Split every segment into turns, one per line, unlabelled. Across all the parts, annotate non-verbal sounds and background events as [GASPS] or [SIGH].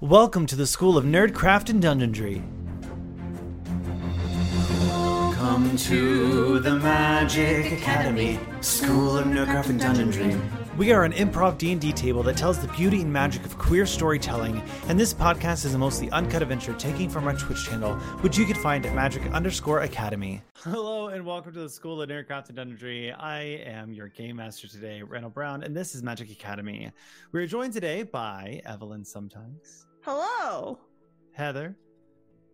Welcome to the School of Nerdcraft and Dungeonry. Come to the Magic Academy, School of Nerdcraft and Dungeonry. We are an improv D&D table that tells the beauty and magic of queer storytelling, and this podcast is a mostly uncut adventure taking from our Twitch channel, which you can find at magic underscore academy. Hello and welcome to the School of Nerdcraft and Dungeonry. I am your game master today, Randall Brown, and this is Magic Academy. We are joined today by Evelyn Sometimes,
Hello.
Heather,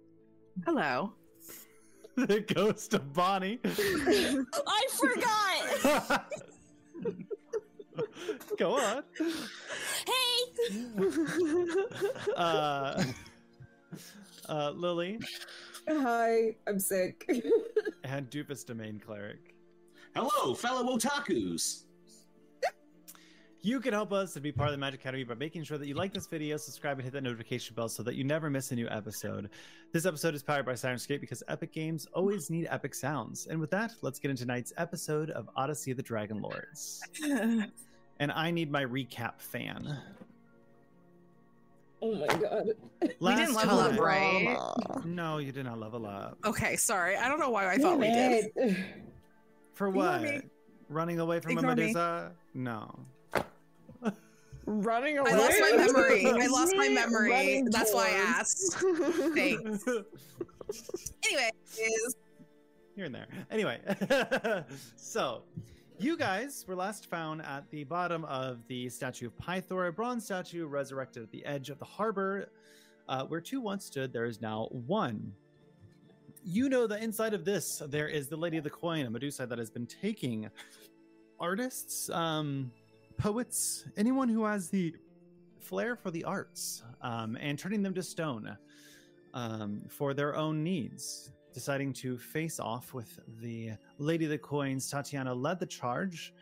[LAUGHS]
Hello.
the ghost of Bonnie,
I forgot.
Go on.
hey.
Uh, [LAUGHS] uh, Lily
Hi, I'm sick. [LAUGHS]
and Dupus Domain Cleric.
Hello, fellow otakus.
You can help us to be part of the Magic Academy by making sure that you like this video, subscribe, and hit that notification bell so that you never miss a new episode. This episode is powered by Sirenscape because epic games always need epic sounds. And with that, let's get into tonight's episode of Odyssey of the Dragon Lords. And I need my recap fan.
oh my god.
Last
didn't level up,
time-
right?
No, you did not level up.
Okay, sorry. I don't know why I thought we
Damn
did.
it.
For
Ignore
what?
me.
Running away from a
Ignore me.
Medusa? No.
[LAUGHS] Running away.
I lost my
Where?
memory.
[LAUGHS]
I lost my
Running
memory. That's why I
towards. [LAUGHS]
asked.
[LAUGHS]
Thanks. Anyway, is-
Here and there. [LAUGHS] Anyway, so you guys were last found at the bottom of the statue of Pythor, a bronze statue resurrected at the edge of the harbor. Uh, where two once stood, there is now one. You know that inside of this, there is the Lady of the Coin, a Medusa that has been taking artists, um, poets, anyone who has the flair for the arts, um, and turning them to stone um, for their own needs. Deciding to face off with the Lady of the Coins, Tatiana led the charge,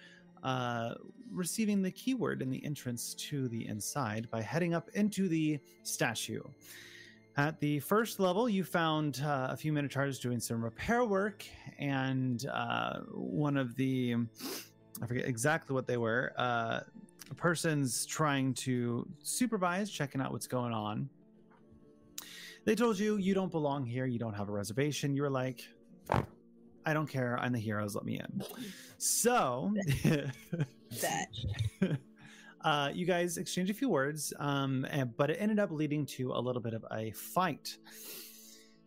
uh, receiving the keyword in the entrance to the inside by heading up into the statue. At the first level, you found uh, a few Minotaurs doing some repair work, and uh, one of the, I forget exactly what they were, uh, persons trying to supervise, checking out what's going on they told you you don't belong here you don't have a reservation you were like i don't care i'm the heroes let me in so [LAUGHS]
that.
uh, you guys exchanged a few words um, and, but it ended up leading to a little bit of a fight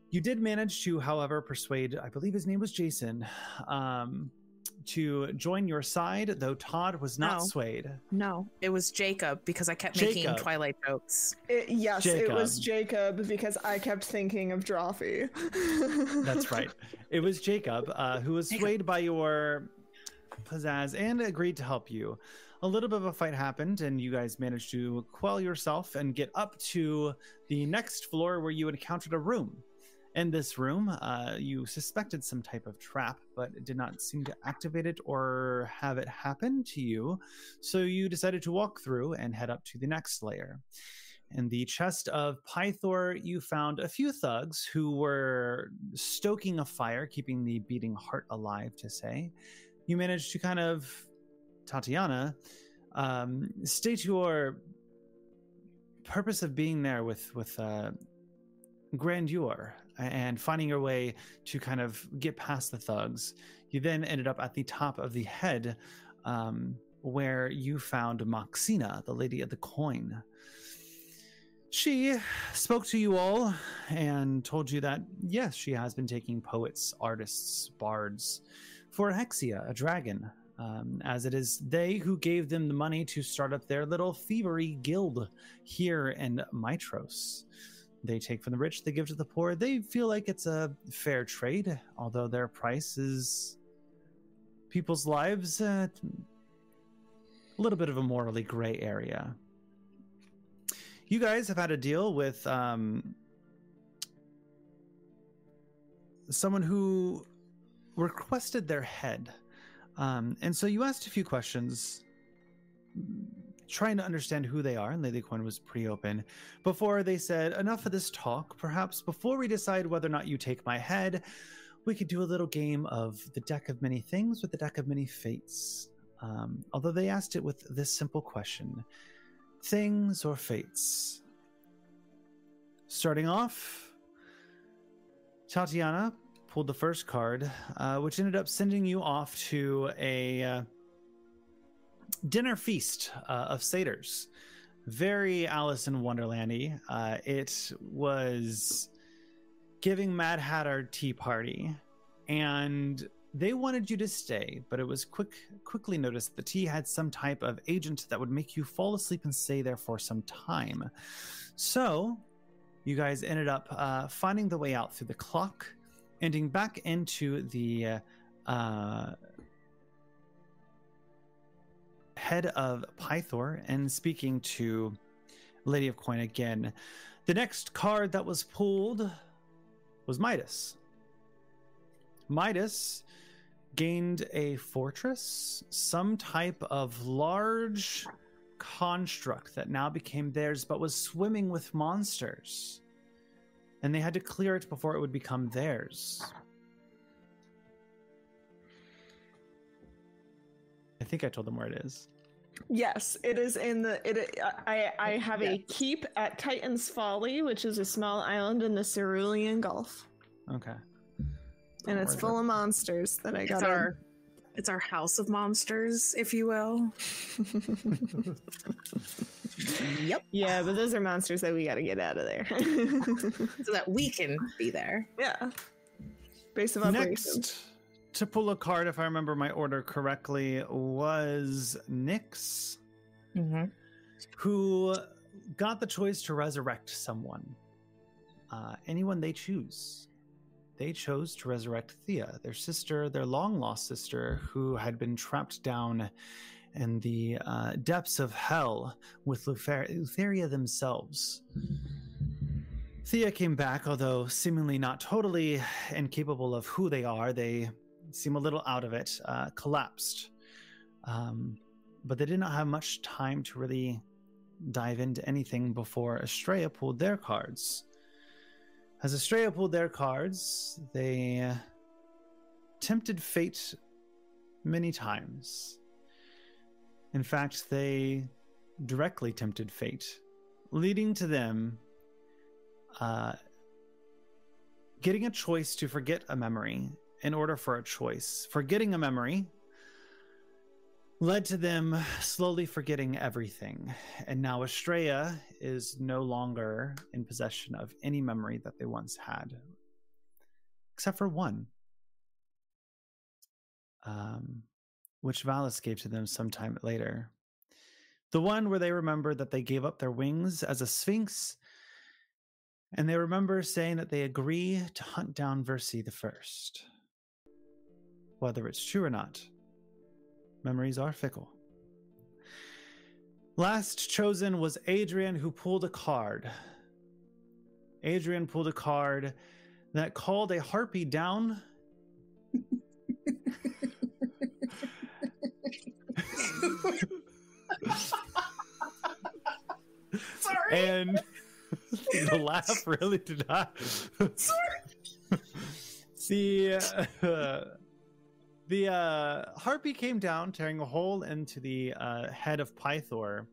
you did manage to however persuade i believe his name was jason um, to join your side though todd was not
No.
swayed
No, it was Jacob because I kept making
Jacob.
Twilight jokes.
It- yes, it was
Jacob.
Jacob because I kept thinking of Drawfee. [LAUGHS]
That's right. It was Jacob, uh, who was
Jacob.
swayed by your pizzazz and agreed to help you. A little bit of a fight happened, and you guys managed to quell yourself and get up to the next floor where you encountered a room. In this room, uh, you suspected some type of trap, but it did not seem to activate it or have it happen to you. So you decided to walk through and head up to the next layer. In the chest of Pythor, you found a few thugs who were stoking a fire, keeping the beating heart alive, to say. You managed to kind of, Tatiana, um, state your purpose of being there with, with uh, grandeur and finding your way to kind of get past the thugs. You then ended up at the top of the head um, where you found Moxina, the lady of the coin. She spoke to you all and told you that, yes, she has been taking poets, artists, bards for Hexia, a dragon, um, as it is they who gave them the money to start up their little thievery guild here in Mitros. They take from the rich, they give to the poor. They feel like it's a fair trade, although their price is people's lives uh, a little bit of a morally gray area you guys have had a deal with um, someone who requested their head. Um, and so you asked a few questions trying to understand who they are, and Lady Coin was pretty open. Before they said, Enough of this talk. Perhaps before we decide whether or not you take my head, we could do a little game of the deck of many things with the deck of many fates. Um, although they asked it with this simple question things or fates. Starting off, Tatiana pulled the first card, uh, which ended up sending you off to a uh, dinner feast uh, of satyrs. Very Alice in Wonderlandy. Uh, it was giving Mad Hatter tea party, and they wanted you to stay, but it was quick quickly noticed the tea had some type of agent that would make you fall asleep and stay there for some time. So you guys ended up uh, finding the way out through the clock, ending back into the uh, head of Pythor and speaking to Lady of Coin again. The next card that was pulled was Midas. Midas gained a fortress, some type of large construct that now became theirs, but was swimming with monsters. And they had to clear it before it would become theirs. I think I told them where it is.
Yes, it is in the. It, I I have a keep at Titan's Folly, which is a small island in the Cerulean Gulf,
Okay.
and it's
Worth
full
Oh, it.
of monsters that I
It's
got.
our it's our house of monsters, if you will. yep.
[LAUGHS] Yeah, but those are monsters that we got to get out of there. [LAUGHS]
So that we can be there.
yeah, base of operations.
Next to pull a card, if I remember my order correctly, was Nyx, who got the choice to resurrect someone. Uh, anyone they choose. They chose to resurrect Thea, their sister, their long lost sister, who had been trapped down in the uh, depths of hell with Lufer- Lutheria themselves. Thea came back, although seemingly not totally incapable of who they are. They seem a little out of it, uh, collapsed. Um, but they did not have much time to really dive into anything before Estrella pulled their cards. As Estrella pulled their cards, they uh, tempted fate many times. In fact, they directly tempted fate, leading to them uh, getting a choice to forget a memory in order for a choice. Forgetting a memory led to them slowly forgetting everything. And now Estrella is no longer in possession of any memory that they once had, except for one, um, which Valis gave to them sometime later. The one where they remember that they gave up their wings as a sphinx and they remember saying that they agree to hunt down Versi the First. Whether it's true or not, memories are fickle. Last chosen was Adrian, who pulled a card. Adrian pulled a card that called a harpy down.
Sorry.
and [LAUGHS] the laugh really did not. [LAUGHS] the uh, [LAUGHS] the uh, harpy came down, tearing a hole into the uh, head of Pythor.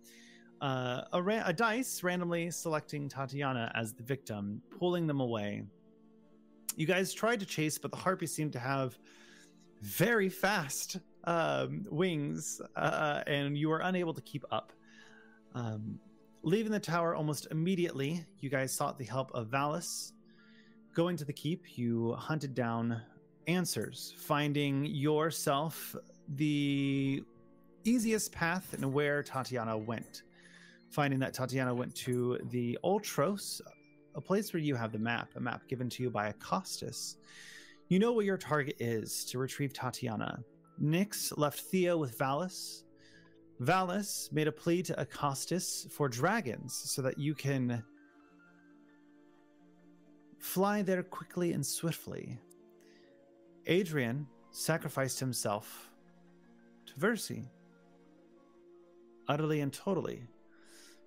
Uh, a, ra- a dice randomly selecting Tatiana as the victim, pulling them away. You guys tried to chase, but the harpy seemed to have very fast um, wings, uh, and you were unable to keep up. Um, Leaving the tower almost immediately, you guys sought the help of Valis. Going to the keep, you hunted down answers, finding yourself the easiest path and where Tatiana went. Finding that Tatiana went to the Ultros, a place where you have the map, a map given to you by Acostas. You know where your target is to retrieve Tatiana. Nyx left Theo with Valis, Valis made a plea to Acostas for dragons so that you can fly there quickly and swiftly. Adrian sacrificed himself to Versi, utterly and totally,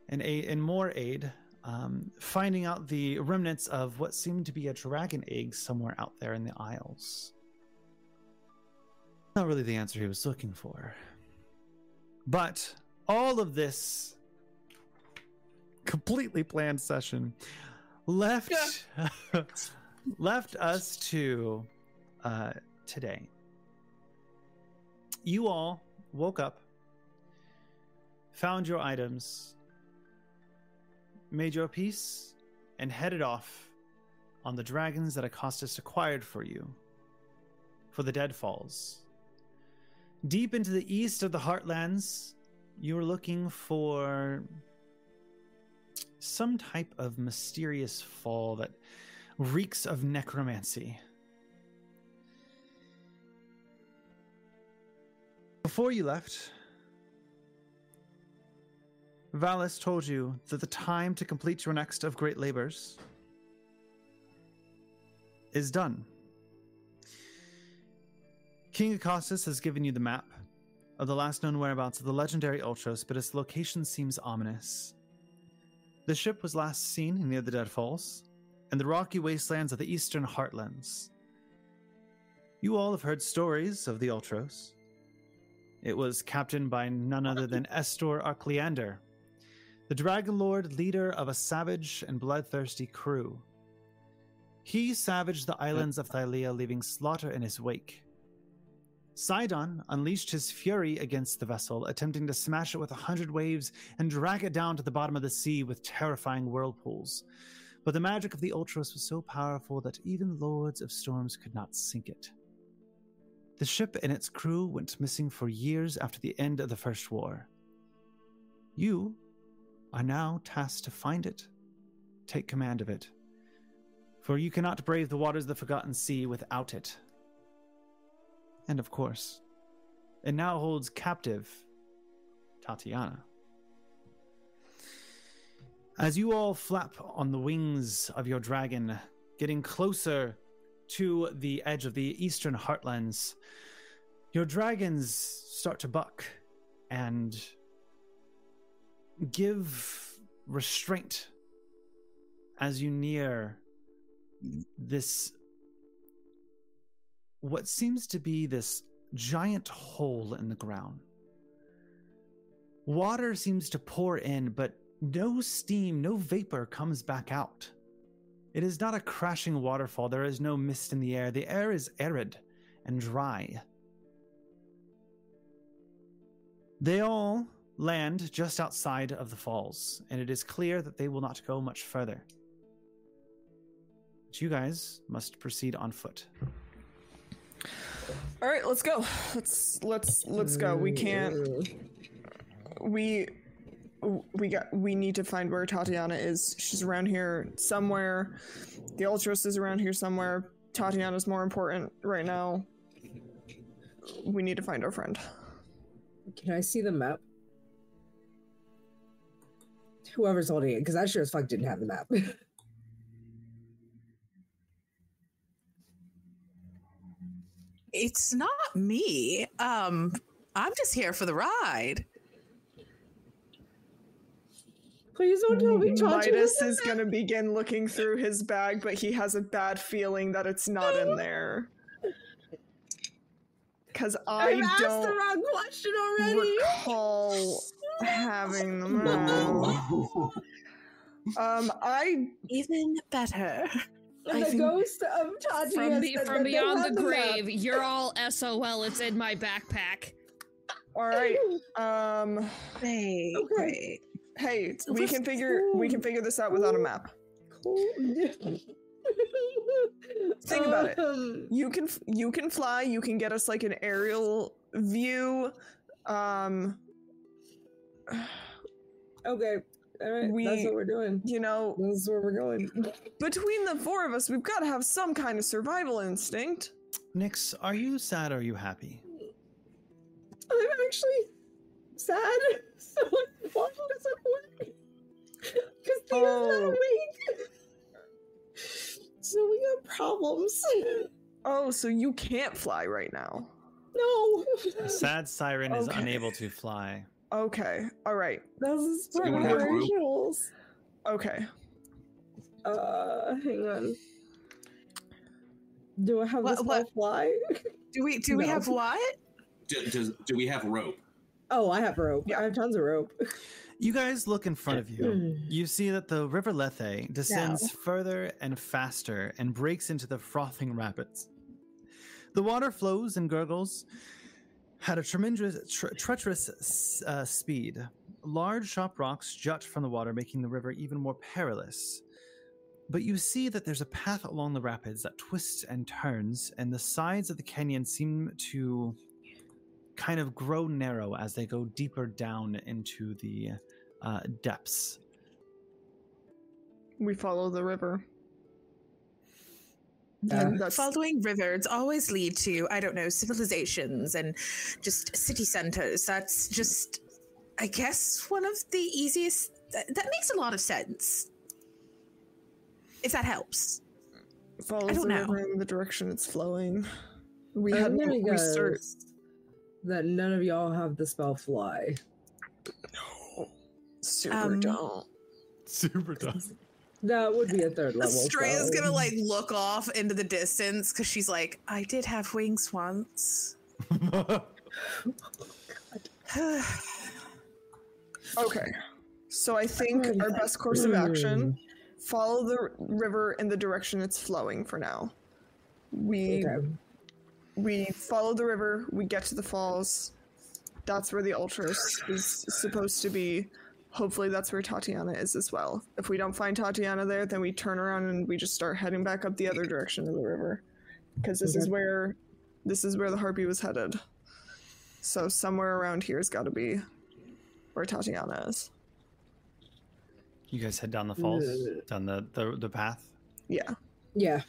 and, a- and more aid, um, finding out the remnants of what seemed to be a dragon egg somewhere out there in the Isles. Not really the answer he was looking for. But all of this completely planned session left [LAUGHS] left us to uh, today. You all woke up, found your items, made your peace, and headed off on the dragons that Acostus acquired for you for the Deadfalls. Deep into the east of the Heartlands, you were looking for some type of mysterious fall that reeks of necromancy. Before you left, Valis told you that the time to complete your next of great labors is done. King Acostus has given you the map of the last known whereabouts of the legendary Ultros, but its location seems ominous. The ship was last seen near the Dead Falls and the rocky wastelands of the eastern heartlands. You all have heard stories of the Ultros. It was captained by none other than Estor Arcleander, the Dragon Lord leader of a savage and bloodthirsty crew. He savaged the islands of Thylea, leaving slaughter in his wake. Sidon unleashed his fury against the vessel, attempting to smash it with a hundred waves and drag it down to the bottom of the sea with terrifying whirlpools. But the magic of the Ultros was so powerful that even lords of storms could not sink it. The ship and its crew went missing for years after the end of the First War. You are now tasked to find it, take command of it, for you cannot brave the waters of the Forgotten Sea without it. And of course, it now holds captive Tatiana. As you all flap on the wings of your dragon, getting closer to the edge of the eastern heartlands, your dragons start to buck and give restraint as you near this what seems to be this giant hole in the ground. Water seems to pour in, but no steam, no vapor comes back out. It is not a crashing waterfall. There is no mist in the air. The air is arid and dry. They all land just outside of the falls, and it is clear that they will not go much further. But you guys must proceed on foot.
All right, let's go. Let's let's let's go. We can't. We we got we need to find where Tatiana is. She's around here somewhere. The Ultras is around here somewhere. Tatiana's more important right now. We need to find our friend.
Can I see the map? Whoever's holding it, because I sure as fuck didn't have the map. [LAUGHS]
It's not me. Um, I'm just here for the ride.
Please don't tell me Tatiana.
Mm,
[LAUGHS]
Midas is gonna begin looking through his bag, but he has a bad feeling that it's not in there. Cause I
I've asked the
don't
wrong question already.
recall having them. around. Um, I
Even better. [LAUGHS] I
[LAUGHS] the
think-
ghost of Tatiana.
From, be-
said that
from
they
beyond
had
the
map.
grave, you're all SOL. It's in my backpack.
all right. Um,
Wait,
Okay.
wait.
hey,
So
we
what's
can figure we can figure this out without a map.
[LAUGHS] Cool.
Think about it.
Um,
You can f- you can fly. You can get us like an aerial view. Um,
[LAUGHS] Okay. All right.
We-
That's what we're doing.
you know,
This is where we're going.
between the four of us, we've got to have some kind of survival instinct.
Nix, are you sad or are you happy?
I'm actually sad. [LAUGHS] So it's why doesn't work. Because Theo's
Oh.
not awake. So we got problems. [LAUGHS]
Oh, so you can't fly right now.
No.
The sad siren is
Okay.
unable to fly.
Okay. All right.
This is for
anyone have rope?
originals.
Okay.
Uh, hang on. Do I have
What-
this
what-
all fly?
Do we do we
No.
have what?
do, does, do we have rope?
Oh, I have rope.
Yeah.
I have tons of rope.
You guys look in front of you. You see that the river Lethe descends further and faster and breaks into the frothing rapids. The water flows and gurgles at a tremendous, tre- treacherous s- uh, speed. Large, sharp rocks jut from the water, making the river even more perilous. But you see that there's a path along the rapids that twists and turns, and the sides of the canyon seem to kind of grow narrow as they go deeper down into the uh, depths.
We follow the river. And that's
Following rivers always lead to, I don't know, civilizations and just city centers. That's just, I guess, one of the easiest. That, that makes a lot of sense. If that helps.
follows
I don't
the
know.
river in the direction it's flowing. We had
I'm gonna
we
guess
start
that none of y'all have the spell fly.
super
Um,
dumb.
Super tough.
That would be a third level.
Astrea's
spell.
gonna like look off into the distance because she's like, I did have wings once.
Okay. So I think our best course of action follow the r- river in the direction it's flowing for now.
Hmm.
We
Okay.
we follow the river, we get to the falls. That's where the ultras is supposed to be. Hopefully that's where Tatiana is as well. If we don't find Tatiana there, then we turn around and we just start heading back up the other direction of the river. Cuz this is where this is where the harpy was headed. So somewhere around here's got to be where Tatiana is.
you guys head down the falls, down the, the, the path.
Yeah.
Yeah.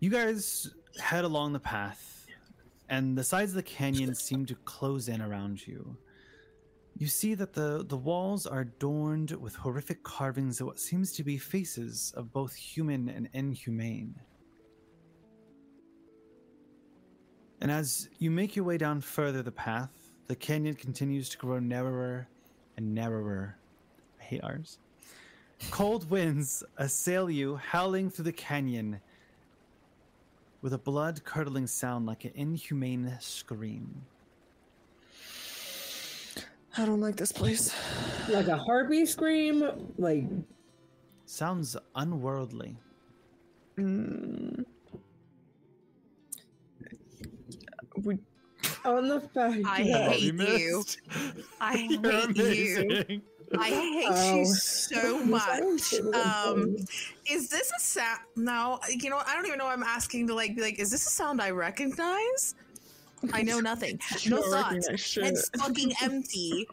You guys head along the path, and the sides of the canyon seem to close in around you. You see that the, the walls are adorned with horrific carvings of what seems to be faces of both human and inhumane. And as you make your way down further the path, the canyon continues to grow narrower and narrower. I hate ours. Cold winds assail you, howling through the canyon with a blood curdling sound like an inhumane scream.
I don't like this place.
Like a harpy scream. Like
Sounds unworldly.
Mm. We,
on the fact.
I
that-
hate you. [LAUGHS]
[LAUGHS]
I hate you. I hate
Oh.
you
[LAUGHS]
[LAUGHS]
so much. Um,
oh,
is this a sound? No, you know, what? I don't even know. why I'm asking to like be like, is this a sound I recognize? I know
[LAUGHS]
nothing. No
don't
thoughts.
recognize shit.
It's fucking empty.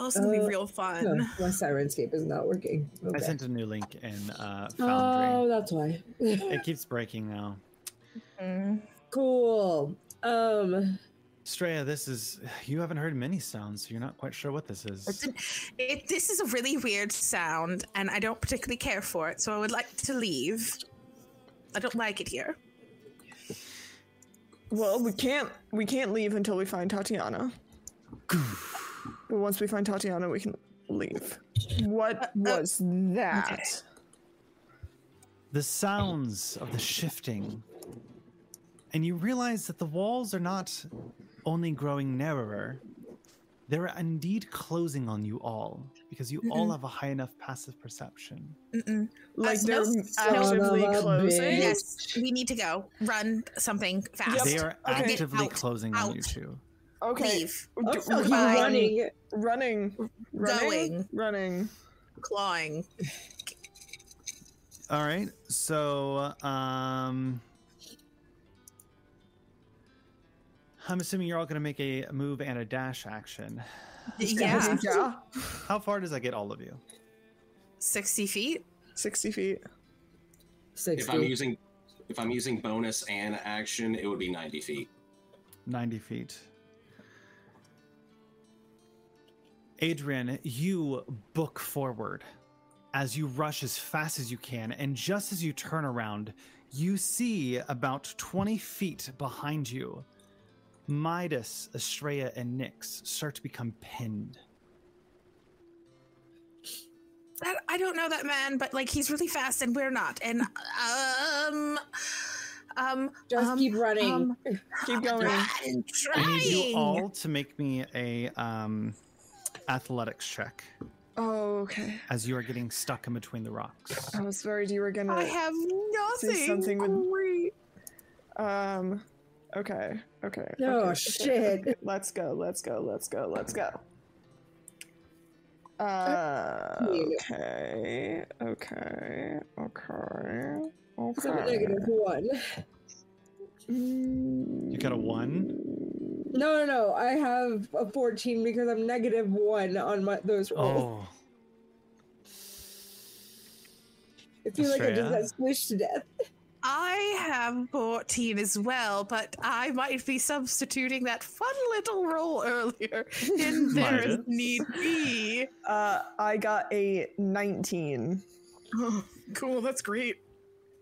Oh, it's gonna be
Uh,
real
No,
fun.
my sirenscape is not working.
I
Okay.
sent a new link in uh,
oh,
Foundry.
that's
[LAUGHS]
why.
It keeps breaking now.
Mm-hmm.
cool. Um,
Straya, this is. You haven't heard many sounds, so you're not quite sure what this
It's
is.
an, it, this is a really weird sound, and I don't particularly care for it. So I would like to leave. I don't like it here.
well, we can't we can't leave until we find Tatiana. but once we find Tatiana, we can leave. What was that?
The sounds of the shifting. And you realize that the walls are not only growing narrower, they're indeed closing on you all, because you
Mm-hmm.
all have a high enough passive perception.
Mm-mm.
Like
Uh,
they're
no-
actively
Son of a
closing.
bitch.
Yes, we need to go. Run something fast.
They are
Okay. Get
actively
out.
closing on you
Out.
too.
Okay.
Leave.
D-
also, you
fine.
running.
running, running,
Going.
running.
Clawing.
All right. So, um, I'm assuming you're all going to make a move and a dash action.
Yeah.
[LAUGHS]
yeah,
How far does that get all of you?
60 feet.
sixty feet.
If I'm
60.
using if I'm using bonus and action, it would be 90 feet.
90 feet. Adrian, you book forward as you rush as fast as you can. And just as you turn around, you see about 20 feet behind you, Midas, Estrella, and Nyx start to become pinned.
That, I don't know that man, but like he's really fast and we're not. And um, Um,
Just
um,
keep running.
um,
[LAUGHS] Keep going.
I'm
I need
trying.
you all to make me a um, athletics check
Oh, okay.
as you are getting stuck in between the rocks.
I was worried you were gonna.
I have nothing.
something with-
great.
Um. Okay. Okay.
Oh,
okay, okay,
shit. [LAUGHS]
okay. Let's go. Let's go. Let's go. Let's go. Uh, okay. Okay. Okay.
It's a
Okay.
negative one.
You got a one.
No, no, no. I have a 14 because I'm negative one on my those rolls.
Oh,
it feels like I just
Australia.
got squished to death.
I have 14 as well, but I might be substituting that fun little roll earlier in there as
Might.
need be.
Uh, I got a 19.
Oh, cool, that's great.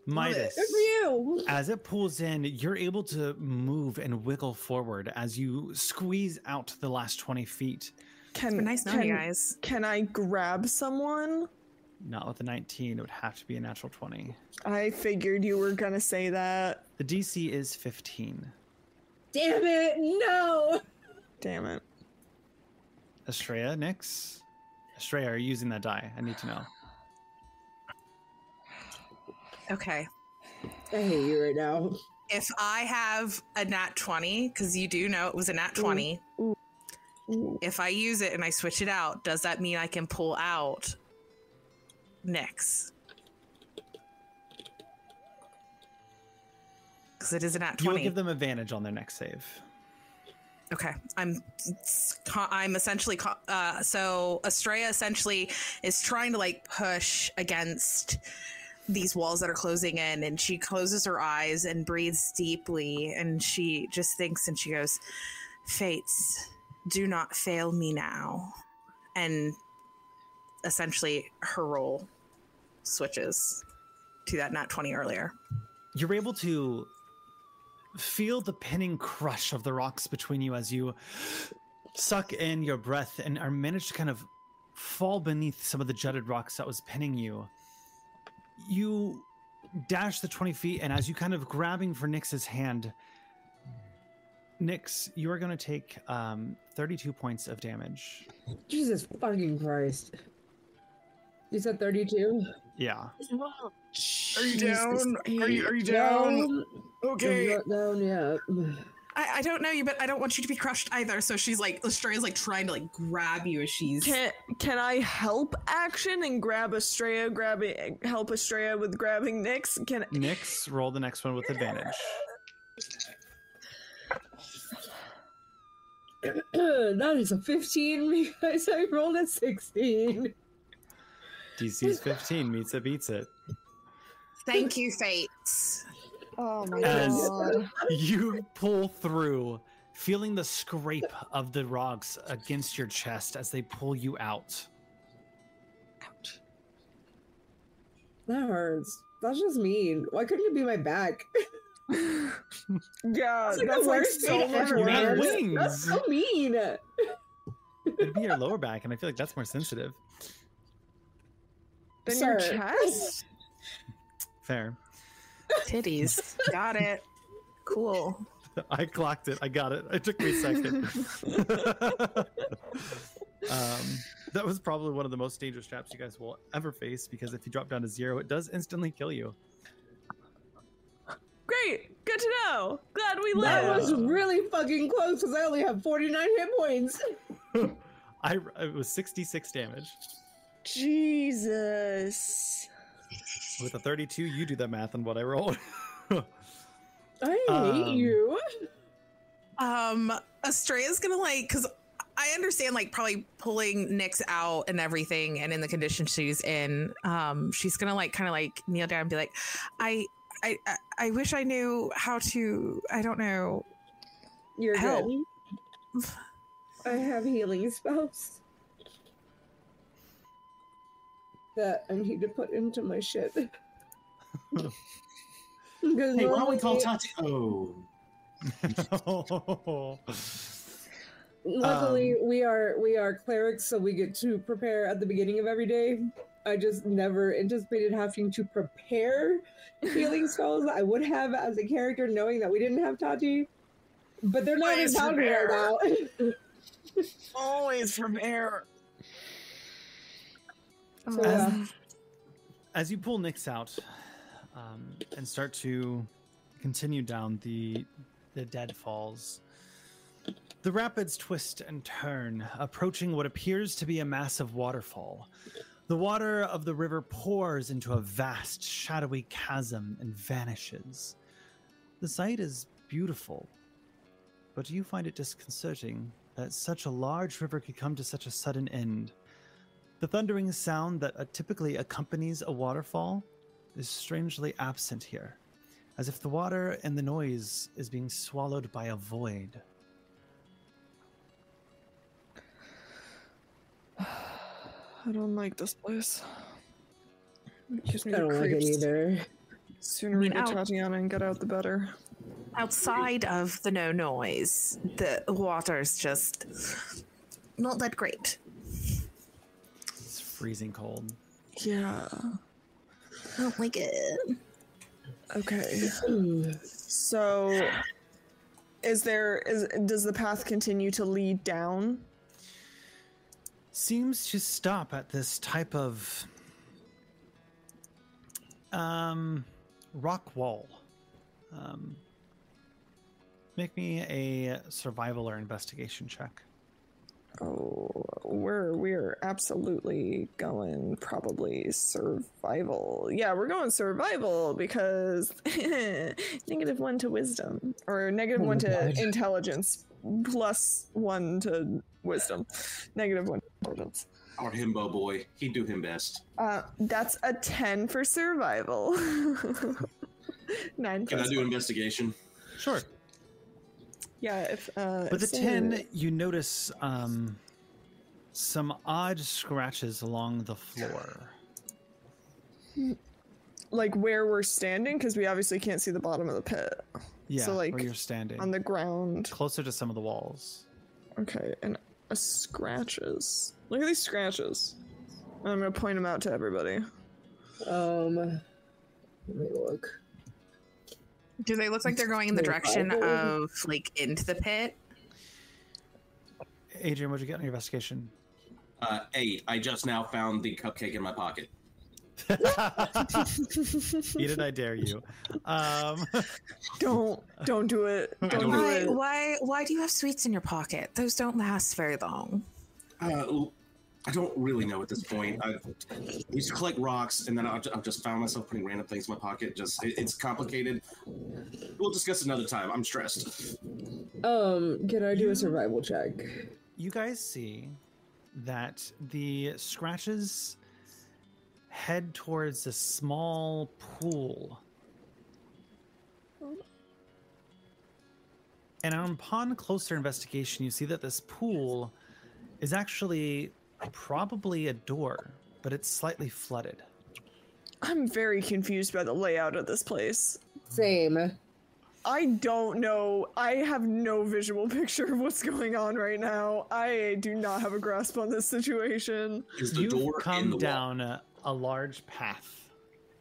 Midas.
Good for you.
As it pulls in, you're able to move and wiggle forward as you squeeze out the last 20 feet.
Can
Nice knowing
can,
you guys.
Can I grab someone?
Not with a 19, it would have to be a natural 20.
I figured you were gonna say that.
The DC is 15.
Damn it! No.
Damn it.
Estrella, Nyx? Estrella, are you using that die? I need to know.
Okay.
I hate you right now.
If I have a nat 20, because you do know it was a nat 20,
Ooh.
if I use it and I switch it out, does that mean I can pull out Nyx? Because it is a nat 20.
You'll give them advantage on their next save.
Okay, I'm it's co- I'm essentially co- uh, so Estrella essentially is trying to like push against these walls that are closing in, and she closes her eyes and breathes deeply, and she just thinks and she goes, "Fates, do not fail me now," and essentially her role switches to that not twenty earlier.
You're able to feel the pinning crush of the rocks between you as you suck in your breath and are managed to kind of fall beneath some of the jutted rocks that was pinning you. You dash the 20 feet, and as you kind of grabbing for Nyx's hand, Nyx, you are going to take um, 32 points of damage.
Jesus fucking Christ. You said 32?
Yeah.
Are you
down? Are you- are
you
No. I'm not down yet. [CLEARS THROAT]
I, I don't know you, but I don't want you to be crushed either. So she's like, Lestrade's like trying to like grab you as she's.
Can can I help action and grab Estrella? Grab it, help Estrella with grabbing Nyx. Can
Nyx, roll the next one with advantage.
that is a 15 [LAUGHS] because I rolled a 16.
DC's 15 meets it, beats it.
Thank you, Fates.
oh my
As-
god!
you pull through, feeling the scrape of the rocks against your chest as they pull you out.
That hurts. That's just mean. Why couldn't it be my back? [LAUGHS]
Yeah,
That's
that's
like the
like
worst
so
thing
much
ever.
You have
worse.
wings.
That's so mean.
It'd be your lower back, and I feel like that's more sensitive.
Then your
Sir.
chest.
Fair.
Titties. [LAUGHS] Got it. Cool.
I clocked it. I got it. It took me a second. um, that was probably one of the most dangerous traps you guys will ever face because if you drop down to zero, it does instantly kill you.
Great, good to know. Glad we
That was
lived.
really fucking close because I only have 49 hit points.
I it was 66 damage
Jesus.
with a 32. You do the math on what I rolled. [LAUGHS]
I hate
Um,
you.
Um, Estrella's gonna like, cause I understand like probably pulling Nyx out and everything, and in the condition she's in, um, she's gonna like kind of like kneel down and be like, I, I, I- I wish I knew how to. I don't know.
You're
help.
good. I have healing spells that I need to put into my shit. hey,
Hey, why don't we call Tati? Oh,
Luckily,
Um,
we are we are clerics, so we get to prepare at the beginning of every day
I just never anticipated having to prepare healing spells. I would have as a character, knowing that we didn't have Tati, but they're not in
Always
town right now. [LAUGHS]
Always prepare.
so, uh, yeah.
as you pull Nyx out um, and start to continue down the the dead falls, the rapids twist and turn, approaching what appears to be a massive waterfall. The water of the river pours into a vast, shadowy chasm and vanishes. The sight is beautiful, but do you find it disconcerting that such a large river could come to such a sudden end? The thundering sound that uh, typically accompanies a waterfall is strangely absent here, as if the water and the noise is being swallowed by a void.
[SIGHS] I don't like this place. It gives me
I
the
don't like it
creeps.
either.
Sooner we
mean,
get
ow.
Tatiana and get out, the better.
Outside of the no noise, the water's just not that great.
It's freezing cold.
Yeah.
I don't like it.
[SIGHS] Okay. So, is there is does the path continue to lead down?
Seems to stop at this type of um, rock wall. Um, make me a survival or investigation check.
Oh, we're we're absolutely going probably survival. Yeah, we're going survival because [LAUGHS] negative one to wisdom or negative one to intelligence plus one to wisdom, negative one to intelligence.
Our himbo boy, he do him best.
Uh, that's a ten for survival. [LAUGHS] Nine.
Can I
plus
do
one.
investigation?
Sure.
Yeah, if uh,
With the
if
tin, you notice um, some odd scratches along the floor.
like where we're standing, because we obviously can't see the bottom of the pit
Yeah,
like,
where you're standing,
on the ground.
closer to some of the walls.
Okay, and uh, scratches. Look at these scratches. And I'm gonna point them out to everybody.
Um, let me look.
Do they look like they're going in the direction
Survival?
of like into the pit?
Adrian, what'd you get on your investigation?
Uh, eight. I just now found the cupcake in my pocket.
[LAUGHS] [LAUGHS] Eat it, I dare you. Um,
Don't don't do it.
[LAUGHS]
Don't
don't
do
Why,
it.
why, why do you have sweets in your pocket? Those don't last very long.
Uh, l- I don't really know at this point. I I used to collect rocks, and then I've, ju- I've just found myself putting random things in my pocket. Just it, it's complicated. We'll discuss another time. I'm stressed.
Um, can I do a survival check?
you guys see that the scratches head towards a small pool. And upon closer investigation, you see that this pool is actually probably a door, but it's slightly flooded.
I'm very confused by the layout of this place.
Same.
I don't know. I have no visual [LAUGHS] picture of what's going on right now. I do not have a grasp on this situation.
Is the
You've
door in
come
the wall?
down a, a large path.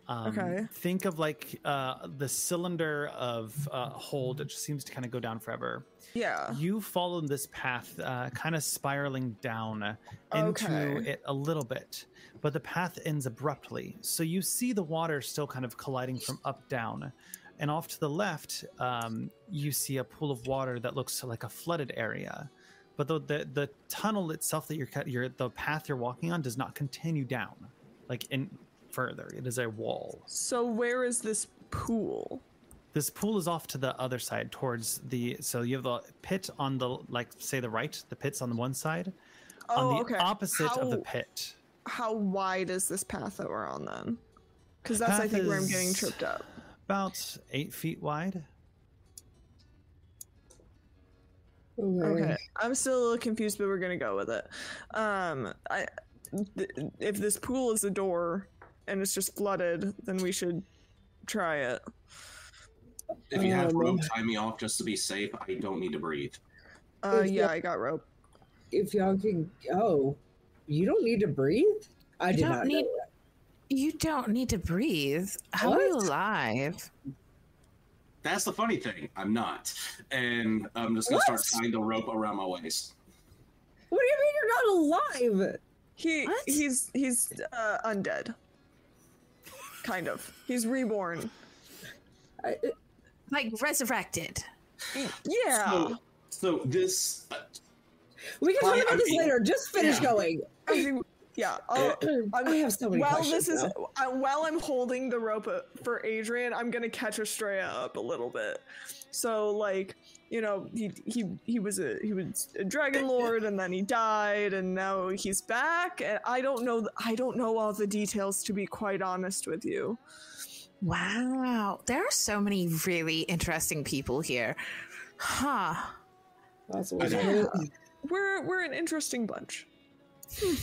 Um,
Okay.
Think of like uh, the cylinder of uh, hold that just seems to kind of go down forever.
Yeah.
You follow this path, uh, kind of spiraling down uh, into
Okay.
it a little bit, but the path ends abruptly. So you see the water still kind of colliding from up down. And off to the left, um, you see a pool of water that looks like a flooded area. But the, the, the tunnel itself that you're, cut- you're, the path you're walking on does not continue down, like in further. It is a wall.
So where is this pool?
This pool is off to the other side, towards the. So you have the pit on the, like, say the right. The pit's on the one side.
Oh,
on the
okay.
opposite of the
How-
pit.
How wide is this path that we're on then? Because that's I
Path
think where I'm
is-
getting tripped up.
About eight feet wide.
Okay, I'm still a little confused, but we're gonna go with it. Um, I, th- if this pool is a door and it's just flooded, then we should try it.
If you have
Um,
rope, tie me off just to be safe. I don't need to breathe.
Uh,
Is
yeah,
that-
I got rope.
If y'all can, oh, you don't need to breathe. I
You
did
don't
not
need-
Know
You don't need to breathe. How are you alive?
That's the funny thing. I'm not, and I'm just gonna
What?
start tying the rope around my waist.
What do you mean you're not alive?
He
What?
he's he's uh, undead. Kind of. He's reborn.
I, it-
Like resurrected.
Yeah.
So, so this, uh,
we can talk
Yeah,
about this
I-
later. Just finish
Yeah.
going. Oh,
I mean, yeah.
[CLEARS THROAT]
I'll- I'm-
I have so many
while
questions
this is
now.
uh, while I'm holding the rope uh, for Adrian, I'm gonna catch Estrella up a little bit. So like, you know, he he he was a he was a dragon lord, and then he died, and now he's back. And I don't know th- I don't know all the details to be quite honest with you.
Wow. There are so many really interesting people here. Huh.
That's what
I
we're doing.
We're we're an interesting bunch,
Hmm.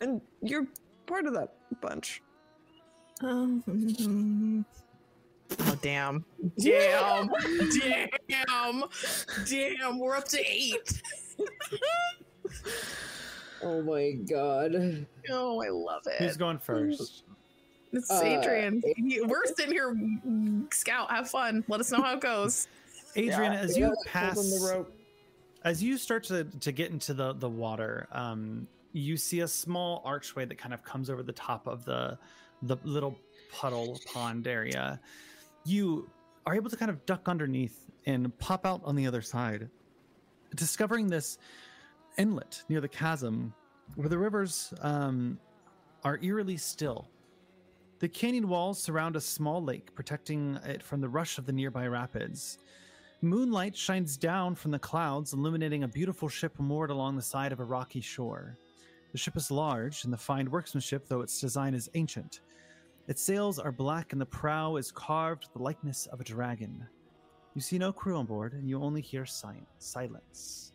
and you're part of that bunch.
Um, oh, damn. Damn. damn. Damn. We're up to eight.
Oh my god.
Oh, I love
Who's
Uh,
it.
going first?
It's
Uh,
[LAUGHS] Adrian. You- We're sitting here, Scout. Have fun. Let us know how it goes.
Adrian,
Yeah.
as you
Hold
pass
on the rope.
as you start to, to get into the, the water, um, you see a small archway that kind of comes over the top of the the little puddle pond area. You are able to kind of duck underneath and pop out on the other side, discovering this inlet near the chasm where the rivers um, are eerily still. The canyon walls surround a small lake, protecting it from the rush of the nearby rapids. Moonlight shines down from the clouds, illuminating a beautiful ship moored along the side of a rocky shore. The ship is large in the fine workmanship, though its design is ancient. Its sails are black and the prow is carved with the likeness of a dragon. You see no crew on board, and you only hear si- silence.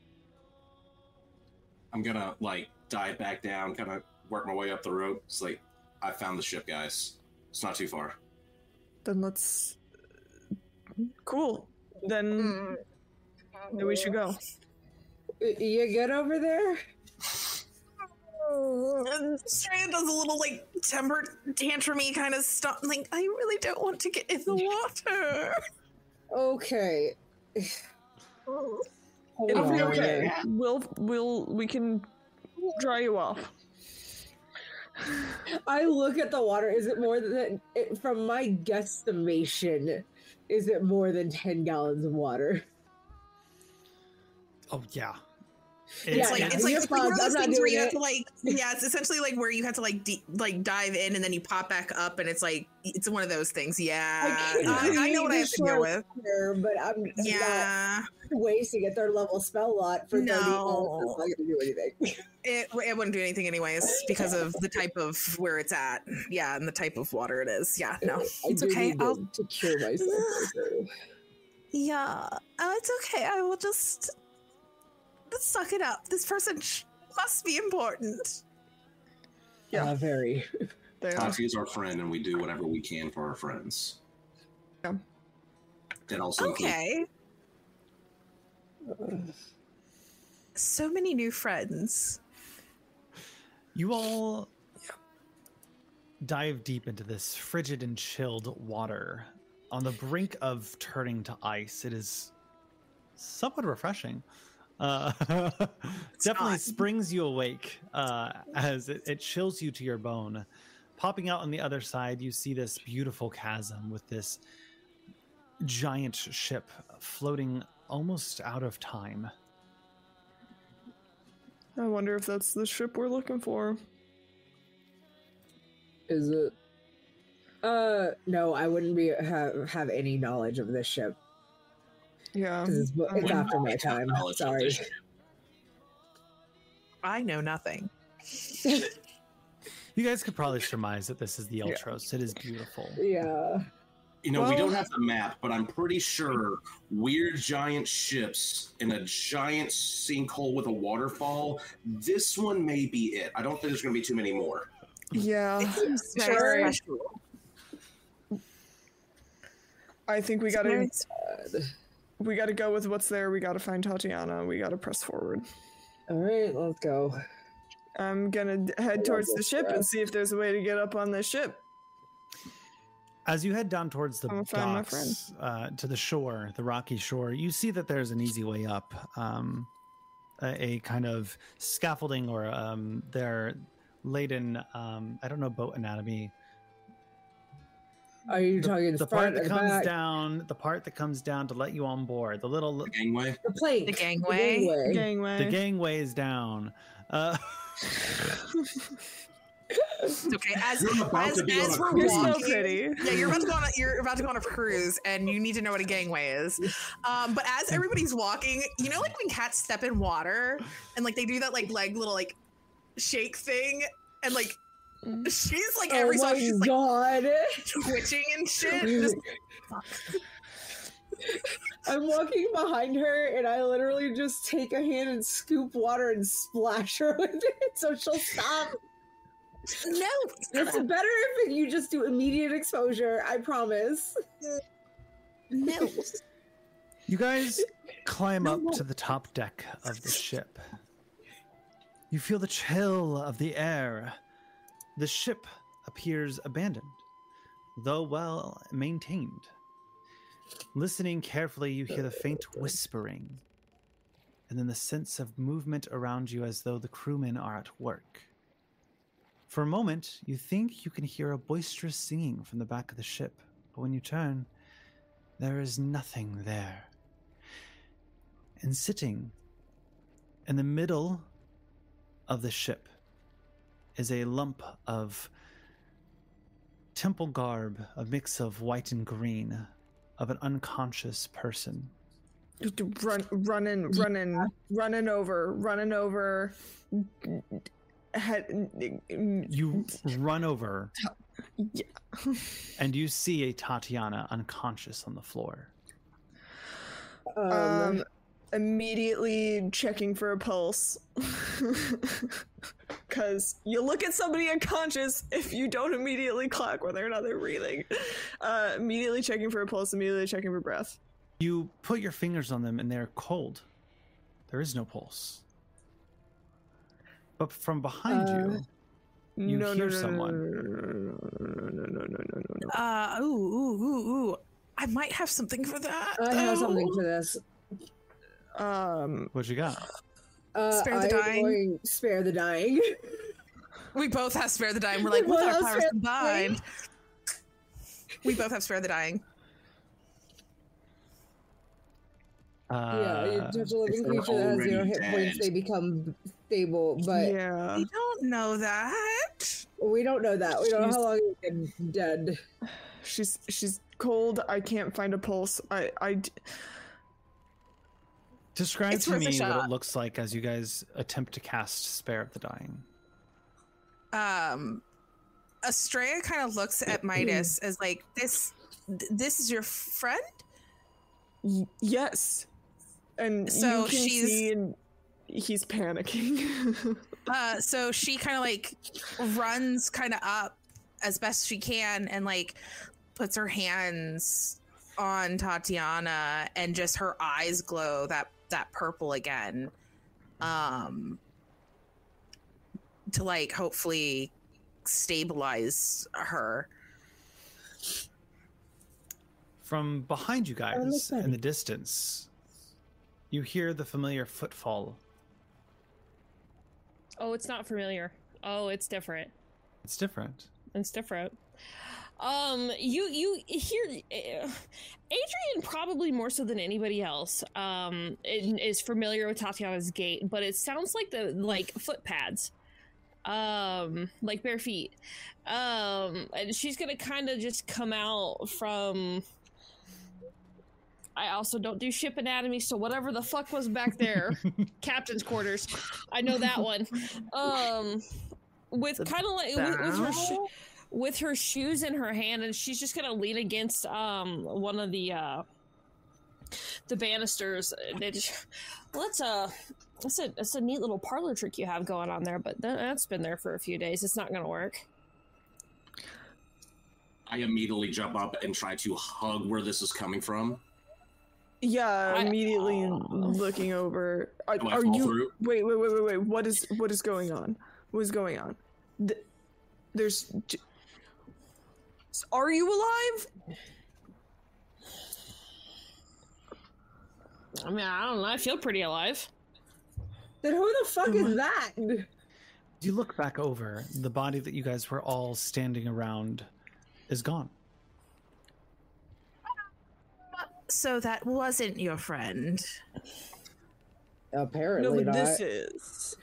I'm gonna like dive back down, kind of work my way up the rope. It's like I found the ship, guys. It's not too far.
Then let's. uh, Cool. Then then we should go.
You get over there?
And Strand does a little like temper tantrumy kind of stuff. Like, I really don't want to get in the water.
Okay. Hold
It'll
on
be
a
okay.
minute.
We'll we'll we can dry you off.
I look at the water. Is it more than it, from my guesstimation? Is it more than ten gallons of water?
Oh, yeah.
It's
Yeah,
like
yeah.
it's like
You're
it's like one of
fine. I'm
those
not
things where
doing
you have
it. [LAUGHS]
to like yeah, it's essentially like where you have to like de- like dive in and then you pop back up and it's like it's one of those things. Yeah, Uh,
can't
I, I
believe
know what I
the
have to deal
short-
with.
Sure, but I'm, I'm
Yeah,
not wasting a third level spell lot for
No.
no. gallons. It's not gonna do anything.
it it wouldn't do anything anyways because of the type of where it's at. Yeah, and the type of water it is. Yeah, no,
I
it's
do
okay.
need to-
I'll
to cure myself.
[SIGHS]
okay.
Yeah, uh, it's okay. I will just suck it up. This person sh- must be important.
Yeah.
Uh, very.
They are.
Tati is our friend, and we do whatever we can for our friends.
Yeah.
That also includes
Okay. So many new friends.
You all dive deep into this frigid and chilled water on the brink of turning to ice. It is somewhat refreshing. Uh, [LAUGHS] definitely
not.
springs you awake uh, as it, it chills you to your bone. Popping out on the other side, you see this beautiful chasm with this giant ship floating almost out of time.
I wonder if that's the ship we're looking for.
Is it? Uh, no, I wouldn't be have have any knowledge of this ship
Yeah.
because it's, bu- it's
Um,
after my time.
knowledge
[LAUGHS]
of
Sorry.
this
I know nothing.
You guys could probably surmise that this is the Eltros. It is beautiful.
Yeah.
You know, we
Well-
don't have the map, but I'm pretty sure weird giant ships in a giant sinkhole with a waterfall. This one may be it. I don't think there's going to be too many more.
Yeah.
seems
very I think we gotta we gotta go with what's there. We gotta find Tatiana. We gotta press forward.
All right, let's go.
I'm gonna d- head towards the ship and see if there's a way to get up on the ship.
As you head down towards the
I'm gonna find my friend.
docks, uh, to the shore, the rocky shore, you see that there's an easy way up. Um, a, a kind of scaffolding or um, they're laid in, um, I don't know, boat anatomy.
Are you talking the,
The
front
part
or
that
the
comes
back?
down, the part that comes down to let you on board, the little,
The gangway.
The plank.
The
The
gangway.
gangway.
Gangway.
the gangway is down. Uh,
It's okay. As
You're about
as,
to be on
as
a
we're
cruise.
You're so
walking,
pretty.
yeah, you're about to
[LAUGHS]
go on. A, you're about to go on a cruise, and you need to know what a gangway is. Um, but as everybody's walking, you know, like when cats step in water, and like they do that like leg little like shake thing, and like she's like
Oh
every
my
time she's like
god!
twitching and shit. Just,
[LAUGHS] I'm walking behind her, and I literally just take a hand and scoop water and splash her [LAUGHS] with it, so she'll stop.
no,
It's better if you just do immediate exposure. I promise.
no.
You guys climb up to the top deck of the ship. You feel the chill of the air. The ship appears abandoned, though well maintained. Listening carefully, you hear the faint whispering, and then the sense of movement around you as though the crewmen are at work. For a moment, you think you can hear a boisterous singing from the back of the ship, but when you turn, there is nothing there. And sitting in the middle of the ship is a lump of temple garb, a mix of white and green, of an unconscious person.
Run, running, running, running over, running over. Head.
You run over
Yeah.
and you see a Tatiana unconscious on the floor. Oh,
Um,
Um, immediately checking for a pulse. [LAUGHS] Because you look at somebody unconscious if you don't immediately clock whether or not they're breathing. Uh, immediately checking for a pulse, immediately checking for breath.
You put your fingers on them and they're cold. There is no pulse. But from behind you, You
no,
hear
no, no,
someone.
No, no, no, no, no, no, no, no, no, no, no.
Uh, ooh, ooh, ooh, ooh. I might have something for that.
I have
though.
something for this.
no. Um,
what you got?
Uh,
Spare the
I'm
dying.
going- spare the dying. [LAUGHS]
We both have spare the dying. We're
We
like, with
both
our
have
powers
Spare the
combined, we both have spare the dying.
yeah,
Uh,
you touch a living
they're
creature that has zero
Uh, already
hit points,
dead.
they become stable. But
yeah.
We don't know that.
we don't know that. We don't know how long they've been dead.
She's she's cold. I can't find a pulse. I I d-
Describe
It's
to
worth a
me what
shot.
it looks like as you guys attempt to cast Spare of the Dying.
Um, Estrella kind of looks at Midas as like, "This, th- this is your friend."
y- yes. And
So
you can
she's-
see and he's panicking. [LAUGHS]
Uh, so she kind of like runs kind of up as best she can and like puts her hands on Tatiana and just her eyes glow that that purple again. Um to like hopefully stabilize her.
From behind you guys
listen.
in the distance, you hear the familiar footfall.
Oh, it's not familiar. Oh, it's different.
It's different.
It's different. Um, you you hear eh, Adrian probably more so than anybody else. Um, i- is familiar with Tatiana's gait, but it sounds like the like foot pads, um, like bare feet. Um, and she's gonna kind of just come out from. I also don't do ship anatomy, so whatever the fuck was back there, captain's quarters. I know that one. Um, with kind of like with, with her. Sh- with her shoes in her hand and she's just gonna lean against um one of the uh the banisters that well, that's a that's a that's a neat little parlor trick you have going on there but that, that's been there for a few days it's not gonna work
I immediately jump up and try to hug where this is coming from.
yeah,
I-
immediately looking over. Are,
Do I
are
fall
you
through?
Wait, wait, wait, wait, wait. What is what is going on? was going on. Th- there's. j- Are you alive?
I mean, I don't know. I feel pretty alive.
Then who the fuck
Mm.
is that?
You look back over, the body that you guys were all standing around is gone.
So that wasn't your friend.
No,
Apparently
but
not.
this is.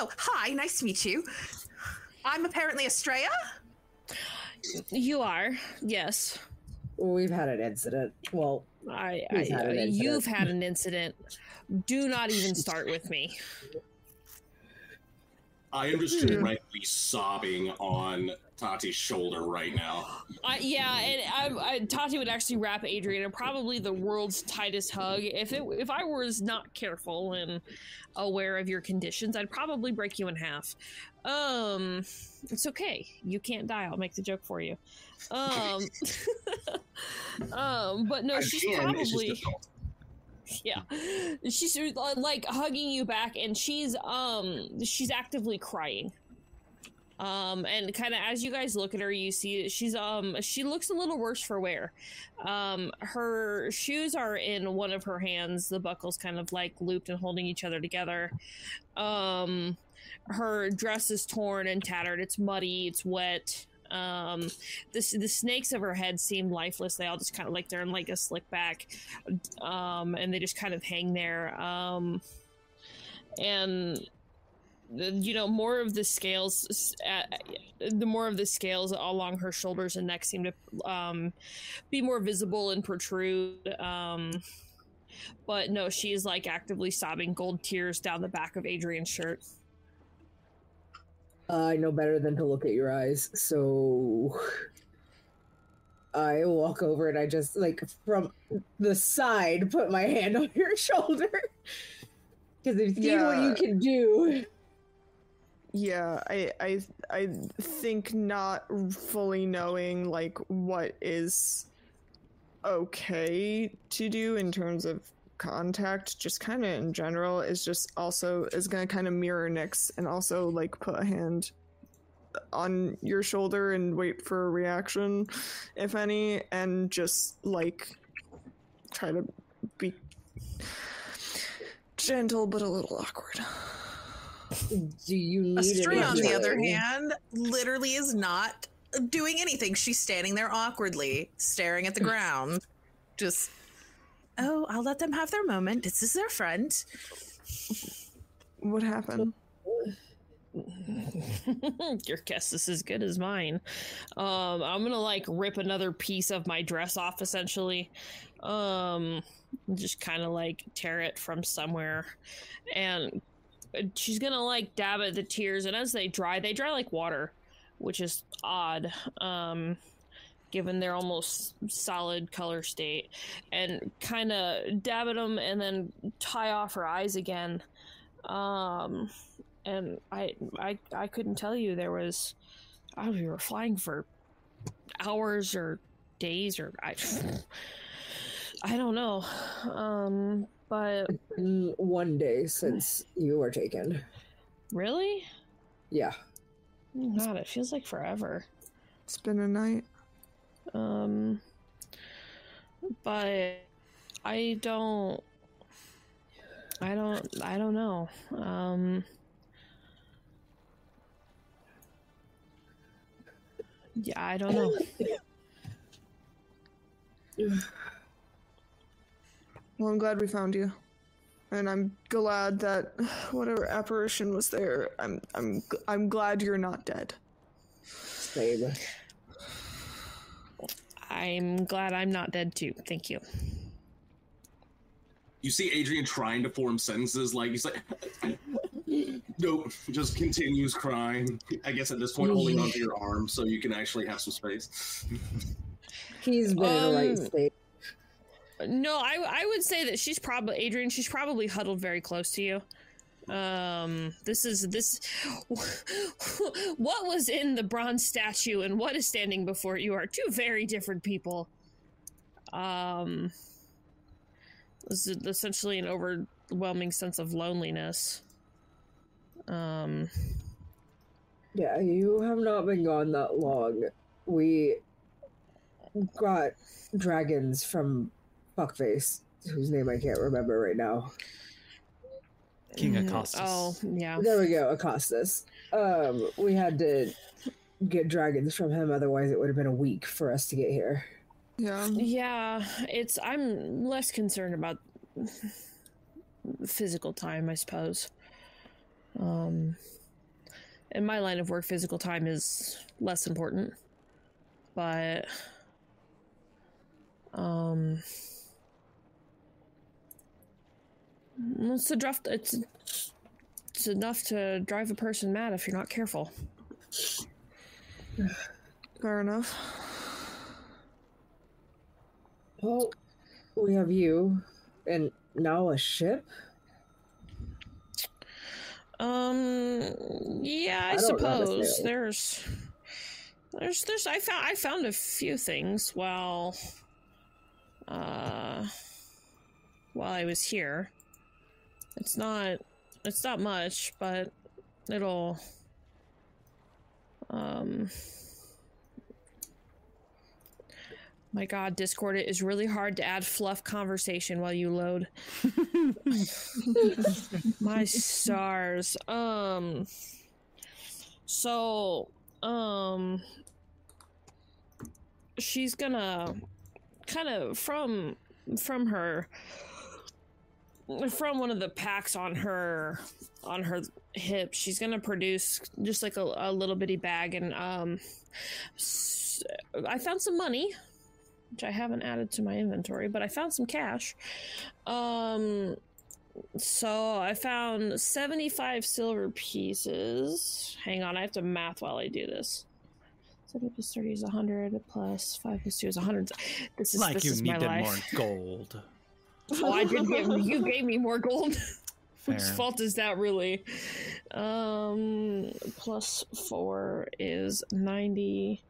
Oh, hi, nice to meet you. I'm apparently Estrella.
You are. Yes.
We've had an incident. Well,
I, I uh,
We've had an incident.
you've had an incident. Do not even start with me.
I am just directly sobbing on Tati's shoulder right now.
[LAUGHS] I, yeah, and I, I, Tati would actually wrap Adrian in probably the world's tightest hug. If it, if I was not careful and aware of your conditions, I'd probably break you in half. Um, it's okay. You can't die. I'll make the joke for you. Um, [LAUGHS] um, but no,
I
she's
can,
probably
it's just difficult.
yeah [LAUGHS] she's uh, like hugging you back and she's um she's actively crying um and kind of as you guys look at her you see that she's um she looks a little worse for wear um her shoes are in one of her hands the buckles kind of like looped and holding each other together um her dress is torn and tattered it's muddy it's wet um the, the snakes of her head seem lifeless they all just kind of like they're in like a slick back um, and they just kind of hang there. Um, and the, you know, more of the scales, s- at, the more of the scales along her shoulders and neck seem to um, be more visible and protrude. Um, but no, she is like actively sobbing gold tears down the back of Adrian's shirt.
I know better than to look at your eyes, so I walk over and I just like from the side put my hand [LAUGHS] on your shoulder because I've seen what
Yeah.
you can do.
Yeah, I, I, I think not fully knowing like what is okay to do in terms of contact, just kind of in general, is just also is gonna kind of mirror Nick's and also like put a hand on your shoulder and wait for a reaction, if any, and just like try to be gentle but a little awkward.
Do you need
Estrella, on the
anything?
other hand, literally is not doing anything. She's standing there awkwardly, staring at the ground. Just, oh, I'll let them have their moment. This is their friend.
What happened?
[LAUGHS] Your guess is as good as mine. Um, I'm gonna like rip another piece of my dress off, essentially. Um, just kind of like tear it from somewhere, and she's gonna like dab at the tears. And as they dry, they dry like water, which is odd, um, given their almost solid color state. And kind of dab at them, and then tie off her eyes again. Um and I I I couldn't tell you there was oh we were flying for hours or days or I I don't know. Um but
Mm, one day since you were taken.
really?
Yeah,
Oh, God, it feels like forever.
It's been a night.
Um but I don't I don't I don't know. Um Yeah, I don't know.
Well, I'm glad we found you, and I'm glad that [SIGHS] whatever apparition was there. I'm I'm gl- I'm glad you're not dead.
same.
I'm glad I'm not dead too. Thank you.
You see Adrian trying to form sentences, like he's like, [LAUGHS] nope, just continues crying. I guess at this point, holding onto your arm so you can actually have some space.
He's been in the right
Um,
state.
No, I I would say that she's probably Adrian. She's probably huddled very close to you. Um, this is this. [LAUGHS] what was in the bronze statue and what is standing before you are two very different people. Um, this is essentially an overwhelming sense of loneliness. Um,
Yeah, you have not been gone that long. We got dragons from Fuckface, whose name I can't remember right now.
King
mm,
Acostas.
Oh, yeah.
There we go, Acostas. Um, we had to get dragons from him, otherwise it would have been a week for us to get here.
Yeah.
Yeah, it's. I'm less concerned about physical time, I suppose. Um, in my line of work, physical time is less important, but um, it's a draft. It's it's enough to drive a person mad if you're not careful.
Fair
[LAUGHS]
enough. [LAUGHS]
Well, we have you, and now a ship?
Um. Yeah, I,
I don't know how to say
suppose
it.
there's, there's, there's. I found, I found a few things while, uh, while I was here. It's not, it's not much, but it'll, um. My God, Discord! It is really hard to add fluff conversation while you load. My stars. Um. So, um. She's gonna kind of from from her from one of the packs on her on her hip. She's gonna produce just like a, a little bitty bag, and um, s- I found some money, which I haven't added to my inventory, but I found some cash. Um, so I found 75 silver pieces. Hang on, I have to math while I do this. 70 plus 30 is 100, plus 5 plus 2 is 100. This is,
like
this
you
is my
needed
life.
more
[LAUGHS]
gold.
Oh, I did give you gave me more gold.
Fair.
Whose fault is that really? Um, plus four is 90,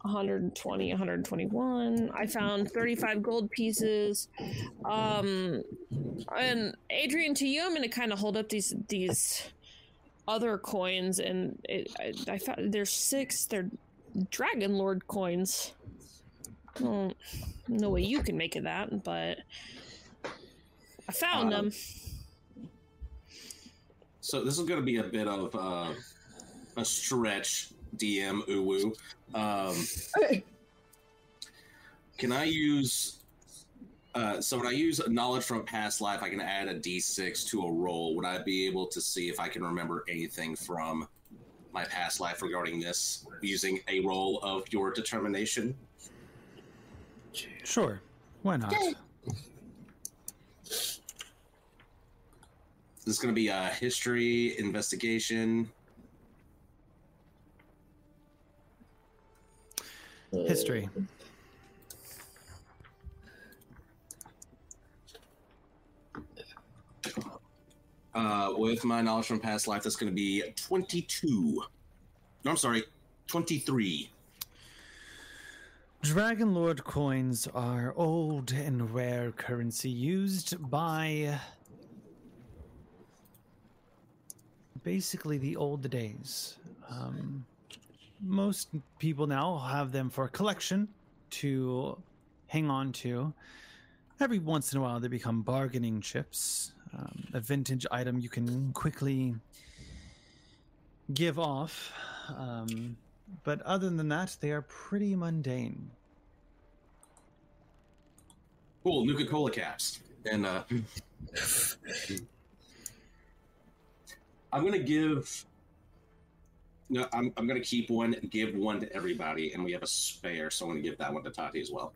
120, 121. I found 35 gold pieces. Um, and Adrian, to you, I'm going to kind of hold up these, these other coins. And it, I, I found there's six, they're Dragon Lord coins. I don't know what you can make of that, but I found
Um,
them.
So this is going to be a bit of uh, a stretch, DM Uwu. Um, can I use? Uh, so when I use knowledge from a past life, I can add a d6 to a roll. Would I be able to see if I can remember anything from my past life regarding this using a roll of your determination?
Sure. Why not?
This is going to be a history investigation.
History.
Uh, with my knowledge from past life, that's going to be 22. No, I'm sorry, 23.
Dragon Lord coins are old and rare currency used by basically the old days. Um, most people now have them for collection to hang on to. Every once in a while, they become bargaining chips, um, a vintage item you can quickly give off. Um, but other than that, they are pretty mundane.
Cool, Nuka Cola caps. And uh, [LAUGHS] I'm going to give. No, I'm, I'm going to keep one, give one to everybody, and we have a spare, so I'm going to give that one to Tati as well.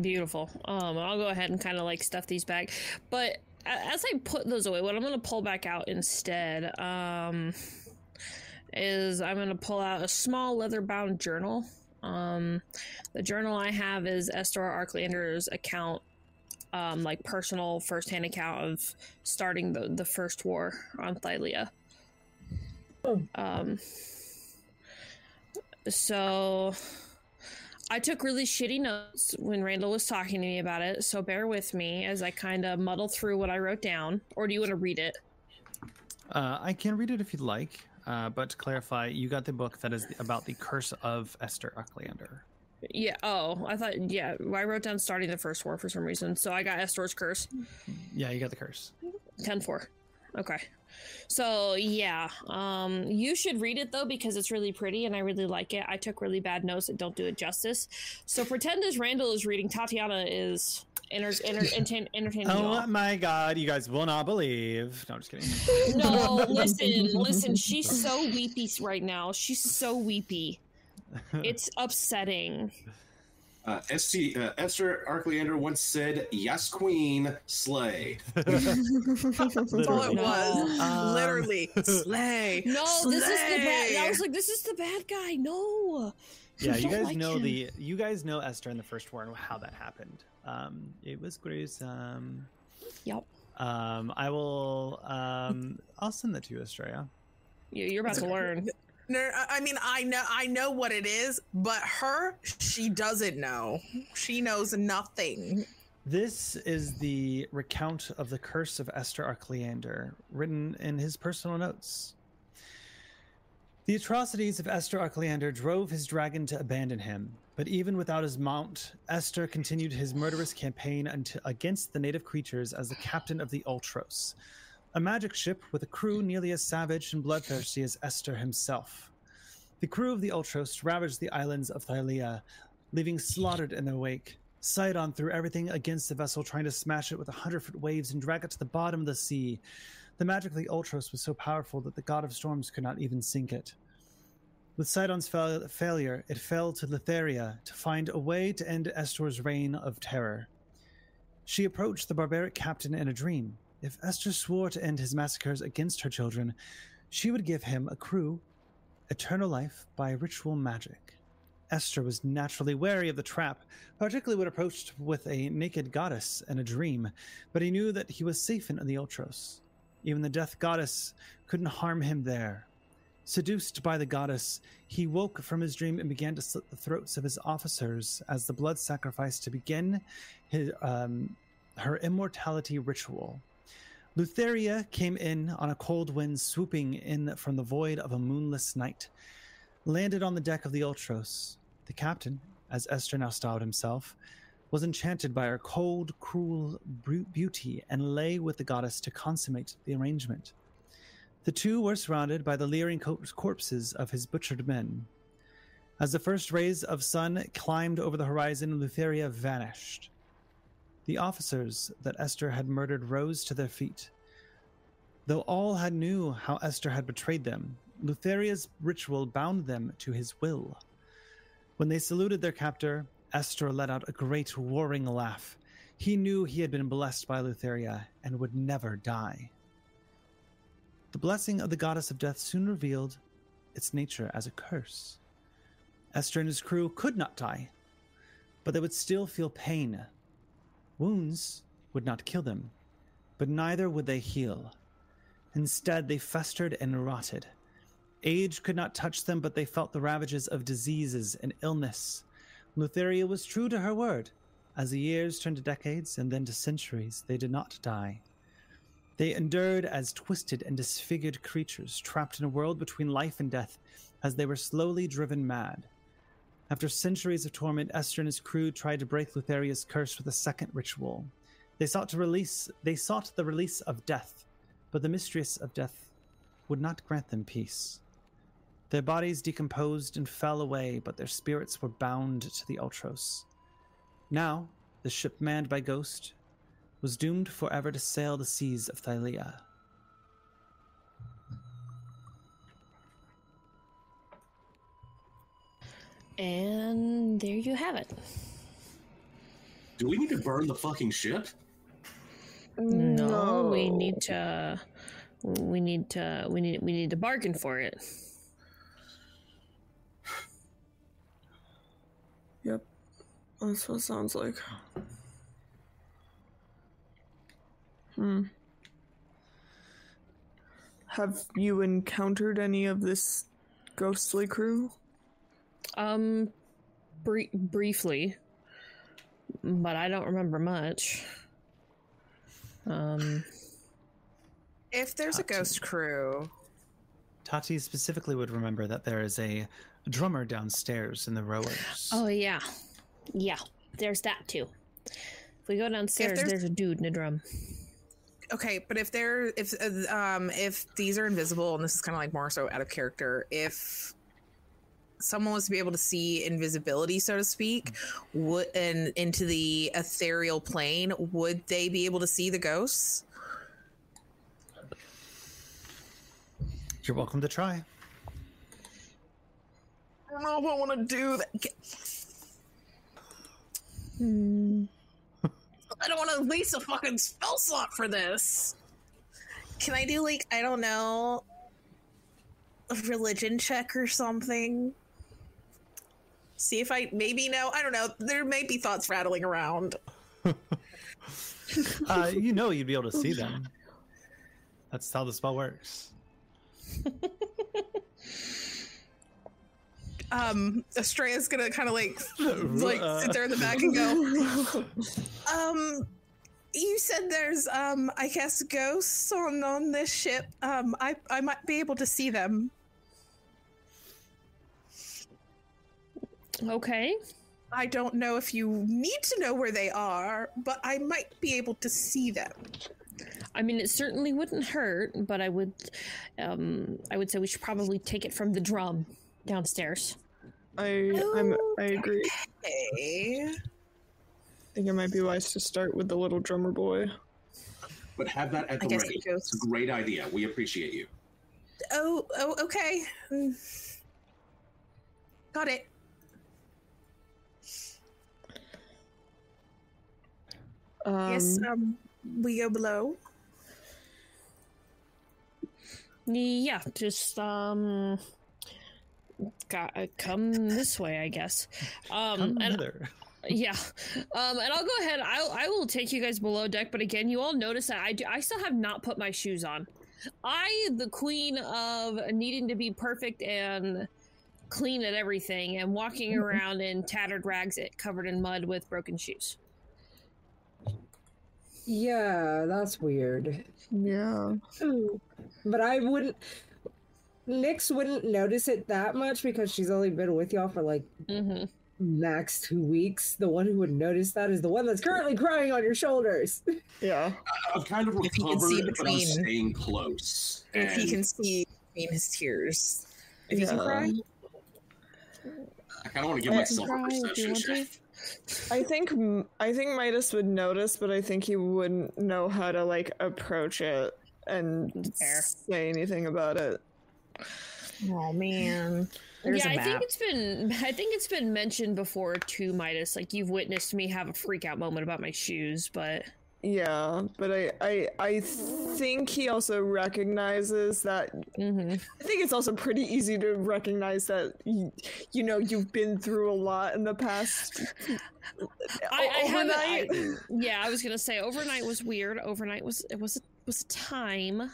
Beautiful. Um, I'll go ahead and kind of like stuff these back, but a- as I put those away, what I'm gonna pull back out instead, um, is I'm gonna pull out a small leather-bound journal. Um, the journal I have is Estor Arklander's account, um, like personal first-hand account of starting the the first war on Thylia. Um, so I took really shitty notes when Randall was talking to me about it, so bear with me as I kind of muddle through what I wrote down. Or do you want to read it?
Uh, I can read it if you'd like, uh, but to clarify, you got the book that is about the curse of Esther Ucklander.
Yeah. Oh, I thought. Yeah, I wrote down starting the first war for some reason, so I got Estor's curse.
Yeah, you got the curse.
10 4. Okay. So, yeah. Um, you should read it though because it's really pretty and I really like it. I took really bad notes that don't do it justice. So, pretend as Randall is reading, Tatiana is enter- enter- entertain- entertaining. you
Oh
all.
my god, you guys will not believe. No, I'm
[LAUGHS]
just kidding. [LAUGHS]
No, listen, [LAUGHS] listen. She's so weepy right now. She's so weepy. It's upsetting.
Uh, ST, uh, Esther Arcleander once said, Yes, Queen, slay.
That's
That's all it
Literally.
was.
Um,
Literally. [LAUGHS] Slay.
No, this is the bad. I
Slay.
was like, this is the bad guy. No.
yeah,
I
you
don't
guys
like
know
him.
the you guys know Esther in the first war and how that happened. Um, it was gruesome.
Yep.
Um, I will. Um, I'll send that to you, Estrella.
You- You're about to learn.
No, I- I mean I know I know what it is, but her she doesn't know. She knows nothing.
This is the recount of the curse of Esther Arcleander, written in his personal notes. The atrocities of Esther Arcleander drove his dragon to abandon him, but even without his mount, Esther continued his murderous campaign unt- against the native creatures as the captain of the Ultros, a magic ship with a crew nearly as savage and bloodthirsty as Esther himself. The crew of the Ultros ravaged the islands of Thylia, leaving slaughtered in their wake. Sidon threw everything against the vessel, trying to smash it with a hundred foot waves and drag it to the bottom of the sea. The magic of the Ultros was so powerful that the god of storms could not even sink it. With Sidon's fail- failure, it fell to Letharia to find a way to end Estor's reign of terror. She approached the barbaric captain in a dream. If Esther swore to end his massacres against her children, she would give him a crew, eternal life by ritual magic. Esther was naturally wary of the trap, particularly when approached with a naked goddess and a dream, but he knew that he was safe in the Ultros. Even the death goddess couldn't harm him there. Seduced by the goddess, he woke from his dream and began to slit the throats of his officers as the blood sacrifice to begin his, um, her immortality ritual. Lutheria came in on a cold wind, swooping in from the void of a moonless night, landed on the deck of the Ultros. The captain, as Esther now styled himself, was enchanted by her cold, cruel bru- beauty and lay with the goddess to consummate the arrangement. The two were surrounded by the leering co- corpses of his butchered men. As the first rays of sun climbed over the horizon, Lutheria vanished. The officers that Esther had murdered rose to their feet. Though all had knew how Esther had betrayed them, Lutheria's ritual bound them to his will. When they saluted their captor, Esther let out a great warring laugh. He knew he had been blessed by Lutheria and would never die. The blessing of the goddess of death soon revealed its nature as a curse. Esther and his crew could not die, but they would still feel pain. Wounds would not kill them, but neither would they heal. Instead, they festered and rotted. Age could not touch them, but they felt the ravages of diseases and illness. Lutheria was true to her word. As the years turned to decades and then to centuries, they did not die. They endured as twisted and disfigured creatures, trapped in a world between life and death, as they were slowly driven mad. After centuries of torment, Esther and his crew tried to break Lutheria's curse with a second ritual. They sought to release they sought the release of death, but the mistress of death would not grant them peace. Their bodies decomposed and fell away, but their spirits were bound to the Ultros. Now, the ship manned by Ghost was doomed forever to sail the seas of Thylia.
And there you have it.
Do we need to burn the fucking ship?
No, we need to. We need to. We need. We need to bargain for it.
Yep. That's what it sounds like. Hmm. Have you encountered any of this ghostly crew?
Um, brie- briefly, but I don't remember much. Um,
If there's a ghost crew,
Tati specifically would remember that there is a drummer downstairs in the rowers.
oh yeah, yeah. There's that too. If we go downstairs,
there's-
there's... a dude in a drum.
okay, but if there, if uh, um, if these are invisible, and this is kind of like more so out of character, if someone was to be able to see invisibility, so to speak, would and into the ethereal plane, would they be able to see the ghosts?
You're welcome to try.
I don't know if I want to do that. Hmm. I don't want to waste a fucking spell slot for this. Can I do like I don't know a religion check or something? See if I maybe no, I don't know. There may be thoughts rattling around.
Uh, you know you'd be able to see them. That's how the spell works.
Um Estrella's gonna kinda like like
Uh.
sit there in the back and go Um you said there's um I guess ghosts on on this ship. Um I I might be able to see them.
Okay.
I don't know if you need to know where they are, but I might be able to see them.
I mean, it certainly wouldn't hurt, but I would, um, I would say we should probably take it from the drum downstairs.
I I'm, I agree.
Okay.
I think it might be wise to start with the little drummer boy.
But have that at
I
the
guess
ready.
it goes-
It's a great idea. We appreciate you.
Oh, oh, okay. Mm. Got it.
Um,
yes, um, we go below.
Yeah, just um, got, come this way, I guess. Um, and
Heather.
yeah, um, and I'll go ahead. I'll I will take you guys below deck. But again, you all notice that I do. I still have not put my shoes on. I, the queen of needing to be perfect and clean at everything, and walking
Mm-hmm.
around in tattered rags, eh, covered in mud with broken shoes.
Yeah, that's weird.
yeah.
But I wouldn't. Nyx wouldn't notice it that much because she's only been with y'all for like
Mm-hmm.
max two weeks. The one who would notice that is the one that's currently crying on your shoulders.
Yeah.
I- I've kind of
If you can
recovered,
see
but I'm
between-
staying close.
If he
and
can see between his tears. If he can
Yeah.
cry.
I kind of want to give
Uh,
myself a perception check.
I think M- I think Midas would notice, but I think he wouldn't know how to like approach it and
Fair.
say anything about it.
Oh, man. There's
yeah,
a
I think
map.
it's been I think it's been mentioned before too, Midas. Like you've witnessed me have a freak out moment about my shoes, but
Yeah, but I I I think he also recognizes that.
Mhm.
I think it's also pretty easy to recognize that you, you know you've been through a lot in the past.
I, I haven't. I-
overnight. [LAUGHS]
yeah, I was gonna say overnight was weird. Overnight was it was a, was a time.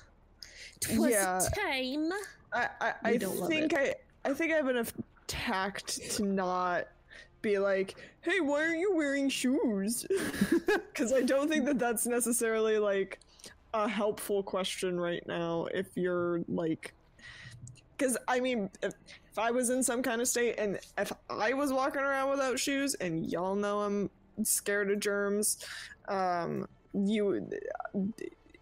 It was
Yeah.
a time.
I I, I
We don't love
think I I think I have enough tact to not be like, hey, why are you wearing shoes? Because I don't think that that's necessarily like a helpful question right now. If you're like, because I mean, if, if I was in some kind of state and if I was walking around without shoes, and y'all know I'm scared of germs, um, you would.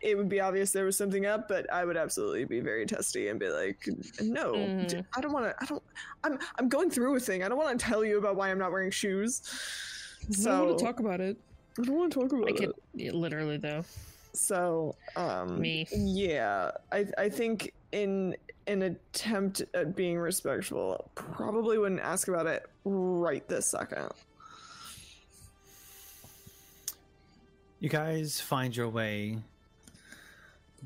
It would be obvious there was something up, but I would absolutely be very testy and be like, "No, d- I don't want to. I don't. I'm I'm going through a thing. I don't want to tell you about why I'm not wearing shoes. So
about it.
I don't want to talk about
I could
it.
yeah, literally though.
So um,
Me.
Yeah, I I think in an attempt at being respectful, probably wouldn't ask about it right this second.
You guys find your way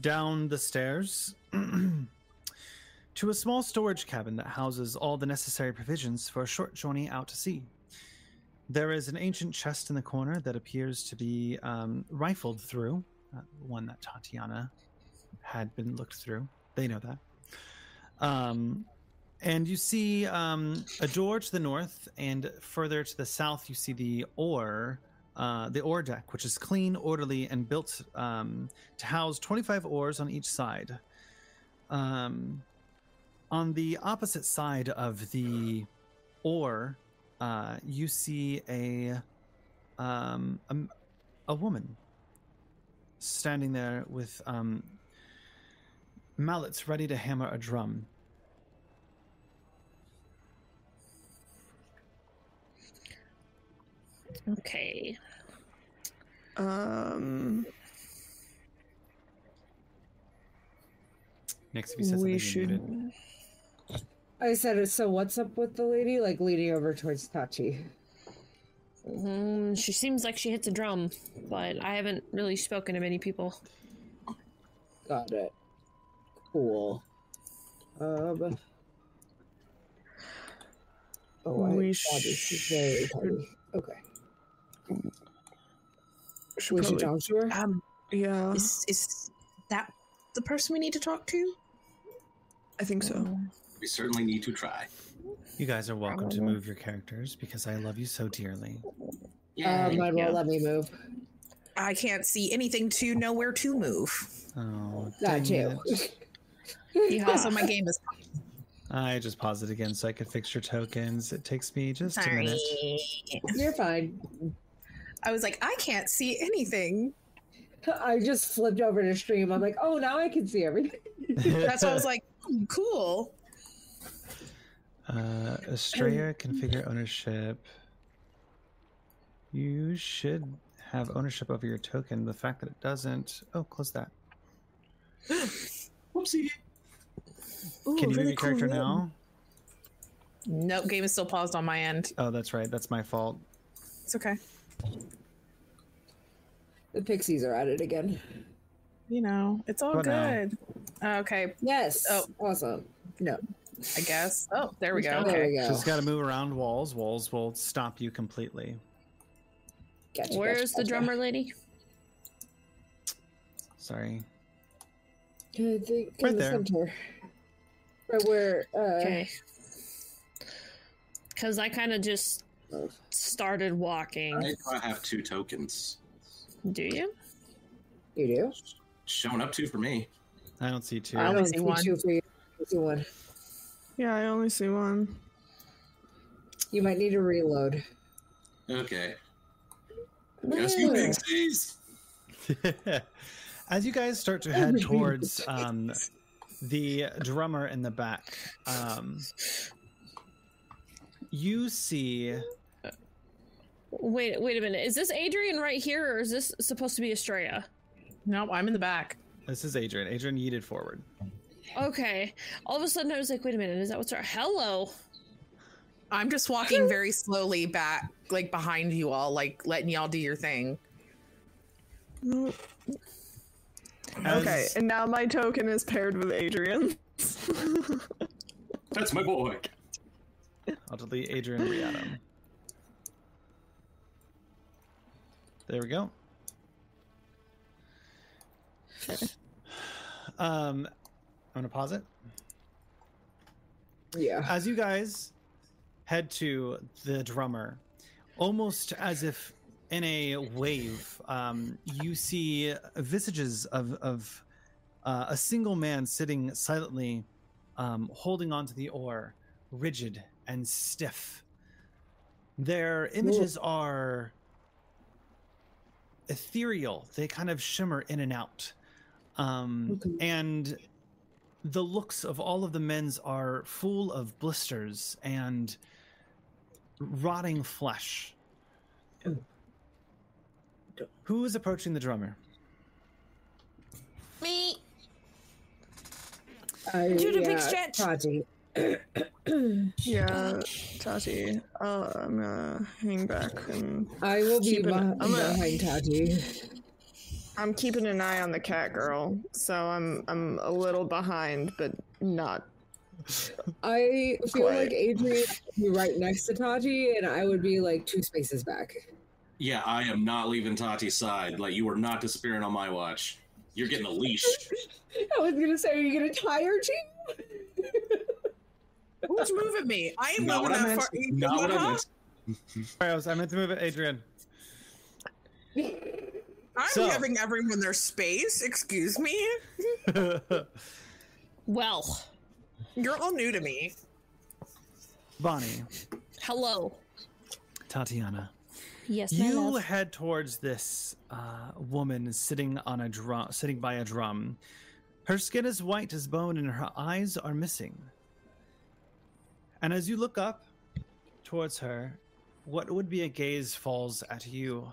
down the stairs [CLEARS THROAT] to a small storage cabin that houses all the necessary provisions for a short journey out to sea. There is an ancient chest in the corner that appears to be um, rifled through, uh, one that Tatiana had been looked through. They know that. Um, And you see um, a door to the north, and further to the south, you see the ore, uh, the ore deck, which is clean, orderly, and built um, to house 25 oars on each side. Um, on the opposite side of the ore, uh, you see a, um, a a woman standing there with um, mallets ready to hammer a drum.
Okay.
Um,
Next, if he says
we
something, you mute it.
should.
[LAUGHS] I said, so what's up with the lady? Like leaning over towards Tachi.
Mm, she seems like she hits a drum, but I haven't really spoken to many people. [LAUGHS]
Got it. Cool. Um. Oh, I,
We
God, this is very retarded. Okay.
should
Would you
probably-
talk to her?
Um,
Yeah,
is is that the person we need to talk to?
I think so.
We certainly need to try.
Uh,
You guys are welcome to move your characters because I love you so dearly.
Uh, mine won't let me move.
I can't see anything to know where to move.
Oh, dang
Got you.
it.
Oh
Ah.
Also, my game is
I just paused it again so I could fix your tokens. It takes me just a
sorry.
minute.
You're fine. [LAUGHS]
I was like, I can't see anything.
I just flipped over to stream. I'm like, oh, now I can see everything. [LAUGHS]
[LAUGHS]
That's why I was like, hmm, cool.
Uh, Estrella, configure ownership. You should have ownership over your token. The fact that it doesn't. Oh, close that.
Whoopsie.
Ooh,
Can you move
really
your character
cool
now?
room. Nope, game is still paused on my end.
Oh, that's right. That's my fault.
It's okay.
The pixies are at it again.
You know, it's all
What now?
Oh, good. Okay,
Yes.
Oh.
Awesome. No.
I guess. Oh, there we go.
There
Okay.
we go.
Just got to move around walls. Walls will stop you completely.
Gotcha, gotcha,
Where's the
gotcha.
drummer lady?
Sorry.
I think
Right
in Uh, the
there.
center. Right where uh
Okay. Because I kind of just started walking.
I I have two tokens.
Do you?
you do.
Showing up two for me.
I don't see two.
I
only
don't
see
see
one.
two for you. I see one.
Yeah, I only see one.
You might need to reload.
Okay. Yes, you pixies.
[LAUGHS] As you guys start to head towards um, the drummer in the back, um, you see.
Wait, wait a minute. Is this Adrian right here, or is this supposed to be Estrella?
Nope, I'm in the back.
This is Adrian. Adrian yeeted forward.
Okay. All of a sudden, I was like, wait a minute. Is that what's her? Hello.
I'm just walking very slowly back, like behind you all, like letting y'all do your thing.
No.
As-
Okay, and now my token is paired with Adrian's.
That's my boy.
I'll delete Adrian and Riato. There we go. Um, I'm gonna pause it.
Yeah.
As you guys head to the drummer, almost as if in a wave, um, you see visages of, of uh, a single man sitting silently, um, holding onto the oar, rigid and stiff. Their images are ethereal, they kind of shimmer in and out. Um,
Okay.
And the looks of all of the men's are full of blisters and rotting flesh. Who is approaching the drummer?
Me.
I,
Do the big
yeah,
stretch.
Taji.
yeah, Tati. Uh, I'm gonna hang back and
I will be
Keep an-
behind,
I'm gonna-
behind Taji.
I'm keeping an eye on the cat girl, so I'm I'm a little behind, but not.
I feel
Quiet.
like Adrian would be right next to Taji, and I would be like two spaces back.
Yeah, I am not leaving Tati's side. Like you are not disappearing on my watch. You're getting a
[LAUGHS]
leash.
[LAUGHS] I was gonna say, are you gonna tie her, Chief?
[LAUGHS]
Don't move at me. I am
Not
low
what I
enough.
meant.
far-
Not what I
Huh?
meant. Sorry, I was I meant to move it, Adrian.
I'm
So-
giving everyone their space. Excuse me.
well,
you're all new to me.
Bonnie,
Hello.
Tatiana.
Yes, my
you
love.
head towards this uh, woman sitting on a drum, sitting by a drum. Her skin is white as bone, and her eyes are missing. And as you look up towards her, what would be a gaze falls at you,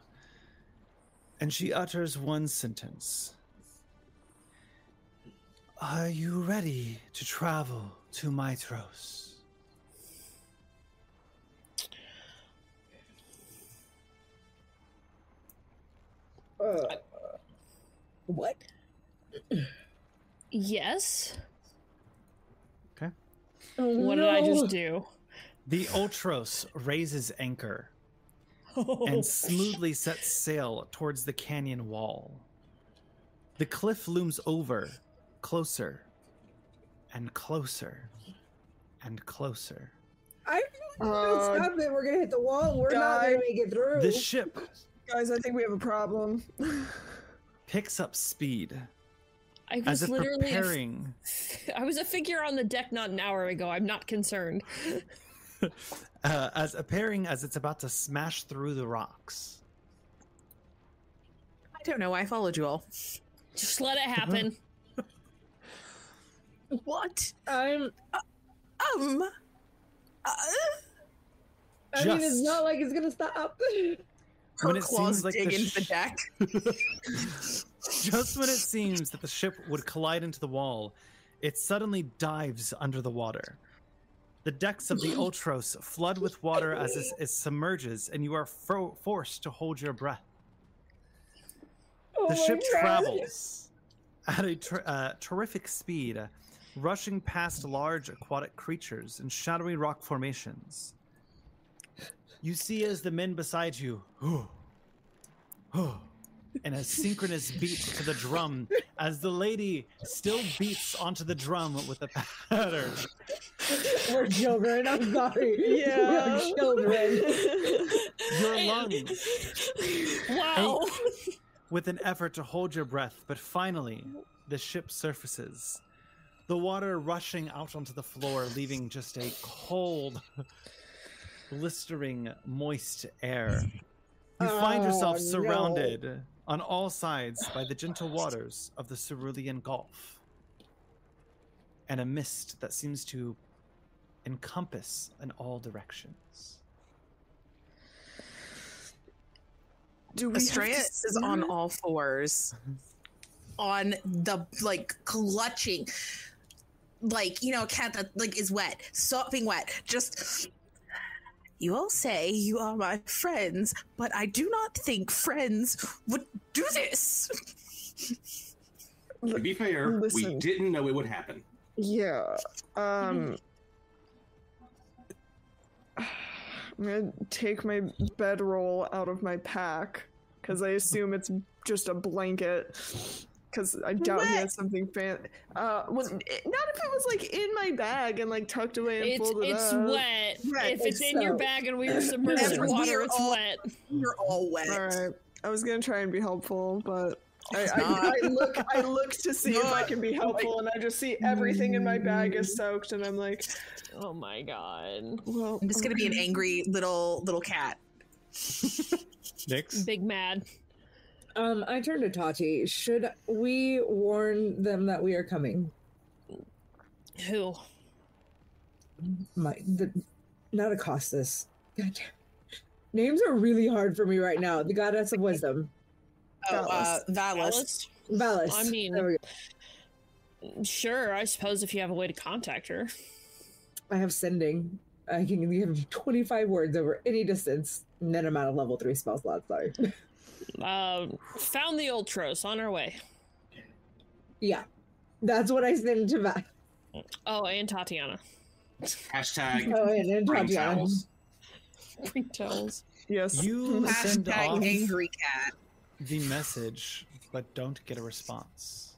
and she utters one sentence: "Are you ready to travel to Mitros?"
Uh,
What? Yes.
Okay.
what did I just do?
The Ultros raises anchor
Oh.
and smoothly sets sail towards the canyon wall. The cliff looms over, closer and closer and closer.
I
Uh,
don't stop it. We're gonna hit the wall. and We're not gonna
guy-
make it through.
The ship
Guys, I think we have a problem.
picks up speed
I was
as if
literally a f-
preparing. [LAUGHS]
I was a figure on the deck not an hour ago. I'm not concerned.
uh, as appearing as it's about to smash through the rocks.
I don't know. why I followed you all.
Just let it happen.
What?
I'm.
Um. uh,
I mean, it's
Just-
not like it's gonna stop. [LAUGHS]
Her
When it
claws
seems like
dig
the
into the deck.
Just
[LAUGHS]
when it seems that the ship would collide into the wall, it suddenly dives under the water. The decks
[LAUGHS]
of the Ultros flood with water as it, it submerges, and you are fro- forced to hold your breath.
Oh
The
my
ship
God.
travels at a ter- uh, terrific speed, rushing past large aquatic creatures and shadowy rock formations. You see as the men beside you, [GASPS] in a synchronous beat to the drum, as the lady still beats onto the drum with a pattern.
We're children. I'm sorry.
Yeah.
We're children.
Your lungs,
wow.
with an effort to hold your breath, but finally, the ship surfaces. The water rushing out onto the floor, leaving just a cold, blistering, moist air. You find yourself
Oh, no.
surrounded on all sides by the gentle waters of the Cerulean Gulf and a mist that seems to encompass in all directions.
Do we have to
Astraeus is on all fours, on the like clutching, like you know, a cat that like is wet, sopping wet. Just you all say you are my friends, but I do not think friends would do this.
To be fair, we
Listen.
didn't know it would happen.
Yeah. [LAUGHS] Um I'm gonna take my bedroll out of my pack because I assume it's just a blanket. Because I doubt he
What?
has something fancy. Uh, was not if it was like in my bag and like tucked away and
It's
folded
it's
up.
wet.
Right,
If it's
it's
in your
so-
bag and we were submerged in
Every- we
water,
are
it's
all-
wet.
You're all wet.
All right. I was gonna try and be helpful, but I,
It's
I,
not.
I look I look to see if I
Not
can be helpful, and I just see everything in my bag is soaked, and I'm like,
Oh my god.
well,
I'm just gonna be an angry little little cat.
Nix?
Big mad.
Um, I turn to Tati. Should we warn them that we are coming?
Who?
My, the, not Acostas. Goddamn. Names are really hard for me right now. The goddess of wisdom,
Oh, uh, Valis.
Alice?
Valis.
I mean-
There we
Sure, I suppose if you have a way to contact her.
go. I have sending. I can give twenty-five words over any distance, and then I'm out of level three spell slots. Sorry. [LAUGHS]
Uh, found the Ultros on our way.
yeah, that's what I send to Val.
Oh, and Tatiana.
Hashtag
Oh, and, and
brain
Tatiana.
towels.
Bring towels.
yes.
You send off
Hashtag angry cat.
the message, but don't get a response.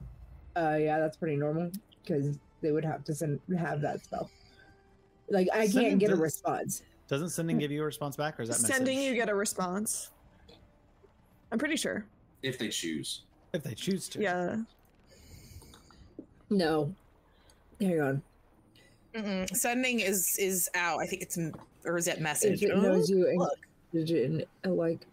Uh, yeah, that's pretty normal because they would have to send have that spell. Like I
Sending
can't get a
does-
response.
Doesn't sending give you a response back, or is that message?
Hmm. Sending you get a response. I'm pretty sure.
if they choose.
if they choose to.
Yeah.
No. Hang on.
Mm-mm. Sending is is out. I think it's m- or is it message?
If it
Oh,
knows you and
look.
digit and, uh, like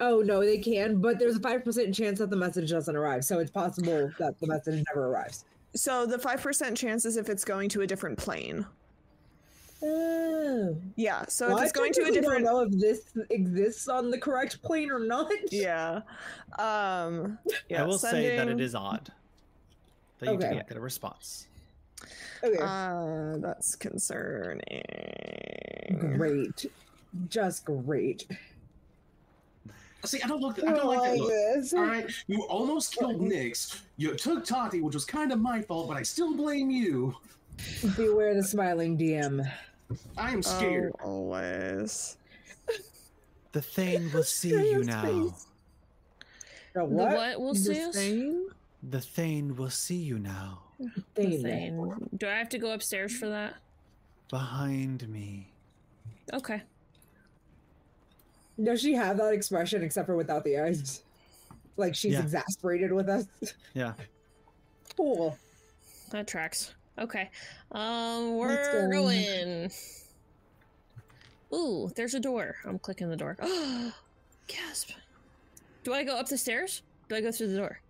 oh no, they can, but there's a five percent chance that the message doesn't arrive. So it's possible that the message never arrives.
So the five percent chance is if it's going to a different plane.
Oh.
Yeah. So
Well,
if
I
it's going to a
technically
different
don't know if this exists on the correct plane or not.
Yeah. Um yeah,
I will say that it
sending-
is odd that you
Okay.
did not get a response.
[LAUGHS] Okay.
Uh, that's concerning.
great. Just great.
See, I don't look. I don't like that look. Uh,
Yes.
All right, you almost killed Nyx. You took Tati, which was kind of my fault, but I still blame you.
Beware the smiling DM.
I am scared.
Oh, always.
The Thane
[LAUGHS]
will see you now.
The
The what will see us?
Thane?
The Thane will see you now.
Thane.
Thing. Do I have to go upstairs for that?
Behind me.
Okay.
Does she have that expression except for without the eyes? Like she's
Yeah.
exasperated with us.
[LAUGHS] Yeah.
Cool.
That tracks. Okay. Um
Let's
we're
go.
going. Ooh, there's a door. I'm clicking the door. [GASPS] Gasp. Do I go up the stairs? Do I go through the door?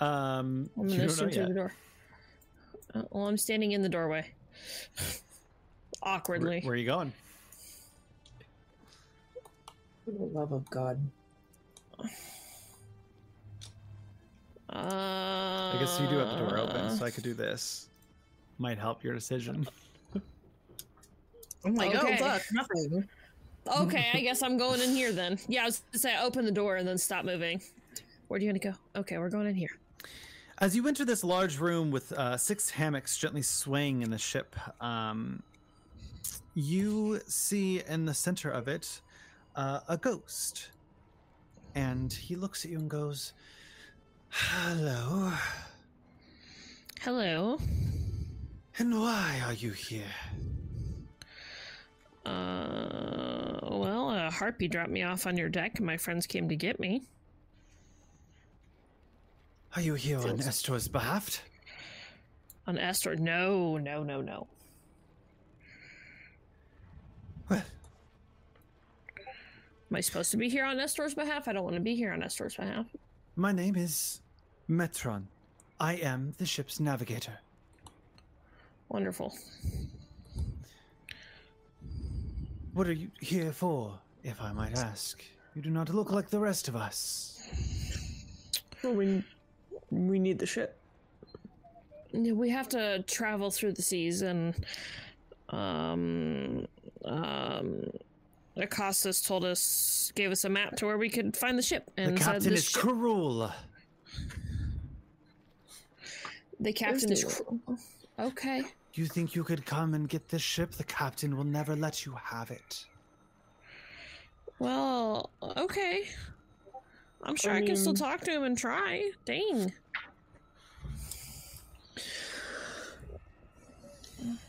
Um,
I'm
you
gonna
don't know
shoot through
yet.
the door. Uh, well, I'm standing in the doorway. [SIGHS]
Where,
Awkwardly.
where are you going?
For the love of God.
Uh,
I guess you do have the door open, so I
Ah.
could do this. Might help your decision.
I'm like,
Okay.
oh look, nothing.
Okay, I guess I'm going in here then. Yeah, I was gonna say open the door and then stop moving. Where do you want to go? Okay, we're going in here.
As you enter this large room with uh, six hammocks gently swaying in the ship, um, you see in the center of it uh, a ghost. And he looks at you and goes, Hello.
Hello.
And why are you here?
Uh, well, a harpy dropped me off on your deck, and my friends came to get me.
Are you here on Estor's behalf?
On Estor, no, no, no, no.
Well,
Am I supposed to be here on Estor's behalf? I don't want to be here on Estor's behalf.
my name is Metron. I am the ship's navigator.
Wonderful.
What are you here for, if I might ask? You do not look like the rest of us.
Well, we we need the ship.
Yeah, We have to travel through the seas, and um, um, Acostas told us, gave us a map to where we could find the ship, and
the
said
captain
this
is
ship-
cruel.
the captain is.
Thursday.
cru- Okay.
You think you could come and get this ship? The captain will never let you have it.
Well, okay. I'm sure I, can still
mean-
talk to him and try. Dang.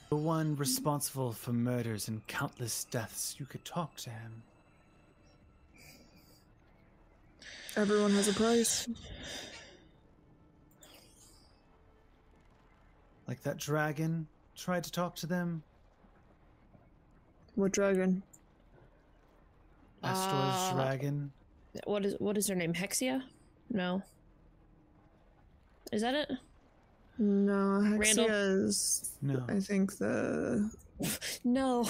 The one responsible for murders and countless deaths, you could talk to him.
Everyone has a price.
Like that dragon tried to talk to them.
What dragon?
Astor's
Ah.
dragon.
What is what is her name? Hexia? No. Is that it?
No,
Randall.
Hexia is.
No.
I think the
No.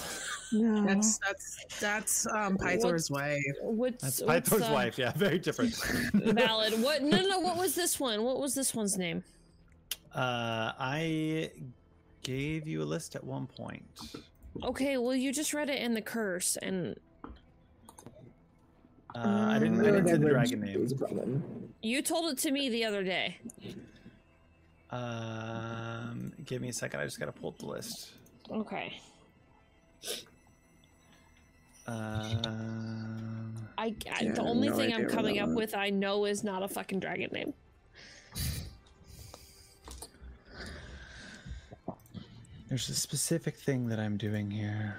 no. [LAUGHS]
That's that's that's um Pythor's way.
What's
That's
what's,
Pythor's
uh,
wife. [LAUGHS] Yeah, very different.
[LAUGHS] Valid. What? No, no, no. What was this one? What was this one's name?
[LAUGHS] uh, I gave you a list at one point.
Okay. Well, you just read it in the curse, and
Uh, I
Mm.
didn't. I didn't say the
Whatever
dragon name.
is a problem.
you told it to me the other day.
Um, give me a second. I just gotta pull up the list.
Okay.
Uh, Um,
I, I
Yeah,
the
I have
only
no
thing
idea
I'm
what
coming
that
up
was.
with I know is not a fucking dragon name.
There's a specific thing that I'm doing here.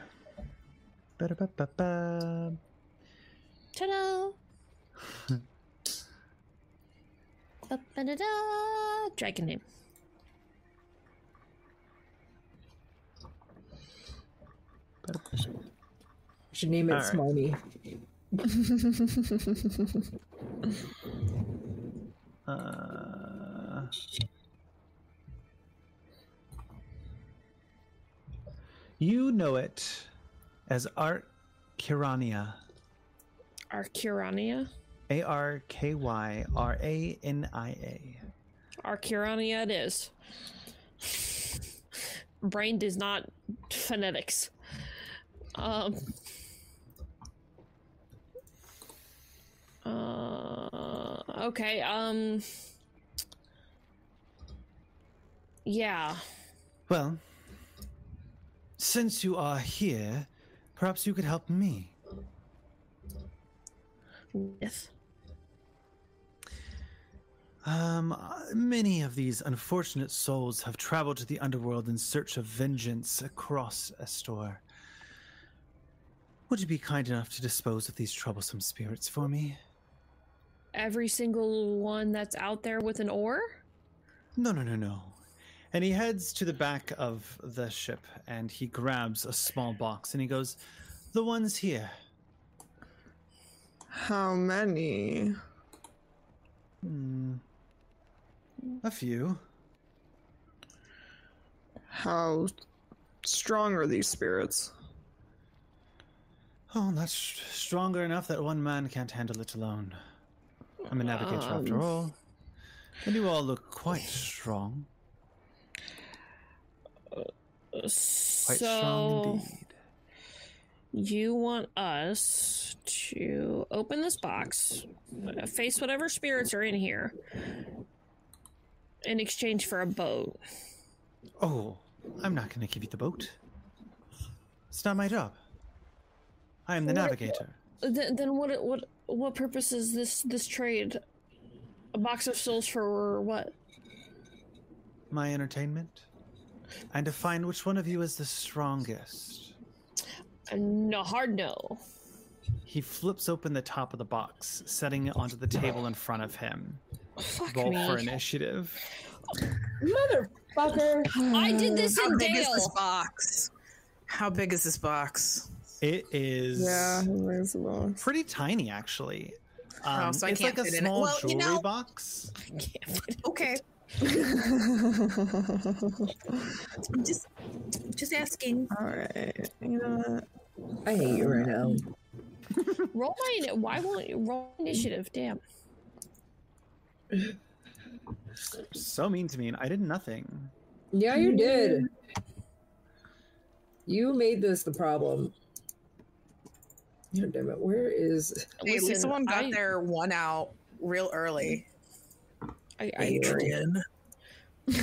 Ba-da-ba-ba-ba.
Ta-da!
[LAUGHS]
Ba-ba-da-da! Dragon name.
Should name it
All right.
Smarmy.
Uh, you know it as Art Kirania.
Arcurania.
A R K Y R A N I A.
Arcurania it is. Brain does not phonetics. Um. Uh, okay. Um. Yeah.
Well, since you are here, perhaps you could help me.
Yes.
Um, uh, many of these unfortunate souls have traveled to the underworld in search of vengeance across Estor. Would you be kind enough to dispose of these troublesome spirits for me?
Every single one that's out there with an oar.
No, no, no, no. And he heads to the back of the ship and he grabs a small box and he goes, The one's here.
How many?
Hmm. A few.
How strong are these spirits?
Oh, that's sh- stronger enough that one man can't handle it alone. I'm a navigator after
Um.
all. And you all look quite strong.
Quite
Quite
so
strong indeed.
you want us to open this box, face whatever spirits are in here, in exchange for a boat.
Oh, I'm not going to give you the boat. It's not my job. I am the navigator.
Th- then what? What? What purpose is this? This trade? A box of souls for what?
my entertainment and to find which one of you is the strongest.
No, hard no.
He flips open the top of the box, setting it onto the table in front of him.
Fuck
Roll
me.
for initiative.
Motherfucker.
I did this
How
in
big is this
Dale.
box? How big is this box?
It is
Yeah, there's a box.
pretty tiny, actually. Um,
Oh, so I
it's
can't
like a
fit in it.
small
Well, you
jewelry
know-
box.
[LAUGHS] Okay, I'm just just asking.
[LAUGHS] All right. You know what?
I hate you right now.
Roll my. ini- Why won't you roll initiative? Damn.
So mean to me, and I did nothing.
Yeah, you did. You made this the problem. God damn it. Where is.
Hey, at least
Listen,
someone got
I-
their one out real early.
I, I
Adrian.
[LAUGHS]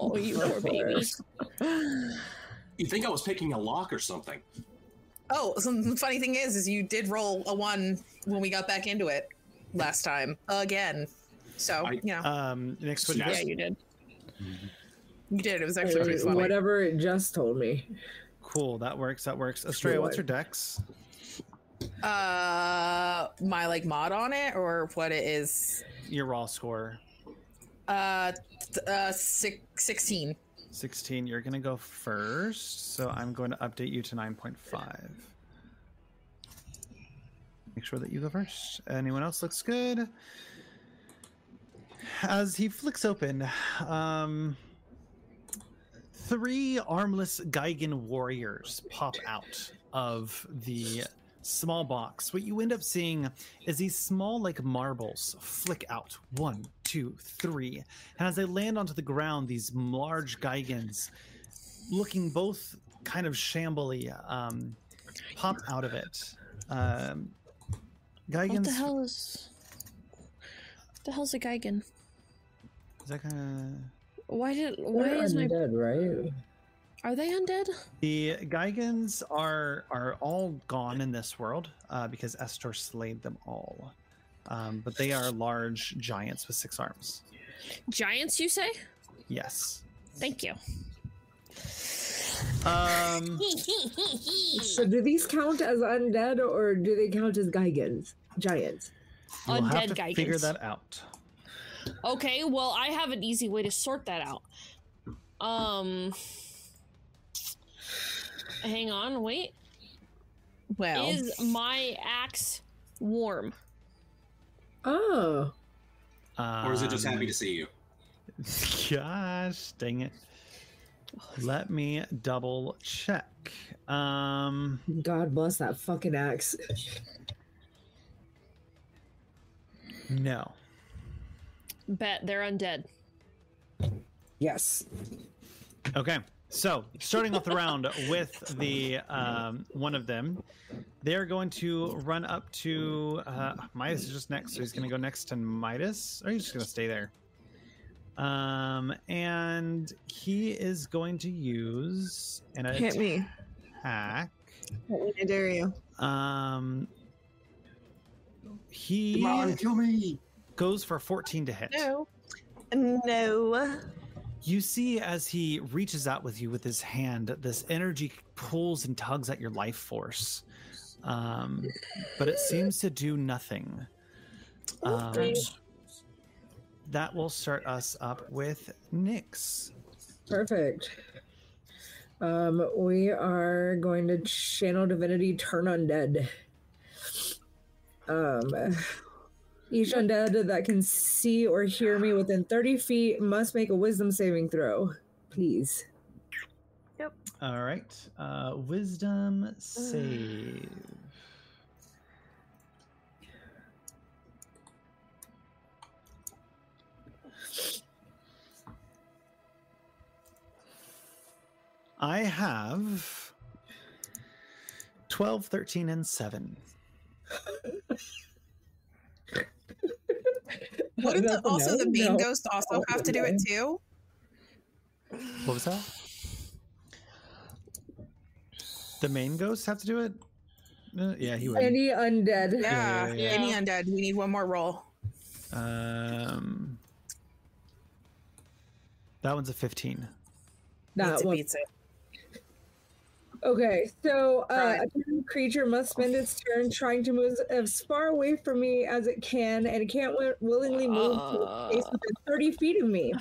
oh, you poor baby.
You think I was picking a lock or something?
Oh, some the funny thing is, is you did roll a one when we got back into it last time again. So
I-
you know
Um, next one,
Yeah.
Yeah, you did.
you did. It was actually pretty funny.
Whatever it just told me.
cool. That works. That works. Estrella, what's your dex?
Uh, my like mod on it or what it is.
Your raw score,
Uh, th- uh, six, 16.
sixteen. You're gonna go first, so I'm going to update you to nine point five. make sure that you go first. Anyone else looks good. As he flicks open, um, three armless Gigan warriors pop out of the small box. What you end up seeing is these small, like marbles, flick out one, two, three, and as they land onto the ground, these large Gigans, looking both kind of shambly, um, pop out of it. Um,
What
Geigen's
the hell is? What the hell's a Geigen?
is that kinda...
Why did? Why is my?
dead, right?
Are they undead?
The Geigans are are all gone in this world uh, because Estor slayed them all. Um, but they are large giants with six arms.
Giants, you say?
Yes. [LAUGHS]
Thank you. [LAUGHS]
Um,
So do these count as undead or do they count as Gigans? Giants.
we'll have
Undead
to
Gigans.
figure that out.
Okay, well, I have an easy way to sort that out. Um, hang on, wait.
Well,
Is my axe warm?
Oh.
or is it just
Um,
happy to see you?
[LAUGHS] Gosh, dang it. Let me double check. Um,
God bless that fucking axe.
no.
Bet they're undead.
Yes.
Okay. So, starting off the round with the um, one of them, they're going to run up to uh, Midas is just next, so he's going to go next to Midas. Or he's just going to stay there. Um, and he is going to use an
Hit me.
attack.
I dare you.
Um, he
kill me.
goes for 14 to hit.
no.
No.
You see, as he reaches out with you with his hand, this energy pulls and tugs at your life force, um, but it seems to do nothing. Um, that will start us up with Nyx.
Perfect. Um, we are going to channel divinity turn undead. [SIGHS] Um, each undead that can see or hear me within 30 feet must make a wisdom saving throw. Please.
All right, uh, Wisdom save. I have 12, 13, and 7.
Wouldn't the,
That's a
also
no?
the bean
No.
ghost also have to do it too?
What was that? The main ghosts have to do it? Uh, yeah, he would.
Any undead.
Yeah,
yeah, yeah.
Any undead, we need one more roll.
Um, that one's a 15.
That
Pizza,
one.
pizza.
Okay, so uh,
Right.
a town creature must spend its turn trying to move as far away from me as it can, and it can't wi- willingly move to a space within 30 feet of me.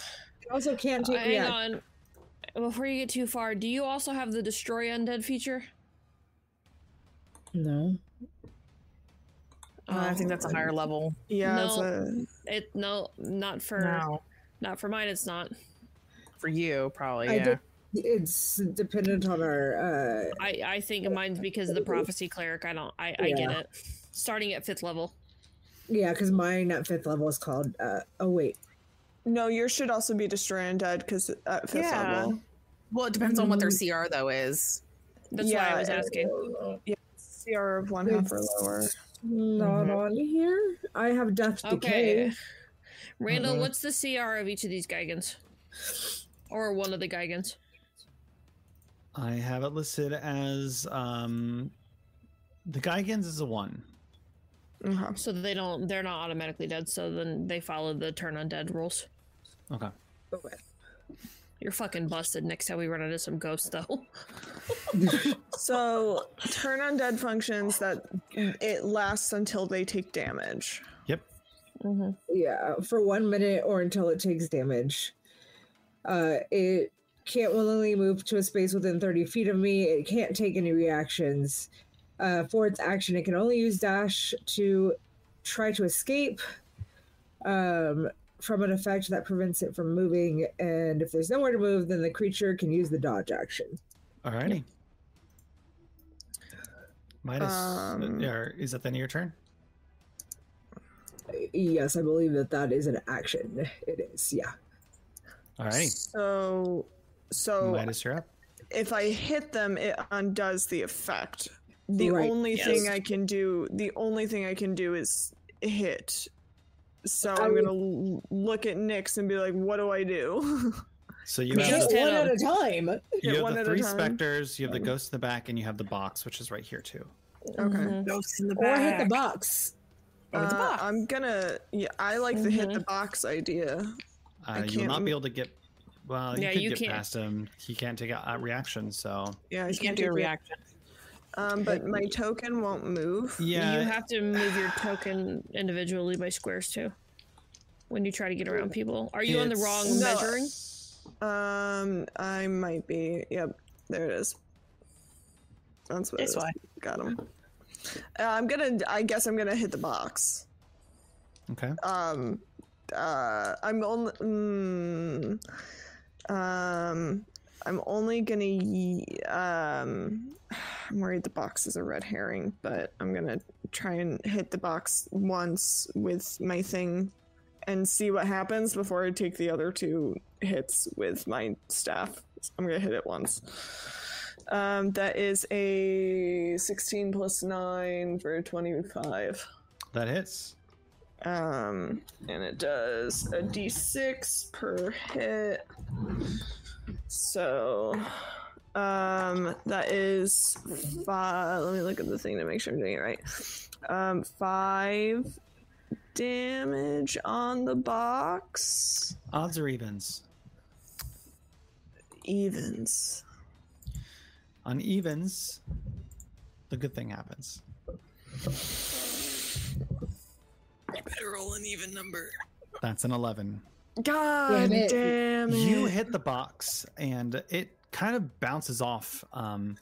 It also can't
Uh,
take
hang
react.
on. Before you get too far, do you also have the destroy undead feature?
No.
Uh, I think that's a higher level.
Yeah,
No.
it's
It no, not for
No,
not for mine. It's not.
for you probably.
I
Oh, Yeah.
did- It's dependent on our. Uh,
I I think mine's because of the prophecy cleric. I don't. I I get
Yeah.
it. Starting at fifth level.
yeah, because mine at fifth level is called. Uh, oh, wait.
a no. Yours should also be destroy undead because at fifth
Yeah.
uh, level.
Well, it depends on what their CR though is.
That's why I was
Yeah, uh, it-
asking.
CR of one half or lower.
Not on here. I have death
Mm-hmm. Okay.
decay.
Randall,
Uh-huh.
Mhm.
what's the CR of each of these Gigans? Or one of the Gigans?
I have it listed as um, the Gigans is a 1.
Okay.
So they don't they're not automatically dead, so then they follow the turn undead rules.
Okay.
You're fucking busted next time we run into some ghosts though. [LAUGHS]
So turn undead functions that it lasts until they take damage.
Yep.
Yeah, for one minute or until it takes damage. Uh, it can't willingly move to a space within 30 feet of me. It can't take any reactions. Uh, for its action, it can only use dash to try to escape um, from an effect that prevents it from moving. And if there's nowhere to move, then the creature can use the dodge action.
Alrighty. Midas, uh,
Um,
or is that the end of your turn?
Yes, I believe that that is an action. It is, yeah.
Alrighty.
So, so
Midas, you're up.
if I hit them, it undoes the effect. The
Right.
only
Yes.
thing I can do, the only thing I can do is hit. So
I
I'm gonna l- look at Nyx and be like, "What do I do?" [LAUGHS]
So you have,
Just hit
one
him.
at a time.
you have
one
the
at a
three
time.
specters, you have the ghost in the back, and you have the box, which is right here too.
Mm-hmm.
okay.
Ghosts in the
Or
back.
hit the box.
Or the
Uh,
box.
Mm-hmm.
I'm gonna. Yeah, I like the hit the box idea.
Uh, you will
can't
not be
m-
able to get Well, you
Yeah,
could
you
get
can't.
past him. He can't take a, a reaction, so
Yeah,
You can't do a reaction.
Um, but my token won't move.
yeah.
You have to move your token individually by squares too. When you try to get around people, are you on the
It's-
wrong
No.
measuring?
Um, I might be. Yep, there it is. That's what.
This
That's
way.
Got him. Uh, I'm gonna. I guess I'm gonna hit the box.
okay.
Um, uh, I'm only. Mm, um, I'm only gonna. ye- Um, I'm worried the box is a red herring, but I'm gonna try and hit the box once with my thing, and see what happens before I take the other two hits with my staff. I'm gonna hit it once. Um, that is a 16 plus 9 for 25.
That hits.
Um, and it does a d6 per hit. So, um, that is five. Let me look at the thing to make sure I'm doing it right. Um, five damage on the box.
Odds or evens?
Evens.
On evens, the good thing happens.
better roll an even number.
That's an 11.
God damn
it.
it.
You hit the box and it kind of bounces off um,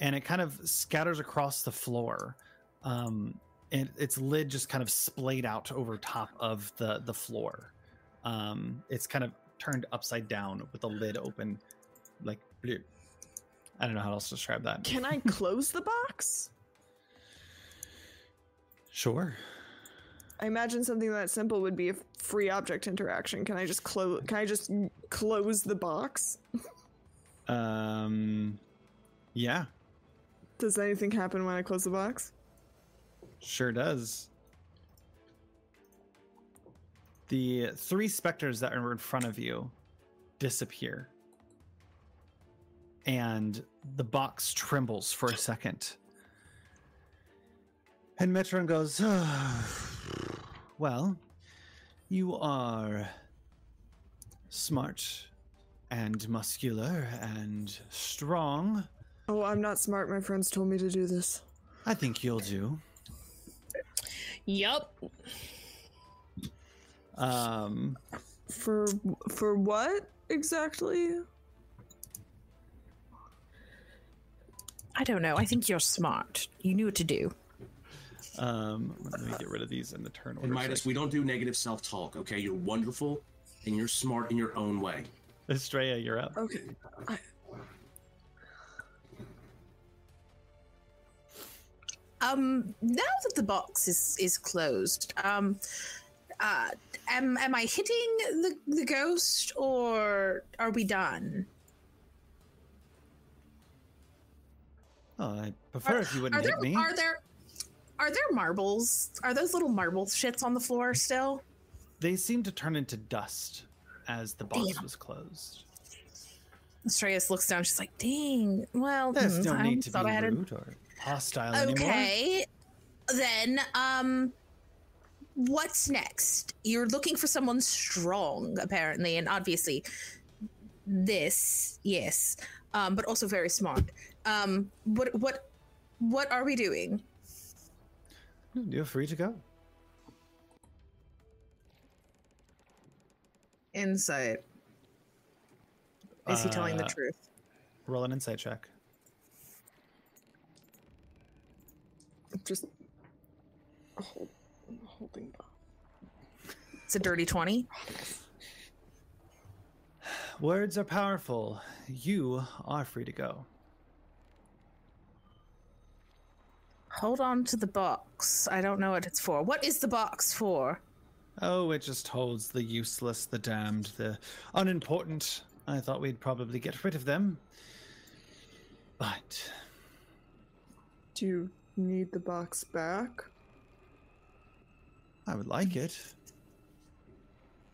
and it kind of scatters across the floor. Um, and its lid just kind of splayed out over top of the, the floor. Um, it's kind of turned upside down with the lid open. Like, bleep. I don't know how else to describe that.
Can I close the box?
Sure.
I imagine something that simple would be a free object interaction. Can I just close? Can I just close the box?
Um, yeah,
Does anything happen when I close the box?
sure does. The three specters that are in front of you disappear. And the box trembles for a second. And Metron goes, [SIGHS] Well, you are smart and muscular and strong.
Oh, I'm not smart. My friends told me to do this.
I think you'll do.
Yup.
Um,
For for what exactly?
I don't know. I think you're smart. You knew what to do.
um, let me get rid of these in the turn order.
And Midas, we don't do negative self talk, okay? You're wonderful and you're smart in your own way.
Estrella, you're up.
Okay.
Um, now that the box is is closed, um, uh, am am I hitting the the ghost or are we done?
Oh, I prefer if you
Are
wouldn't
there
hit me.
are there are there marbles? Are those little marble shits on the floor still?
They seem to turn into dust as the box was closed.
Astraeus looks down. She's like, "Dang, well,
There's
hmm,
no
I
need to be
thought I had a
rude or hostile anymore.
Okay. Then, um, what's next? You're looking for someone strong, apparently, and obviously, this, yes, um, but also very smart. Um, what, what, what are we doing?
You're free to go.
Insight. Is he telling the
Uh,
truth?
Roll an insight check.
Just hold, holding box.
It's a dirty twenty.
Words are powerful. You are free to go.
Hold on to the box. I don't know what it's for. What is the box for?
Oh, it just holds the useless, the damned, the unimportant. I thought we'd probably get rid of them. But
Do you need the box back?
I would like it.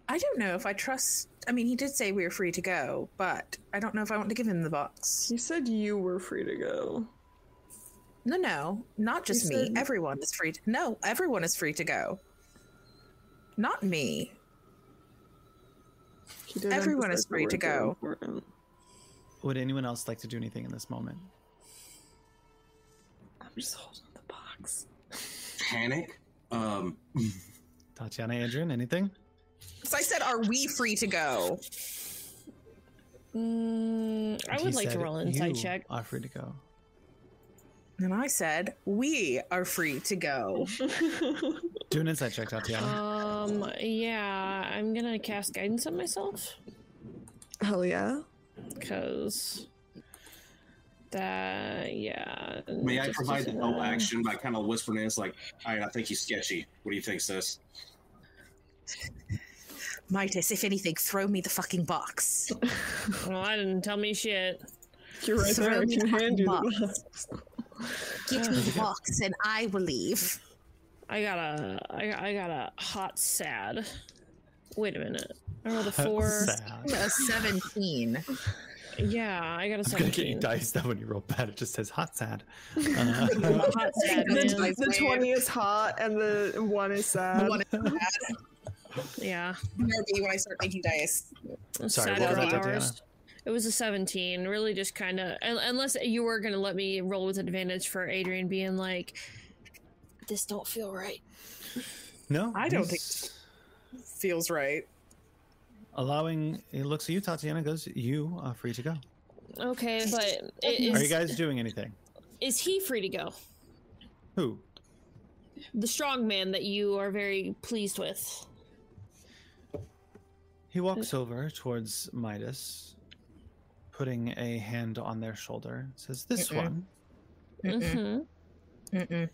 I don't know if I trust. I mean, he did say we were free to go, but I don't know if I want to give him the box.
You said you were free to go.
No, no, not just me.
said-
Everyone is free. To, no, everyone is free to go. Not me.
He did
Everyone is
emphasize the
free to
words are
go.
important.
Would anyone else like to do anything in this moment?
I'm just holding the box. [LAUGHS]
Panic. Um,
Tatiana, Adrian, anything?
So I said, are we free to go?
Mm, I
He
would like to
said,
roll an insight
"You
check.
Are free to go.
And I said, we are free to go.
Do an insight check, Tatiana.
Um, yeah, I'm gonna cast guidance on myself
Hell yeah.
because that, yeah.
may I
just
provide the
doesn't-
help action by kind of whispering in? It's like, all right, I think he's sketchy. What do you think, sis?
Midas, if anything, throw me the fucking box.
[LAUGHS] Well, I didn't tell me shit.
You're right
Throw
there. I
me the
can hand you [LAUGHS]
fucking
the
box. Get me the box and I will leave.
I got a, I, I got a hot sad. Wait a minute. I rolled
[LAUGHS]
a
Hot
Uh, four.
sad.
A [LAUGHS] 17.
Yeah, I got a
I'm gonna get you
seventeen.
dice that when you roll bad, it just says hot
[LAUGHS]
sad. Uh, [LAUGHS]
Hot sad, man.
The, the 20 is hot and the 1 is sad.
What is that?
Yeah.
Maybe when I start making dice.
Sorry,
Sad
what was
girl
that,
hours.
Tatiana?
It was a 17. Really, just kind of. Unless you were going to let me roll with advantage for Adrian being like, this don't feel right.
No,
I don't
he's
Feels right.
Allowing it looks at you, Tatiana goes. You are free to go.
Okay, but i-
Are you
is,
guys doing anything?
is he free to go?
Who?
The strong man that you are very pleased with.
He walks
Uh,
over towards Midas, putting a hand on their shoulder. Says, "This
uh-uh.
Mm-mm.
one."
Mm-hmm.
Mm-mm.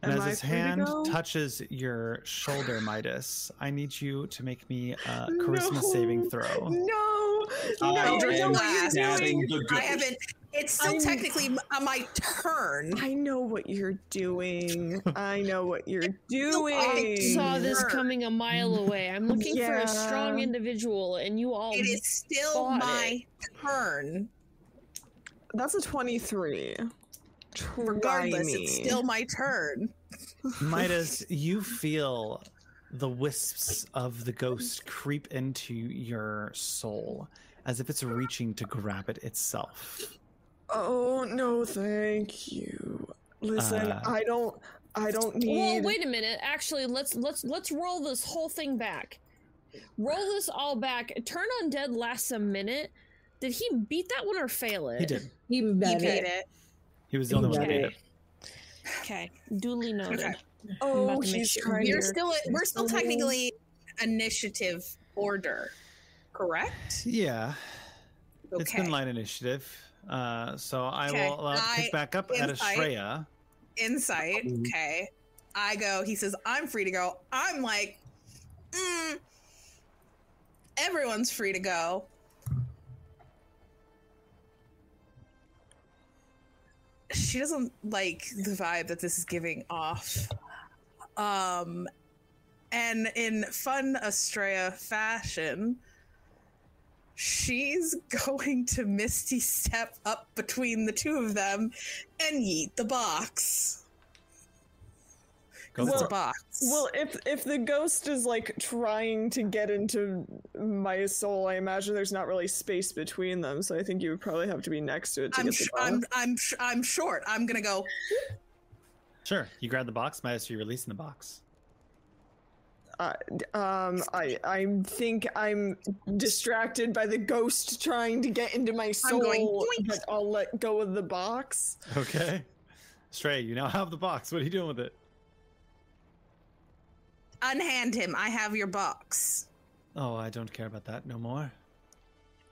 And
Am
as
I
his
free to
hand
go?
touches your shoulder, Midas, I need you to make me a charisma saving throw.
No!
Oh,
No!
I
I
am
know what you're
stabbing
doing!
the
I
goat.
haven't. It's still
I'm-
technically m- uh, my turn.
I know what you're doing. I know what
[LAUGHS]
you're
I
doing.
saw this coming a mile away. I'm looking for
Yeah.
a strong individual, and you all.
It is still
Got
my turn.
That's a 23. Try
Regardless,
me.
it's still my turn.
Midas, you feel the wisps of the ghost creep into your soul as if it's reaching to grab it itself.
Oh no, thank you. Listen,
Uh,
I don't I don't
Well,
need
wait a minute. Actually, let's let's let's roll this whole thing back. Roll this all back. Turn on dead lasts a minute. Did he beat that one or fail it?
He did.
He met
you
it.
made it.
He was the only one that did it.
Okay. Okay. Duly noted.
Okay.
I'm
Oh,
about to make
he's
sure
trying
We're
to-
still we're still
Okay.
technically initiative order, correct?
Yeah.
Okay.
It's been light initiative. Uh, so I
Okay,
will allow it to
I-
pick back up at
insight.
Ashreya.
Insight. Okay. I go. He says, "I'm free to go." I'm like, mm, everyone's free to go. She doesn't like the vibe that this is giving off. Um, and in fun Astrea fashion, she's [LAUGHS] going to Misty step up between the two of them and yeet the box.
Go
it's
for
a
it.
box.
Well, if if the ghost is like trying to get into my soul, I imagine there's not really space between them, so I think you would probably have to be next to it to
I'm,
get
sh-
the ball.
I'm, I'm, sh- I'm short. I'm gonna go.
Sure. You grab the box, Midas, you're releasing the box.
Um, I I think I'm distracted by the ghost trying to get into my soul,
going, "Yoink."
but I'll let go of the box.
[LAUGHS] Okay. Stray, you now have the box. What are you doing with it?
Unhand him. I have your box.
Oh, I don't care about that no more.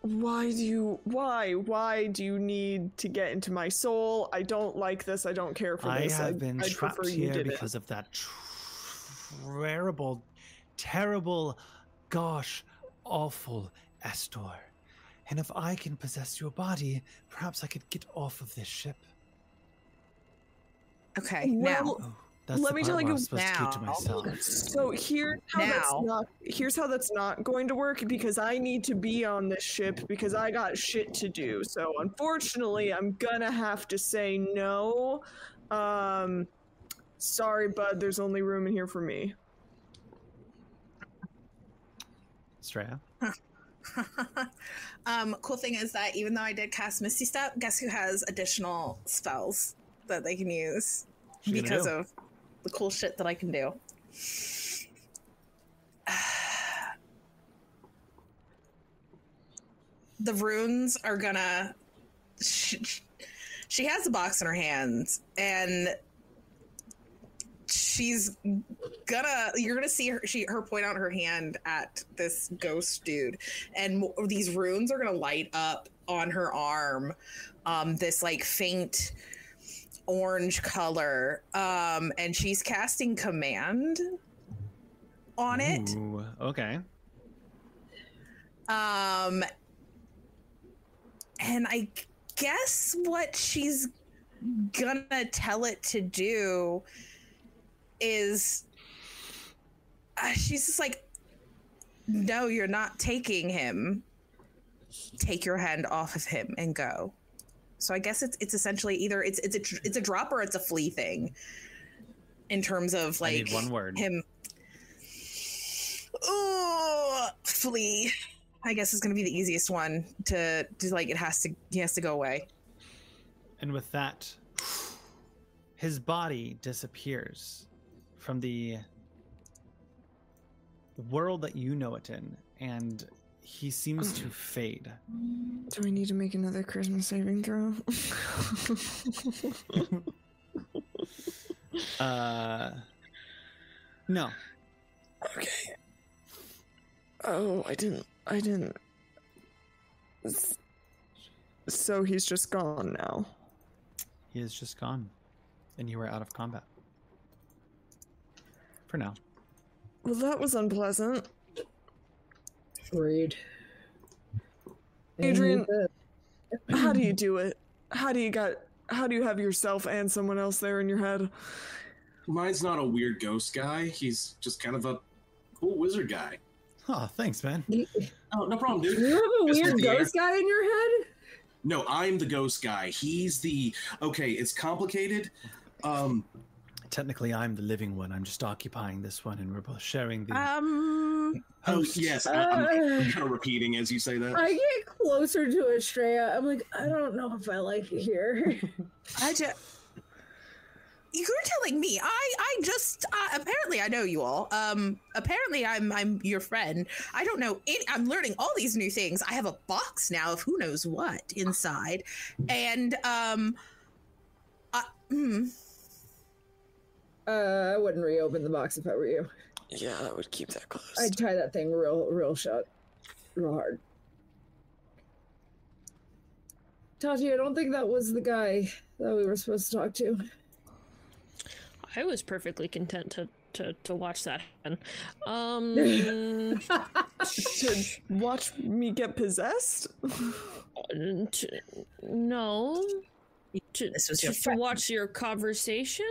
Why do you? Why? Why do you need to get into my soul? I don't like this. I don't care for
I
this.
have been
I'd
trapped
prefer you
here
did it.
because of that terrible, terrible, gosh, awful Astor. And if I can possess your body, perhaps I could get off of this ship.
Okay. now,
Well,
Oh, that's
Let
the
me
part
tell
where
you
I'm supposed to keep to
now.
myself.
So here's how that's
Now-
not here's how that's not going to work because I need to be on this ship because I got shit to do. So unfortunately, I'm gonna have to say no. Um, sorry, bud. There's only room in here for me.
Straya.
[LAUGHS] um, cool thing is that even though I did cast Misty Step, guess who has additional spells that they can use
She gonna
because
do?
of the cool shit that I can do. the runes are gonna. She, she has the box in her hand, and she's gonna you're gonna see her she her point out her hand at this ghost dude and w- these runes are gonna light up on her arm um this like faint orange color um and she's casting command on it
Ooh, okay.
um, and I guess what she's gonna tell it to do is uh, she's just like, No, you're not taking him. Take your hand off of him and go. So I guess it's it's essentially either it's it's a dr- it's a drop or it's a flea thing. In terms of
I
like
need one word.
him Ooh, flee. I guess is going to be the easiest one to, to like. It has to. He has to go away.
And with that, his body disappears from the world that you know it in, and he seems
[CLEARS THROAT]
to fade.
Do we need to make another Christmas saving throw?
Uh, no,
okay. [LAUGHS] Oh, I didn't. I didn't. S- So he's just gone now.
he is just gone, and you are out of combat for now.
Well, that was unpleasant.
Read.
Adrian,
uh,
[LAUGHS]
how do
[LAUGHS]
you do it? How do you got? How do you have yourself and someone else there in your head?
Mine's not a weird ghost guy. He's just kind of a cool wizard guy.
Oh, thanks, man.
Oh, no problem, dude.
You have a
[LAUGHS]
Just
weird
in the air.
ghost guy in your head?
No, I'm the ghost guy. He's the okay. It's complicated. Um,
Technically, I'm the living one. I'm just occupying this one, and we're both sharing the.
Um,
oh
host.
yes, I, I'm, I'm kind of repeating as you say that.
Uh, I get closer to Estrella. I'm like, I don't know if I like it here. [LAUGHS]
I just. You're telling me I I just uh, apparently I know you all. Um, apparently I'm I'm your friend. I don't know. Any, I'm learning all these new things. I have a box now of who knows what inside, and um, I, mm,
Uh, I wouldn't reopen the box if I were you.
Yeah, that would keep that close.
I'd tie that thing real, real shut, real hard. Tati, I don't think that was the guy that we were supposed to talk to.
I was perfectly content to to, to watch that. [LAUGHS] happen. Um,
to watch me get possessed?
to- no. To,
This was
to,
your
to
friend.
watch your conversation.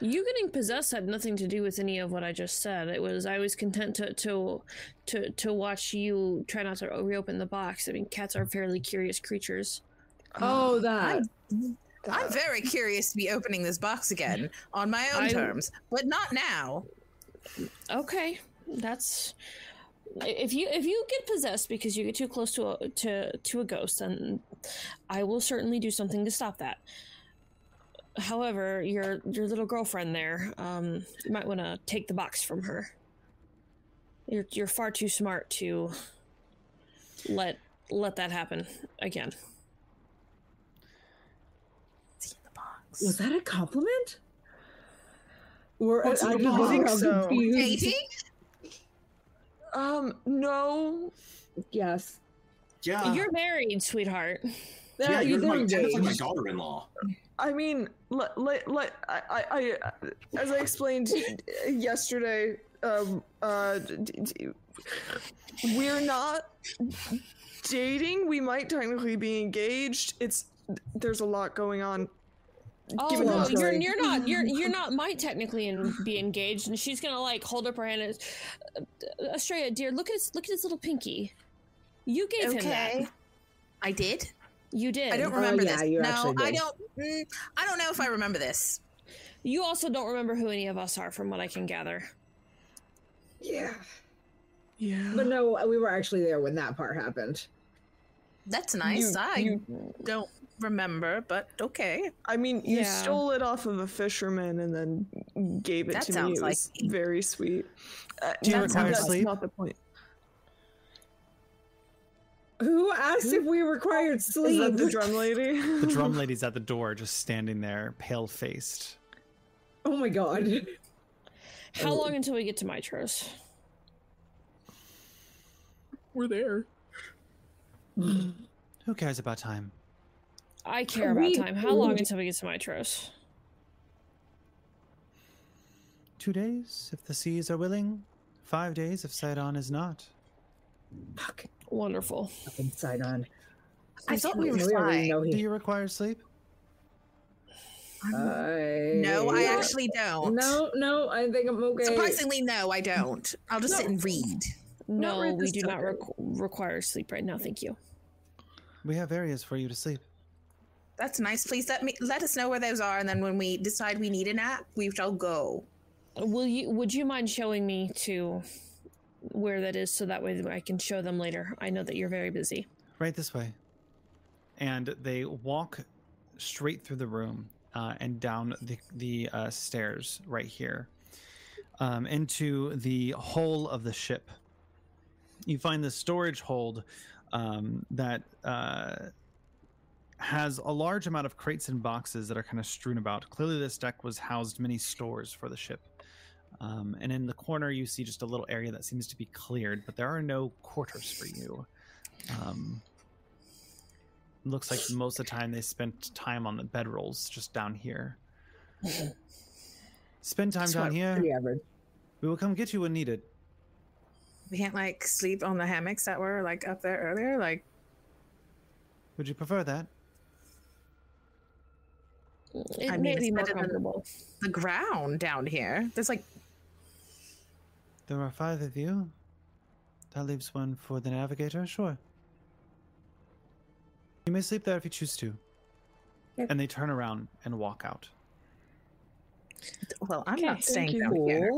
You getting possessed had nothing to do with any of what I just said. It was I was content to to to, to watch you try not to reopen the box. I mean, cats are fairly curious creatures.
Oh, that.
I'm very curious to be opening this box again on my own
I-
terms, but not now.
Okay, that's if you if you get possessed because you get too close to a to to a ghost, then I will certainly do something to stop that. However, your your little girlfriend there, um, you might want to take the box from her. You're you're far too smart to let let that happen again.
Was that a compliment? Or
What's in
I
the
just think
box?
I'm
So-
confused.
Katie?
Um, no.
Yes.
yeah,
you're married, sweetheart.
yeah,
you
you're
did
my, technically my
engage.
daughter-in-law.
I mean, let, let, let, I, I, I, as I explained yesterday, um, uh, d- d- we're not dating. We might technically be engaged. It's, there's a lot going on.
Oh
Give it
no,
up,
you're,
Joey.
you're not you're you're not might technically and be engaged, and she's gonna like hold up her hand. And, uh, Australia, dear, look at his look at his little pinky. You gave him that.
Okay. I did.
You did.
I don't remember
Oh, yeah,
this.
you
No,
actually
I
did.
don't. Mm, I don't know if I remember this.
You also don't remember who any of us are, from what I can gather.
Yeah. Yeah. But no, we were actually there when that part happened.
That's nice.
You-
I
you-
don't remember, but okay.
I mean, you
Yeah.
stole it off of a fisherman and then gave it
That
to me.
sounds
It was very sweet. Uh,
Do you
that's-
require
that's
sleep?
Not the point.
Who asked if we required
Is
sleep?
that the drum lady?
The
[LAUGHS]
drum lady's at the door, just standing there, pale faced.
Oh my god.
How long until we get to Mitros?
We're there.
Who cares about time?
I care about
We-
time. How long until we get to Mitros?
Two days, if the seas are willing. Five days, if Sidon is not.
Wonderful.
Sidon.
I thought we were fine.
Do you require sleep?
No, I actually don't.
No, no, I think I'm okay.
Surprisingly, no, I don't. I'll just
No.
sit and read.
No,
right
we
this
do not requ- require sleep right now. Thank you.
We have areas for you to sleep.
That's nice. Please let me let us know where those are, and then when we decide we need a nap, we shall go.
Will you? Would you mind showing me to where that is so that way I can show them later? I know that you're very busy.
Right this way. And they walk straight through the room uh, and down the, the uh, stairs right here um, into the hull of the ship. You find the storage hold um, that uh, has a large amount of crates and boxes that are kind of strewn about. Clearly, this deck was housed many stores for the ship. Um, and in the corner, you see just a little area that seems to be cleared, but there are no quarters for you. Um, looks like most of the time they spent time on the bedrolls just down here. Spend time
That's
down
what-
here.
pretty
We will come get you when needed.
We can't like sleep on the hammocks that were like up there earlier. Like
Would you prefer that?
It
I
may
mean,
be
it's
more
better than
comfortable.
the ground down here. There's like
There are five of you. That leaves one for the navigator, sure. You may sleep there if you choose to. And they turn around and walk out.
well, I'm
Okay,
not
thank
staying
you.
down here.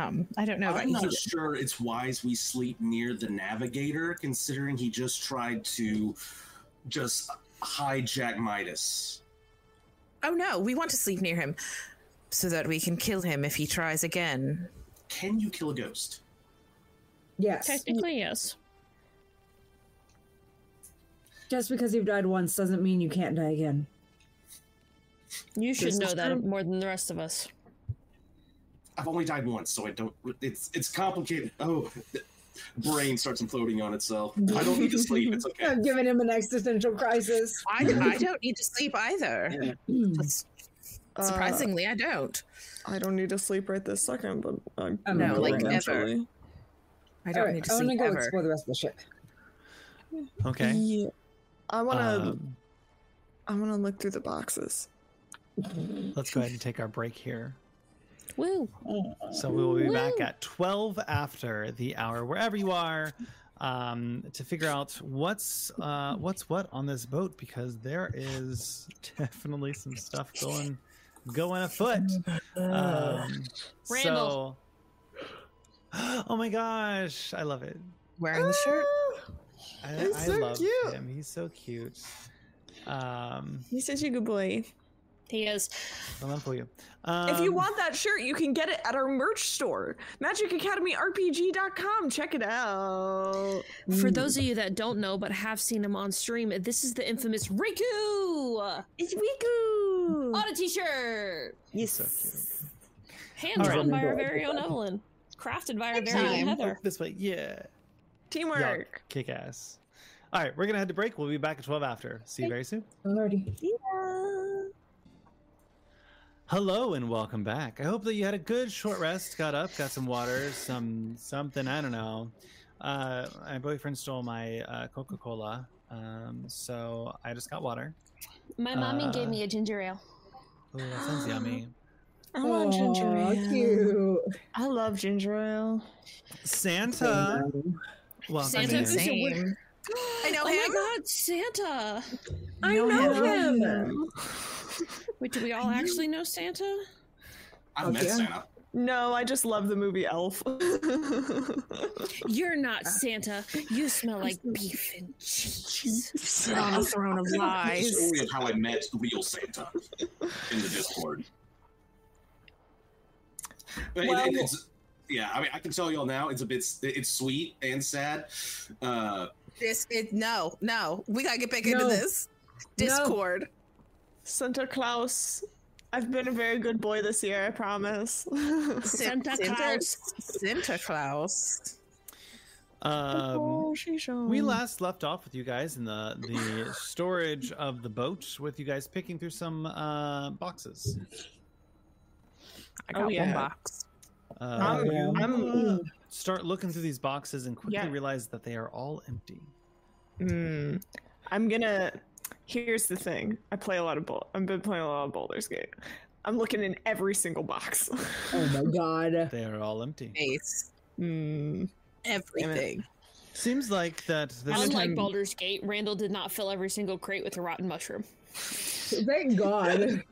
Um, I don't know about
I'm
you.
not sure it's wise we sleep near the navigator, considering he just tried to just hijack Midas.
Oh no, we want to sleep near him so that we can kill him if he tries again.
Can you kill a ghost?
Yes.
Technically, yes.
Just because you've died once doesn't mean you can't die again.
You
This
should know
is
that
true.
more than the rest of us.
I've only died once, so I don't. It's it's complicated. Oh, the brain starts imploding on itself. I don't need to sleep. It's okay.
[LAUGHS]
I'm giving him an existential crisis.
I, I don't need to sleep either. That's-
[LAUGHS] Uh,
Surprisingly, I don't.
I don't need to sleep right this second, but I'm
Um, No, like, never. I don't
Alright,
need to
I wanna
sleep
go
ever.
explore
the rest of the ship.
Okay.
Yeah. I want to.
Um,
I want to look through the boxes.
let's go ahead and take our break here.
Woo!
So we will be back at 12 after the hour, wherever you are, um, to figure out what's uh, what's what on this boat because there is definitely some stuff going going afoot. Um, So,
Randall.
[GASPS] oh my gosh, I love it.
Wearing the shirt.
I,
He's
I
so
love
cute.
him. He's so cute. Um,
He's such a good boy.
He is.
well, I'm for you.
if you
Um,
want that shirt, you can get it at our merch store, magicacademyrpg.com. Check it out.
For those of you that don't know but have seen him on stream, this is the infamous Riku.
It's Riku
on a t-shirt.
He's so cute.
Hand
All
drawn
right.
by our very own Evelyn, crafted by our very own Heather.
This way, yeah.
Teamwork.
Y'all kick ass. All right, we're gonna head to break. We'll be back at twelve after. See you very soon.
Already.
Hello and welcome back. I hope that you had a good short rest, got up, got some water, some something, I don't know. Uh, my boyfriend stole my uh, Coca Cola, um, so I just got water.
My mommy
Uh,
gave me a ginger ale.
Ooh, that sounds yummy.
I want ginger
Aw,
ale.
cute.
I love ginger ale.
Santa! Welcome
Santa
in.
who's a witch.
[GASPS] I know
[GASPS] Oh
him.
my god, Santa!
I
know him.
Wait, do we all actually know Santa?
I've met
yeah.
Santa.
No, I just love the movie Elf. [LAUGHS]
You're not Santa. You smell like beef and cheese.
On a throne of
It's the
lies.
story of how I met real Santa in the Discord. And- and it's- yeah, I mean, I can tell y'all now. It's a bit. It's sweet and sad. Uh,
This it no, no. We gotta get back into this. Discord.
Santa Claus. I've been a very good boy this year, I promise.
[LAUGHS] Santa Claus. Santa Claus.
[LAUGHS]
Oh.
Um,
Shishon.
we last left off with you guys in the the storage of the boat, with you guys picking through some uh, boxes.
I got
Oh, yeah.
one box.
Uh,
I'm-
you
I'm-
uh, start looking through these boxes and quickly
Yeah.
realize that they are all empty.
Mm, I'm gonna. Here's the thing. I play a lot of bowl. I've been playing a lot of Baldur's Gate. I'm looking in every single box. [LAUGHS]
Oh my god.
They are all empty.
Face.
mm,
Everything.
Seems like that this
Unlike
time,
Baldur's Gate, Randall did not fill every single crate with a
[LAUGHS]
rotten mushroom.
Thank [LAUGHS] God.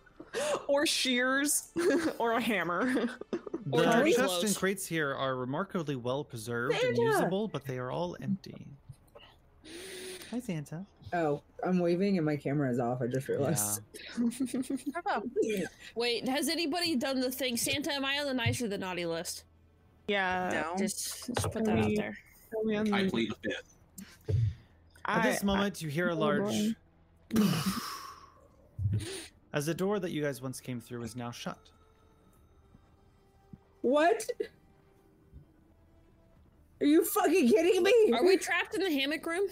or shears, [LAUGHS] or a hammer. [LAUGHS]
the
Or Dirty
chests
Clothes.
and crates here are remarkably well preserved and
Santa!
usable, but they are all empty. Hi, Santa.
Oh, I'm waving and my camera is off. I just realized.
How about-
Wait, has anybody done the thing? Santa, am I on the nice or the naughty list?
yeah.
No.
Just, just put that out there.
are we on
I
the-
plead the fifth.
At
I-
this moment, you hear a large. as the door that you guys once came through is now shut.
What? Are you fucking kidding me?
Are we trapped in the hammock room?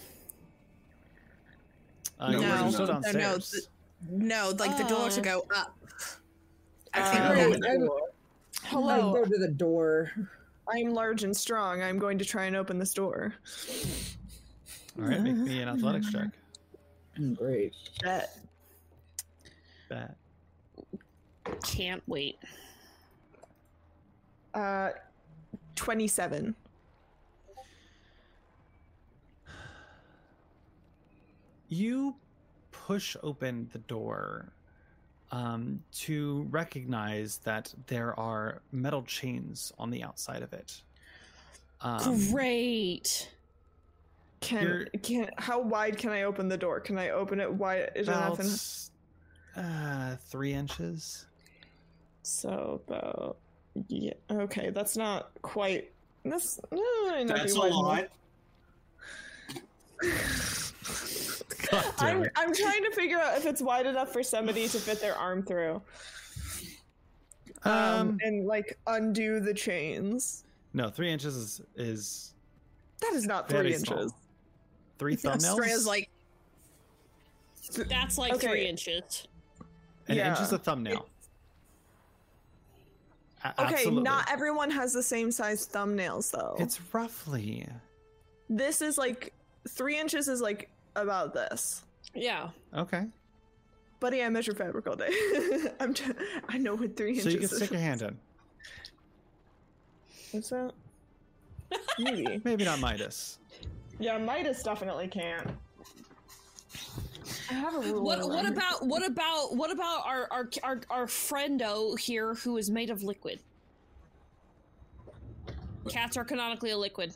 Uh,
No,
you guys are
no,
still
no, no,
downstairs.
th- No, like the door
Oh.
to go up. I
Uh,
think
All
we're
right,
gonna
Oh,
I'm- I
Hello.
go to the door.
I'm large and strong. I'm going to try and open this door.
All right, make me an athletics check.
Mm, Great.
Shit.
Bet.
Can't wait.
Uh, 27.
You push open the door um, to recognize that there are metal chains on the outside of it. Um,
Great.
Can
You're-
can how wide can I open the door? Can I open it wide enough?
about
And,
uh, three
[LAUGHS]
inches.
so about yeah. Okay, that's not quite. That's no, it might not
That's
be
a
wide enough.
lot.
God damn
I'm
it.
I'm trying to figure out if it's wide enough for somebody to fit their arm through, um,
Um,
and like undo the chains.
no, three inches is, is
That is not
very
three
small.
inches.
Three thumbnails.
Australia's like
That's like
Okay.
three inches.
An inch
Yeah.
is a thumbnail. A-
Okay,
absolutely.
not everyone has the same size thumbnails though.
It's roughly.
this is like three inches is like about this.
Yeah.
Okay.
Buddy, I measure fabric all day. [LAUGHS] I'm t- I know what three
So you can
inches
stick
is.
your hand in.
What's that? [LAUGHS] Maybe.
Maybe not Midas.
Yeah, Midas definitely can. I have a rule.
What what
around here.
about what about what about our our our, our friendo here who is made of liquid? Cats are canonically a liquid.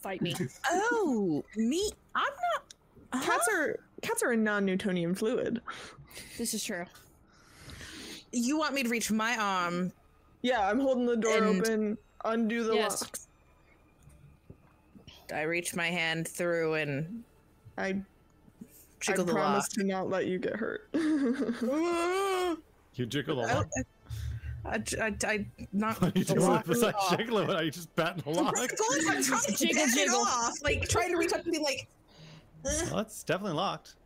Fight me.
Oh me I'm not uh-huh. huh?
cats are cats are a non-Newtonian fluid?
this is true.
you want me to reach my um, arm
Yeah, I'm holding the door
And-
open. Undo the
Yes.
locks.
I reach my hand through and
I, I
jiggle the
promise
lock.
to not let you get hurt. [LAUGHS]
You jiggle a
I, I, I, I not
What are [LAUGHS] you
the
doing
lock
with the
off.
jiggle it? Are you just batting the lock?
Right, going- [LAUGHS] I'm trying to
Jiggle,
jiggle,
jiggle.
jiggle. off, like trying to reach up and be like,
Well, it's definitely locked.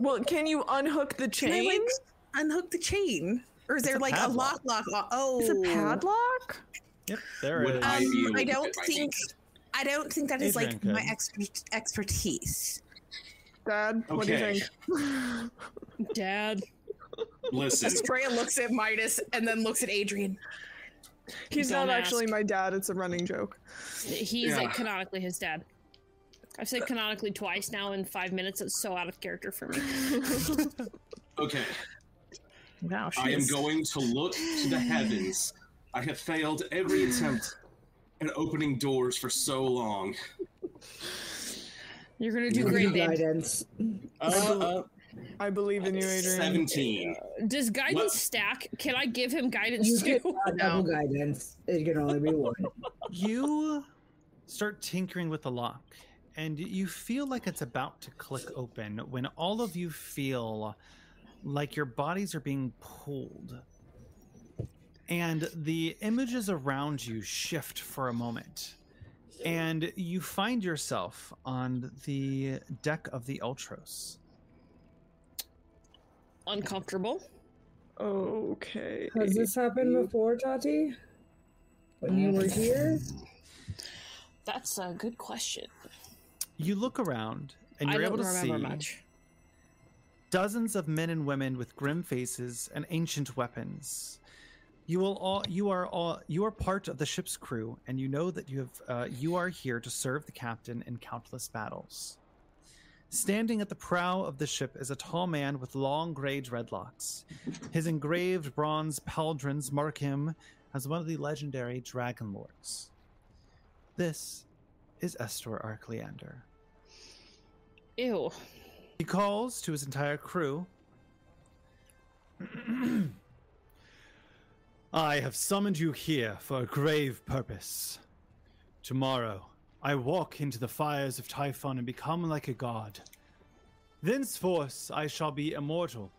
well, can you unhook the
"Can I,
chain?
like unhook the chain, or is there
a
like a
padlock.
lock lock? on- Oh,
It's a padlock.
Yep, there it
Would
is.
I be
Um,
able
I
to get
don't
my
think.
hand?
I don't think that is like
Adrian
my
could.
expert expertise.
Dad, what do you
Okay.
think? [LAUGHS]
Dad.
Listen,
Astrea looks at Midas and then looks at Adrian.
He's
Don't
not actually
ask.
my dad. It's a running joke.
He's like
Yeah.
canonically his dad. I've said canonically twice now in five minutes. It's so out of character for me.
okay.
Wow,
I am going to look to the heavens I have failed every attempt at opening doors for so long.
You're gonna
do
do
You great,
great,
need babe.
guidance.
Uh,
I believe in you, Adrian.
17.
Does guidance
What?
stack? Can I give him
You
guidance
can uh,
too?
double guidance. It can only be one.
you start tinkering with the lock and you feel like it's about to click open when all of you feel like your bodies are being pulled and the images around you shift for a moment and you find yourself on the deck of the ultros
Uncomfortable.
Okay.
Has this happened before, Tati? When you were here?
That's a good question.
you look around and
I
you're
don't
able to see
remember much.
dozens of men and women with grim faces and ancient weapons. You will all you are all you are part of the ship's crew, and you know that you have uh, you are here to serve the captain in countless battles. Standing at the prow of the ship is a tall man with long gray dreadlocks. His engraved bronze pauldrons mark him as one of the legendary dragon lords. This is Estor Arcleander.
Ew.
He calls to his entire crew. [CLEARS THROAT] I have summoned you here for a grave purpose. Tomorrow, I walk into the fires of Typhon and become like a god. Thenceforth, I shall be immortal,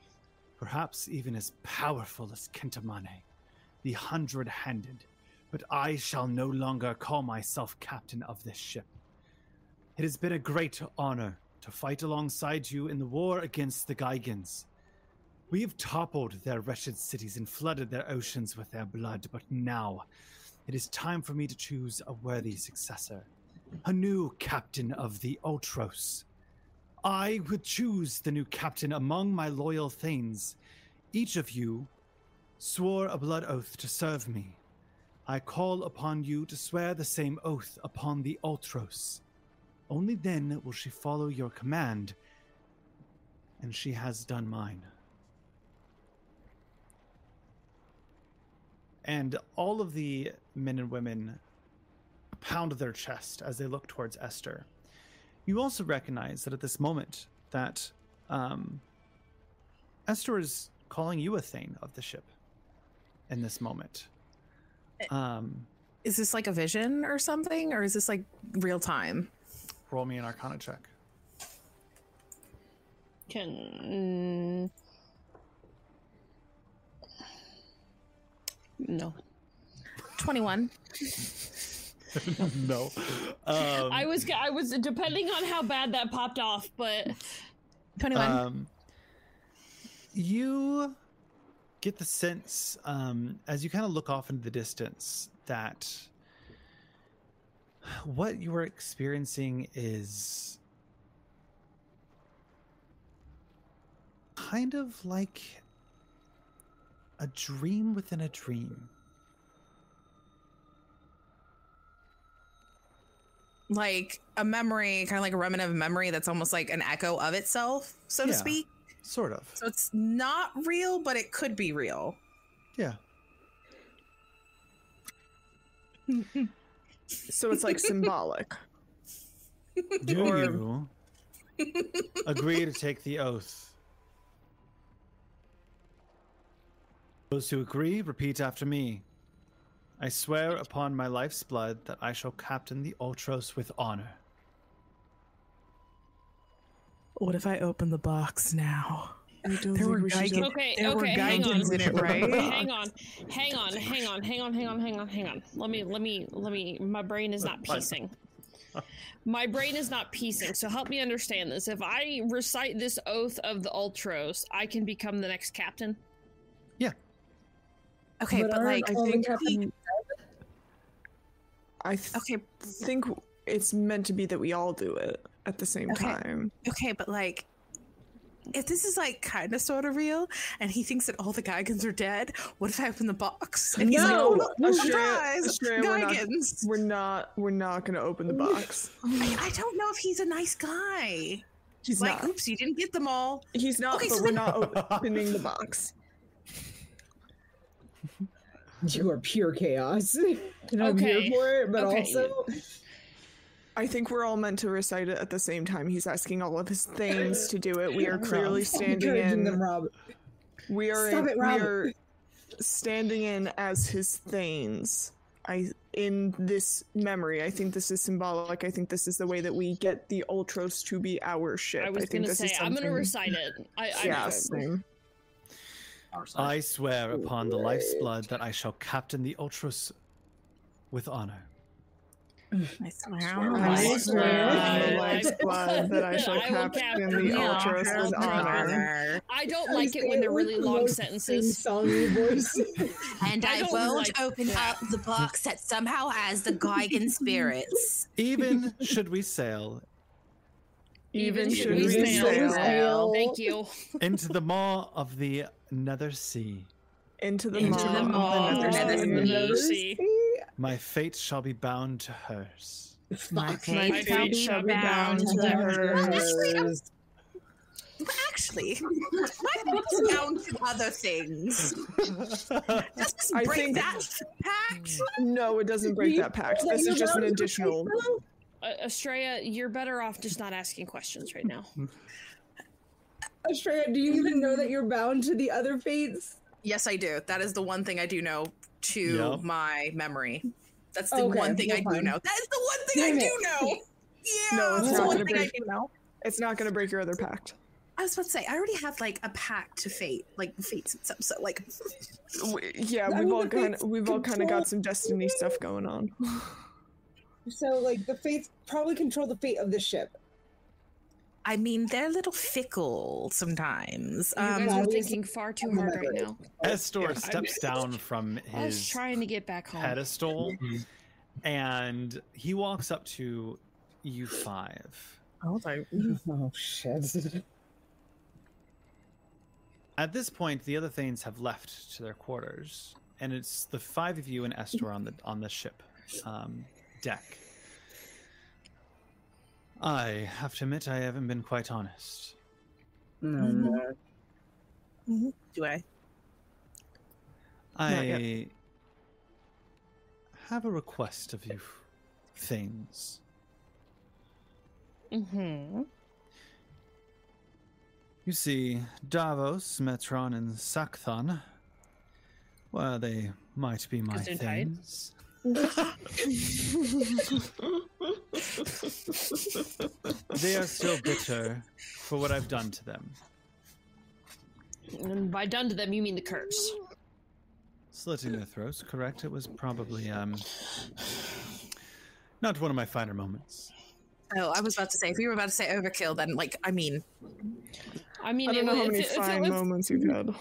perhaps even as powerful as Kentamane, the hundred handed, but I shall no longer call myself captain of this ship. It has been a great honor to fight alongside you in the war against the Gigans. We have toppled their wretched cities and flooded their oceans with their blood, but now it is time for me to choose a worthy successor, a new captain of the Ultros. I would choose the new captain among my loyal thanes. Each of you swore a blood oath to serve me. I call upon you to swear the same oath upon the Ultros. Only then will she follow your command, and she has done mine. And all of the men and women pound their chest as they look towards Esther. You also recognize that at this moment that um, Esther is calling you a thane of the ship. In this moment, um,
Is this like a vision or something, or is this like real time?
roll me an Arcana check.
Can.
mm.
No.
21.
no, um,
I was I was depending on how bad that popped off, but
21.
Um, you get the sense um, as you kind of look off into the distance that what you are experiencing is kind of like a dream within a dream.
like a memory, kind of like a remnant of a memory that's almost like an echo of itself, so to
Yeah.
speak.
Sort of.
So it's not real, but it could be real.
Yeah.
So it's like symbolic.
Do
Or-
you [LAUGHS] agree to take the oath? Those who agree, repeat after me. I swear upon my life's blood that I shall captain the Ultros with honor.
What if I open the box now?
think
were
we should
Geigen-
open-
okay,
there were
okay, hang on.
Geigens in it, [LAUGHS] right?
hang on, hang on, hang on, hang on, hang on, hang on, hang on. Let me, let me, let me. My brain is not piecing. My brain is not piecing. So help me understand this. If I recite this oath of the Ultros, I can become the next captain.
Okay, but,
aren't
like,
all the
think-
captain-
I th-
okay,
think it's meant to be that we all do it at the same
Okay.
time.
okay, but like, if this is like kind of sort of real, and he thinks that all the Geigans are dead, what if I open the box and he's like,
No,
oh, look,
Astrea-
surprise,
Astrea, we're not-
Geigans?
We're not. We're not going to open the box.
I, I don't know if he's a nice guy.
He's
like,
not.
oops, you didn't get them all.
He's not.
Okay,
but
so
we're
then-
not opening the box.
[LAUGHS] you are pure chaos. [LAUGHS] and I'm here
Okay.
for it, but
Okay.
also
I think we're all meant to recite it at the same time. He's asking all of his things to do it. We are clearly
[LAUGHS] Rob.
standing
Encouraging
in.
them, Rob.
We are.
Stop
in,
it, Rob.
We are standing in as his thanes. I in this memory. I think this is symbolic. I think this is the way that we get the Ultros to be our ship.
I was
think
gonna
this
say
is
I'm
something-
gonna recite it. I, I
yeah,
know.
same.
I swear upon the life's blood that I shall captain the Ultras with honor.
I swear.
I swear on the Lord's blood
[LAUGHS]
that I shall
I will
captain
captain
the
the
Ultras with
Ultras with
honor.
honor. I don't like it when they're really long sentences. [LAUGHS]
and
I
I,
don't
won't
like
open up the box that somehow has the Gigan spirits.
Even should we sail
Even
Even
should
should
we
we
sail
sail
Thank you.
into the maw of the nether sea,
into the
Into the maw
maw
of
of
the
the
nether
sea.
sea.
my fate shall be bound to hers.
My
My feet shall be bound to the
Actually,
hers.
actually, [LAUGHS] my book's bound to other things. Doesn't
I
break
think-
that pact.
No, it doesn't break that pact. This is just an additional.
Uh, Estrella, you're better off just not asking questions right now.
[LAUGHS] Australia, do you even know that you're bound to the other fates?
Yes, I do. That is the one thing I do know to
Yep.
my memory. That's the
Okay,
one thing
you're
I do
fine.
know. That is the one thing
Damn
I do
it.
know. Yeah,
No, it's
that's the
not
one
gonna
thing I
break.
do know.
It's not going to break your other pact.
I was about to say, I already have like a pact to fate, like fate's so, so like
[LAUGHS] We, yeah,
I
we've
mean,
all
the
kind
fates
we've all kind of
control-
got some destiny stuff going on.
So, like, the fates probably control the fate of the ship.
I mean, they're a little fickle sometimes. Um,
you guys are
Molly's-
thinking far too hard right now.
Estor
Yeah, I-
steps down from
I was
his
trying to get back home.
pedestal and he walks up to you five.
[LAUGHS] Oh, shit.
At this point, the other Thanes have left to their quarters, and it's the five of you and Estor on the on the ship um, deck. I have to admit, I haven't been quite honest. Mm-hmm.
do I?
I have a request of you, Thanes.
Mm-hmm.
You see, Davos, Metron, and Sakthon. Well, they might be my
Gesundheit.
Thanes. they are still bitter for what I've done to them.
And by done to them, you mean the curse.
Slitting their throats, correct? It was probably um not one of my finer moments.
Oh, I was about to say if you were about to say overkill, then like I mean,
I mean,
I don't
it
know how
was-
many
if, it- if,
fine
it was,
moments you've had.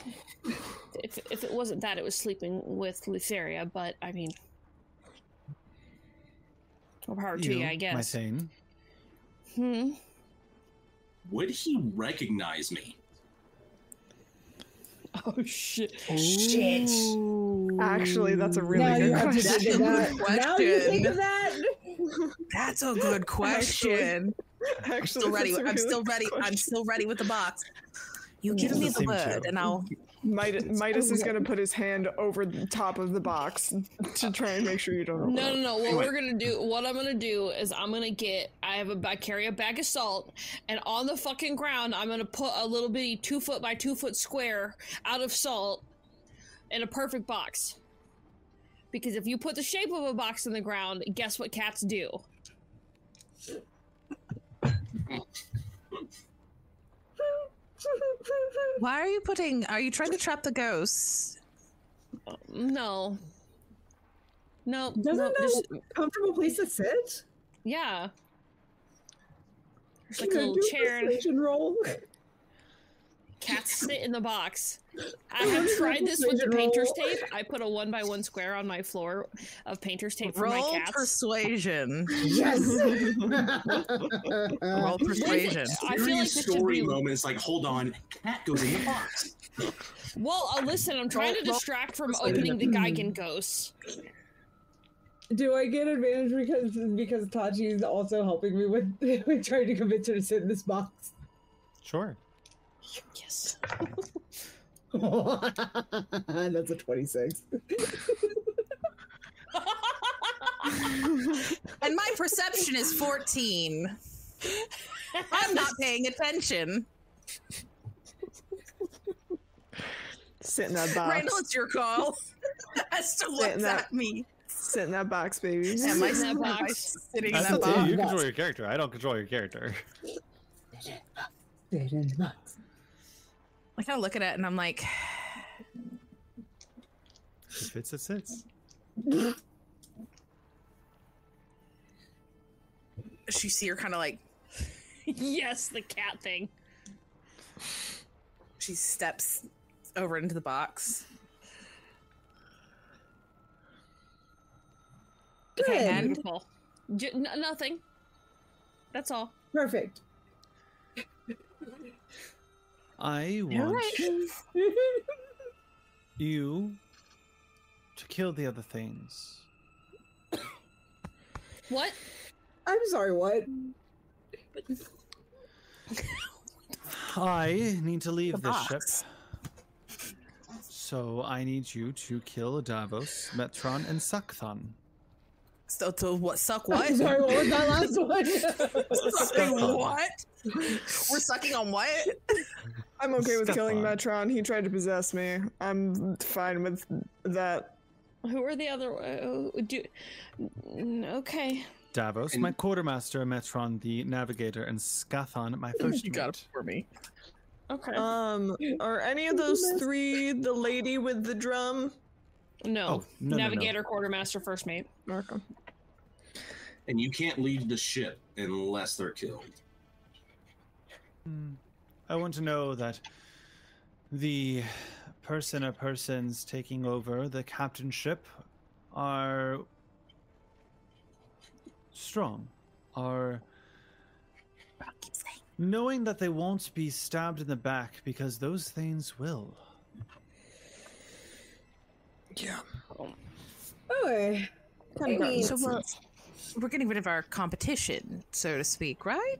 if, if it wasn't that, it was sleeping with Lutheria, but I mean, more power to you, I
my
guess.
Thane.
Hmm. [LAUGHS]
Would he recognize me?
Oh shit.
Shit.
Actually, that's a really
now
good
you have to
question.
That's a good question.
think of that. Now you think of that.
that's a good [LAUGHS] question. I'm
[LAUGHS] Actually,
still ready.
that's a
I'm
really
still
good
ready. I'm
question.
still ready with the box. You give
Just
me
the
the
same
word,
too.
and I'll.
[LAUGHS] Midas, Midas is going to put his hand over the top of the box [LAUGHS] to try and make sure you don't.
No,
open
no,
it.
no. What we're gonna do? What I'm gonna do is I'm gonna get. I have a. I carry a bag of salt, and on the fucking ground, I'm gonna put a little bitty two foot by two foot square out of salt in a perfect box. Because if you put the shape of a box in the ground, guess what cats do?
Why are you putting? Are you trying to trap the ghosts?
No. No.
[LAUGHS] Doesn't
no
that
there's-
look comfortable place to sit?
yeah. There's like
Can
a
I
little
do a
chair. And
persuasion roll?
Cats sit in the box. I have tried this with the painter's tape. I put a one by one square on my floor of painter's tape for
Roll
my cats.
persuasion.
[LAUGHS] Yes.
Roll persuasion.
I feel like
Serious
this should
story
be
moments like, hold on, cat goes in the box.
well. Uh, listen, I'm trying to
Roll- roll
distract from opening the
[LAUGHS]
Geigen ghosts.
Do I get advantage because because Tachi is also helping me with, [LAUGHS] with trying to convince her to sit in this box?
Sure.
Yes.
[LAUGHS] That's a 26.
and my perception is 14. I'm not paying attention.
Sit in that box.
Randall, it's your call [LAUGHS] as to
Sit in
what's
that-
at me.
Sit in that box, baby.
Am I,
Sit [LAUGHS]
am I sitting in
That's
the
up to
box?
you. You control your character. I don't control your character.
I kind of look at it and I'm like,
If it's, it sits.
she see her kind of like,
[LAUGHS] yes, the cat thing.
she steps over into the box. Okay, and
Beautiful. J- n- nothing. That's all.
Perfect.
I want you to kill the other things.
What?
I'm sorry, what?
I need to leave
The
this
box.
ship. So I need you to kill Davos, Metron, and Suckthon.
so to what suck what?
I'm sorry, what was
[LAUGHS]
that last [LAUGHS] one? [LAUGHS]
Sorry, what? We're sucking on what?
I'm okay with
Step
killing
on.
Metron. He tried to possess me. I'm fine with that.
Who are the other? Uh, do, n- okay.
Davos, my quartermaster, Metron, the navigator, and Scathon, my first mate.
for me.
Okay.
Um, are any of those three the lady with the drum?
no.
oh, no, no, no.
Navigator, quartermaster, first mate.
Marco.
And you can't leave the ship unless they're killed.
Hmm. I want to know that the person or persons taking over the captainship are strong, are knowing that they won't be stabbed in the back because those things will.
Okay. I mean,
So we're, we're getting rid of our competition, so to speak, right?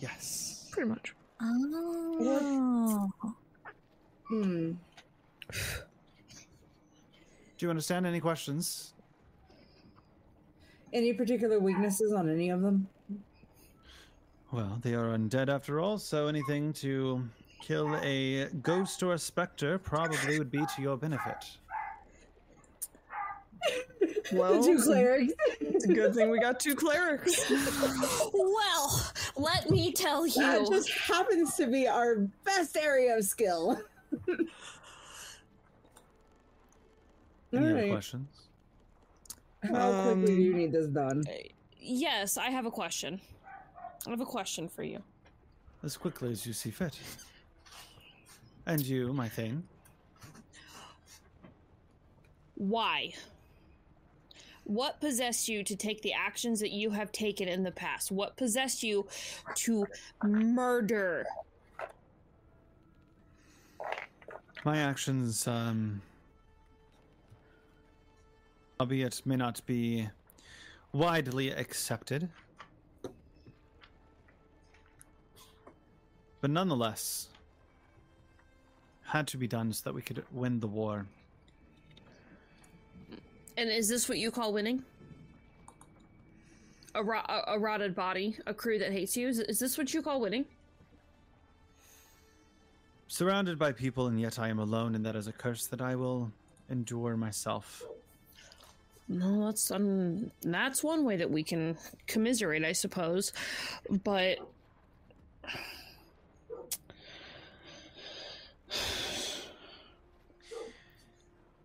Yes.
Pretty [LAUGHS] much.
Oh.
hmm.
Do you understand any questions?
Any particular weaknesses on any of them? [LAUGHS]
Well, they are undead after all, so anything to kill a ghost or a specter probably would be to your benefit.
Well,
the two clerics.
it's a [LAUGHS] good thing we got two clerics.
Well, let me
[LAUGHS]
tell
That
you.
just happens to be our best area of skill. [LAUGHS]
Any other
Alright.
questions?
How quickly
Um,
do you need this done?
Yes, I have a question. I have a question for you.
As quickly as you see fit. And you, my thing.
Why? What possessed you to take the actions that you have taken in the past? What possessed you to murder?
My actions, um, albeit may not be widely accepted, but nonetheless had to be done so that we could win the war.
And is this what you call winning? A, ro- a, a rotted body, a crew that hates you. Is, is this what you call winning?
Surrounded by people, and yet I am alone, and that is a curse that I will endure myself.
No, that's um, that's one way that we can commiserate, I suppose. But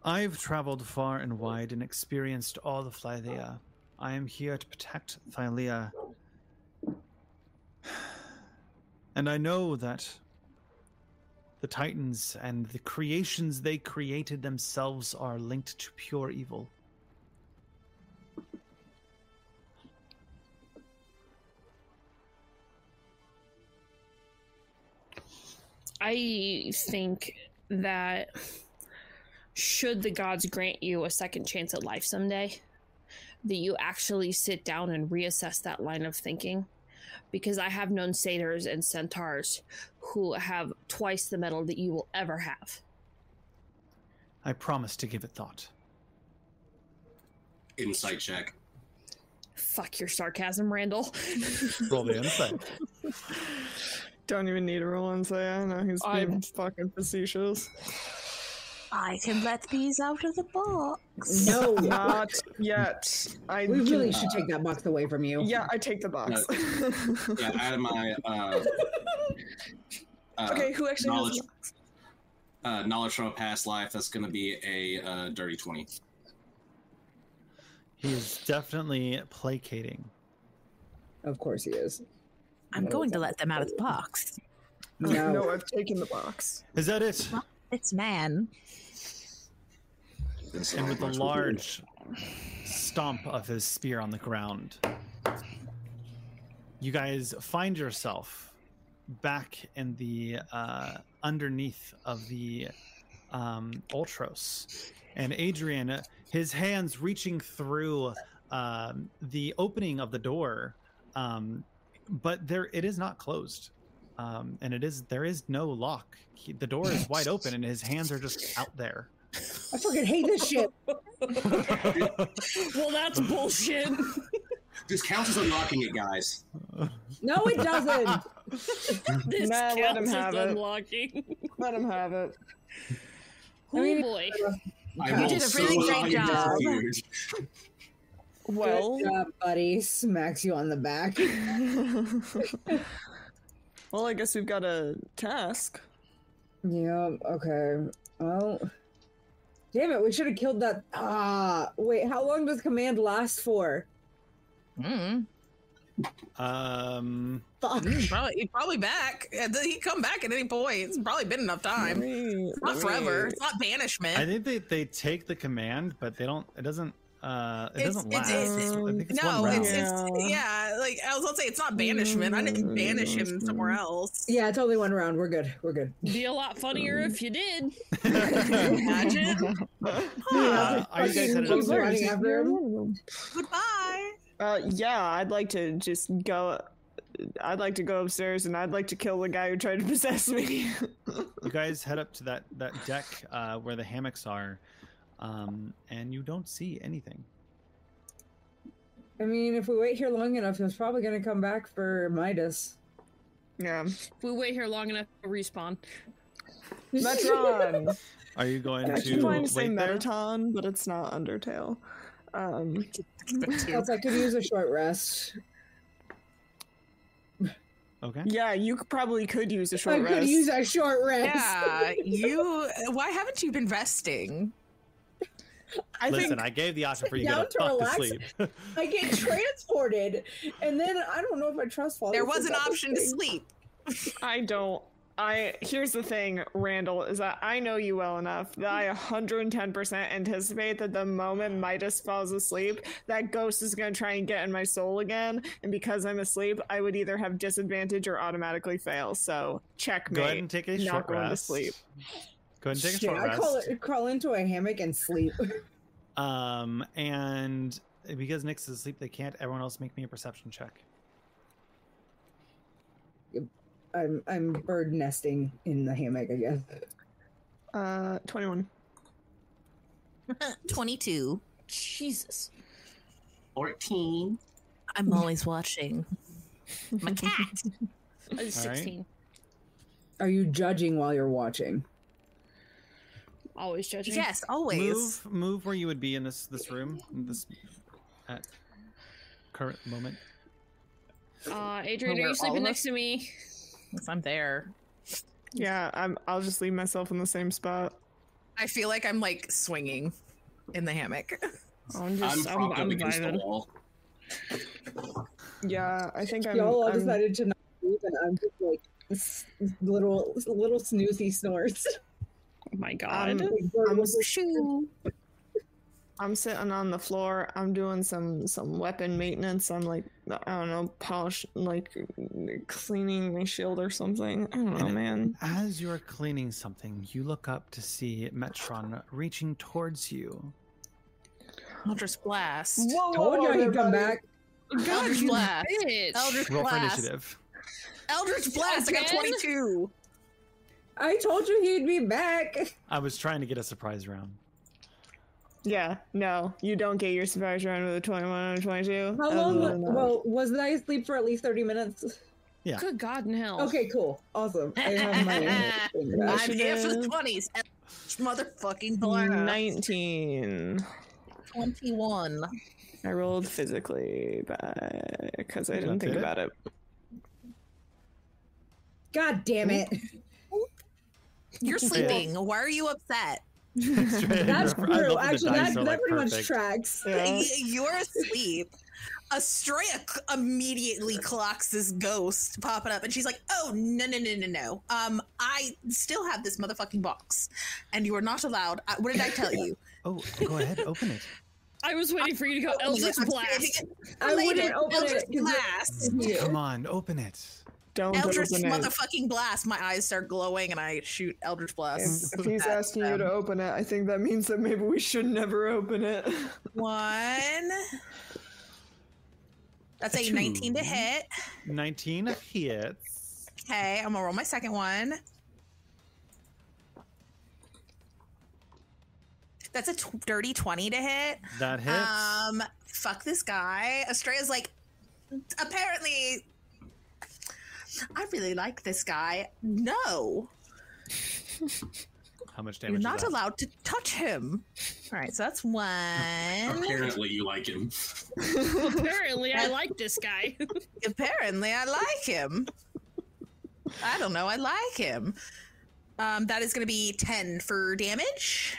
I've traveled far and wide and experienced all of Thylea. I am here to protect Thylea. [SIGHS] And I know that the Titans and the creations they created themselves are linked to pure evil.
I think that should the gods grant you a second chance at life someday, that you actually sit down and reassess that line of thinking because I have known satyrs and centaurs who have twice the metal that you will ever have.
I promise to give it thought.
Insight check.
Fuck your sarcasm, Randall. [LAUGHS]
Roll the insight.
[LAUGHS] Don't even need a roll on Saya. I know he's being
I'm-
fucking facetious.
I can let these out of the box.
[LAUGHS]
No.
not yet. I
We
can-
really should take that box away from you.
Yeah, I take the box. [LAUGHS]
yeah, out of my. Uh, uh,
okay, who actually has
knowledge,
the
uh, knowledge from a past life. That's going to be a uh, dirty twenty.
He is definitely placating.
Of course he is.
I'm going to let them out of the box.
No.
No, I've taken the box.
Is that it?
It's man.
And with a large stomp of his spear on the ground, you guys find yourself back in the uh, underneath of the um, Ultros. And Adrian, his hands reaching through um, the opening of the door, um, but there it is not closed. Um, and it is there is no lock. He, the door is wide open, and his hands are just out there.
I fucking hate this shit.
well, that's
[LAUGHS]
bullshit.
This counts as unlocking it, guys.
No, it doesn't.
This
Nah, let
counts
him
as
have it.
unlocking.
Let him have it.
Oh
mean-
boy.
I
You
rolled
did a really
well,
great
I'm
job.
confused.
[LAUGHS] Well,
Good job, buddy. Smacks you on the back.
[LAUGHS]
[LAUGHS]
well, I guess we've got a task.
Yeah, okay. Well, damn it, we should have killed that. Ah, wait, how long does command last for?
Mm.
Um,
Fuck.
Probably, he's probably back. Uh, th- He come back at any point. It's probably been enough time. It's
Oh,
not forever. It's not banishment.
I think they, they take the command, but they don't. It doesn't. Uh, it
It's-
doesn't last.
it's- it's-
I think it's one
no,
round. Mm-hmm.
it's, it's yeah. Like I was gonna say, it's not banishment. I didn't banish him somewhere else.
Yeah, it's only one round. We're good. We're good.
Be a lot funnier if you did.
[LAUGHS]
[LAUGHS]
Imagine.
Uh, are you guys headed
Keep
upstairs?
running after him.
Goodbye.
Uh, yeah, I'd like to just go. I'd like to go upstairs and I'd like to kill the guy who tried to possess me. [LAUGHS]
You guys head up to that that deck uh, where the hammocks are, um, and you don't see anything.
I mean, if we wait here long enough, he's probably gonna come back for Midas.
yeah,
If we wait here long enough to respawn.
Metron.
Are you going
[LAUGHS] I keep
to
wanting to say
wait there?
Metaton, but it's not Undertale. Um,
Else I could use a short rest.
Okay.
yeah, you c- probably could use a short
I
rest.
could use a short
[LAUGHS]
rest. [LAUGHS]
Yeah, you. Why haven't you been resting?
I
Listen,
think
I gave the option for you to
down
go
to
fuck to
relax.
sleep. [LAUGHS]
I get transported, and then I don't know if I trust Father.
There
for
was an
that
option to
thing.
sleep.
I don't. I here's the thing, Randall, is that I know you well enough that I 110% anticipate that the moment Midas falls asleep, that ghost is going to try and get in my soul again, and because I'm asleep, I would either have disadvantage or automatically fail. So checkmate.
Go ahead and take a
not
short
going to
rest.
sleep.
Go ahead and take a
Shit,
short
I call
rest.
it crawl into a hammock and sleep.
Um, and because Nick's asleep, they can't. Everyone else make me a perception check.
I'm I'm bird nesting in the hammock, I guess.
Uh, 21.
[LAUGHS] Twenty-two.
Jesus.
Fourteen.
[LAUGHS] I'm always watching. My
[LAUGHS]
cat.
I was
All right.
16.
Are you judging while you're watching?
Always judging.
Yes, always.
Move, move where you would be in this this room, in this at current moment.
Uh,
Well,
Adrian, are
we're
you
all
sleeping
of
next to me?
If I'm there,
Yeah, I'm, I'll just leave myself in the same spot.
I feel like I'm like swinging in the hammock.
I'm
I'm
just, I'm,
propped
I'm,
up against the
vibing.
wall.
Yeah, I think I'm.
Y'all all
I'm-
decided to not sleep, and I'm just like s- little little snoozy snorts.
Oh my god.
Um,
Like, bird
I'm
whistles.
Shoo.
I'm sitting on the floor. I'm doing some some weapon maintenance. I'm like I don't know, polish like cleaning my shield or something. I don't
[LAUGHS]
know, man.
As you are cleaning something, you look up to see Metron reaching towards you.
I'll just blast.
Whoa,
Told you I'd come back.
Eldritch
you
Blast.
bitch.
Eldritch
Roll for
Blast.
initiative.
Eldritch Blast. I got
Again?
22.
I told you he'd be back.
I was trying to get a surprise
[LAUGHS]
round. [LAUGHS]
Yeah, no, you don't get your surprise round with a 21 or 22.
How
Oh,
long?
no, no.
Well, wasn't I asleep for at least thirty minutes?
Yeah.
Good God in hell.
Okay, cool, awesome. I have my.
I'm here for the 20s. Eldritch Motherfucking Blast.
19.
21.
I rolled physically because I
You
didn't
don't
think
get it?
about it.
[LAUGHS] God damn [LAUGHS] it!
You're sleeping. Why are you upset?
That's
I love
true.
when the
Actually,
dice
that,
are,
that
like,
pretty much
perfect.
tracks.
Yeah.
Y- You're asleep. Astrea c- immediately clocks this ghost popping up, and she's like, "Oh no no no no no! Um, I still have this motherfucking box, and you are not allowed. I, what did I tell you?
Oh, go ahead, open
[LAUGHS]
it.
I was waiting for you [LAUGHS] to go Eldritch
I'm
Blast. [LAUGHS]
saving it
I
later.
wouldn't open
Eldritch
it 'cause
Blast.
Come on, open it.
Don't
Eldritch
open it.
motherfucking blast. My eyes start glowing, and I shoot Eldritch
If,
[LAUGHS] blast.
if he's
at
asking you to
them.
open it, I think that means that maybe we should never open it. [LAUGHS]
one. That's a
Two.
19 to hit.
19 hits.
Okay, I'm gonna roll my second one. That's a t- dirty 20 to hit.
That hits.
Um, fuck this guy. Estrella's like, apparently, I really like this guy. No,
How much
you're
damage?
not
is that?
allowed to touch him. All right, so that's one.
Apparently, you like him.
Apparently, I like this [LAUGHS] guy.
apparently, I like him. I don't know, I like him. Um, that is going to be 10 for damage.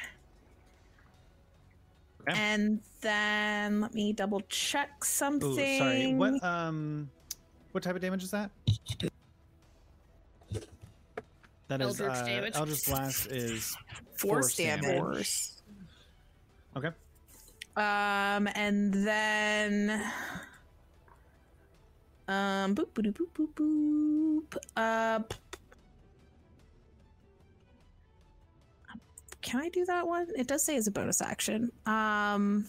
Okay.
And then let me double check something.
Ooh, sorry. What um, what type of damage is that? That is
Eldritch
uh,
damage.
Eldritch blast is Force
Force,
damage.
damage.
okay.
Um, and then um, boop boop boop boop
[LAUGHS]
boop. Uh, p- can I do that one? It does say it's a bonus action. Um.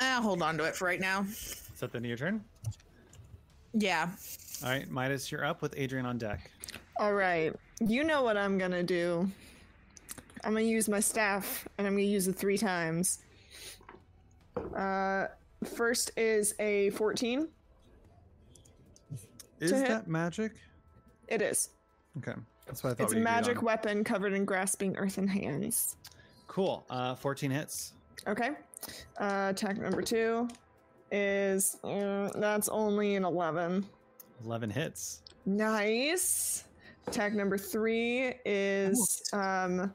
I'll hold on to it for right now.
Is that the end of your turn?
Yeah.
All right, Midas, you're up with Adrian on deck.
All right. You know what I'm going to do. I'm going to use my staff and I'm going to use it three times. Uh, first is a 14.
Is
hit.
that magic?
It is.
Okay, that's what I thought.
It's a
we agreed
magic
on.
weapon covered in grasping earthen hands.
Cool. Uh, 14 hits.
Okay. Uh, attack number two is uh, that's only an 11.
11 hits. [LAUGHS]
Nice. Attack number three is um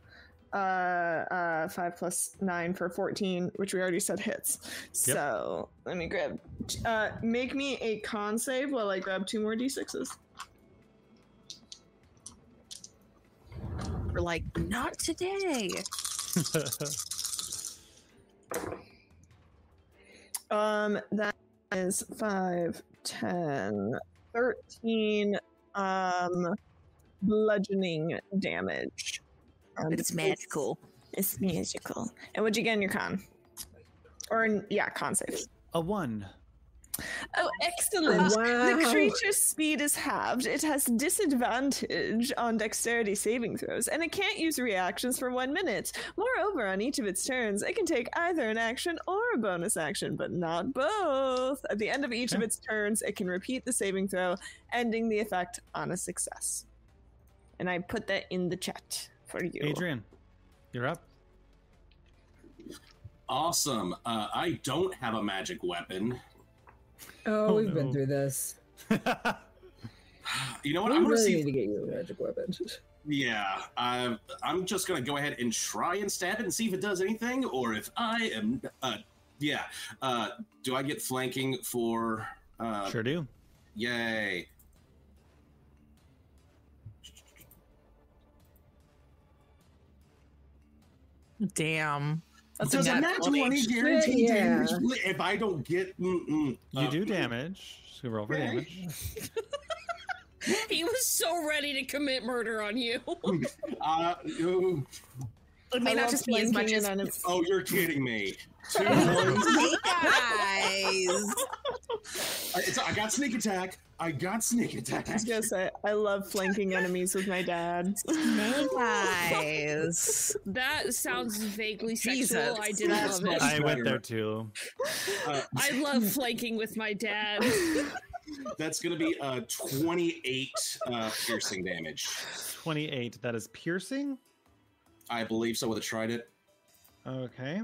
uh uh five plus nine for fourteen, which we already said hits. So let me grab uh make me a con save while I grab two more D sixes.
We're like, not today.
Um that is five, ten, thirteen um bludgeoning damage. Um,
But it's magical.
It's magical. And what'd you get in your con? Or in, yeah, con save.
A one.
Oh, excellent. The creature's speed is halved. It has disadvantage on dexterity saving throws, and it can't use reactions for one minute. Moreover, on each of its turns, it can take either an action or a bonus action, but not both. At the end of each of
Okay.
its turns, it can repeat the saving throw, ending the effect on a success. And I put that in the chat for you.
Adrian, you're up. [LAUGHS]
Awesome. Uh, I don't have a magic weapon. [SIGHS]
Oh,
Oh,
we've
no.
been through this.
You know
We
what? I'm gonna
really
see.
need to get you a magic weapon.
[LAUGHS]
Yeah, i I'm just gonna go ahead and try and stab it and see if it does anything, or if I am. Uh, yeah. Uh, do I get flanking for? Uh,
Sure do.
Yay.
Damn. That's a
does a
nat
nat
20.
twenty guarantee
Yeah.
damage? If I don't get, mm-mm.
You
Uh,
do damage. So roll for
okay.
damage.
he was so ready to commit murder on you.
Uh, ooh.
It may
I
not
love
just be as
flanking
much
and
as
I'm-
Oh, you're kidding me.
[LAUGHS]
Two
Hey,
ones.
guys.
I, it's- I got sneak attack. I got sneak attack.
I was gonna say I love flanking enemies with
[LAUGHS]
my dad.
Hey guys.
That sounds vaguely
Jesus.
sexual. I didn't
That's
love
much-
it.
I went there too.
Uh,
I love flanking with my dad.
that's going to be uh, 28 uh, piercing damage.
28. That is piercing.
I believe so with a trident.
Okay.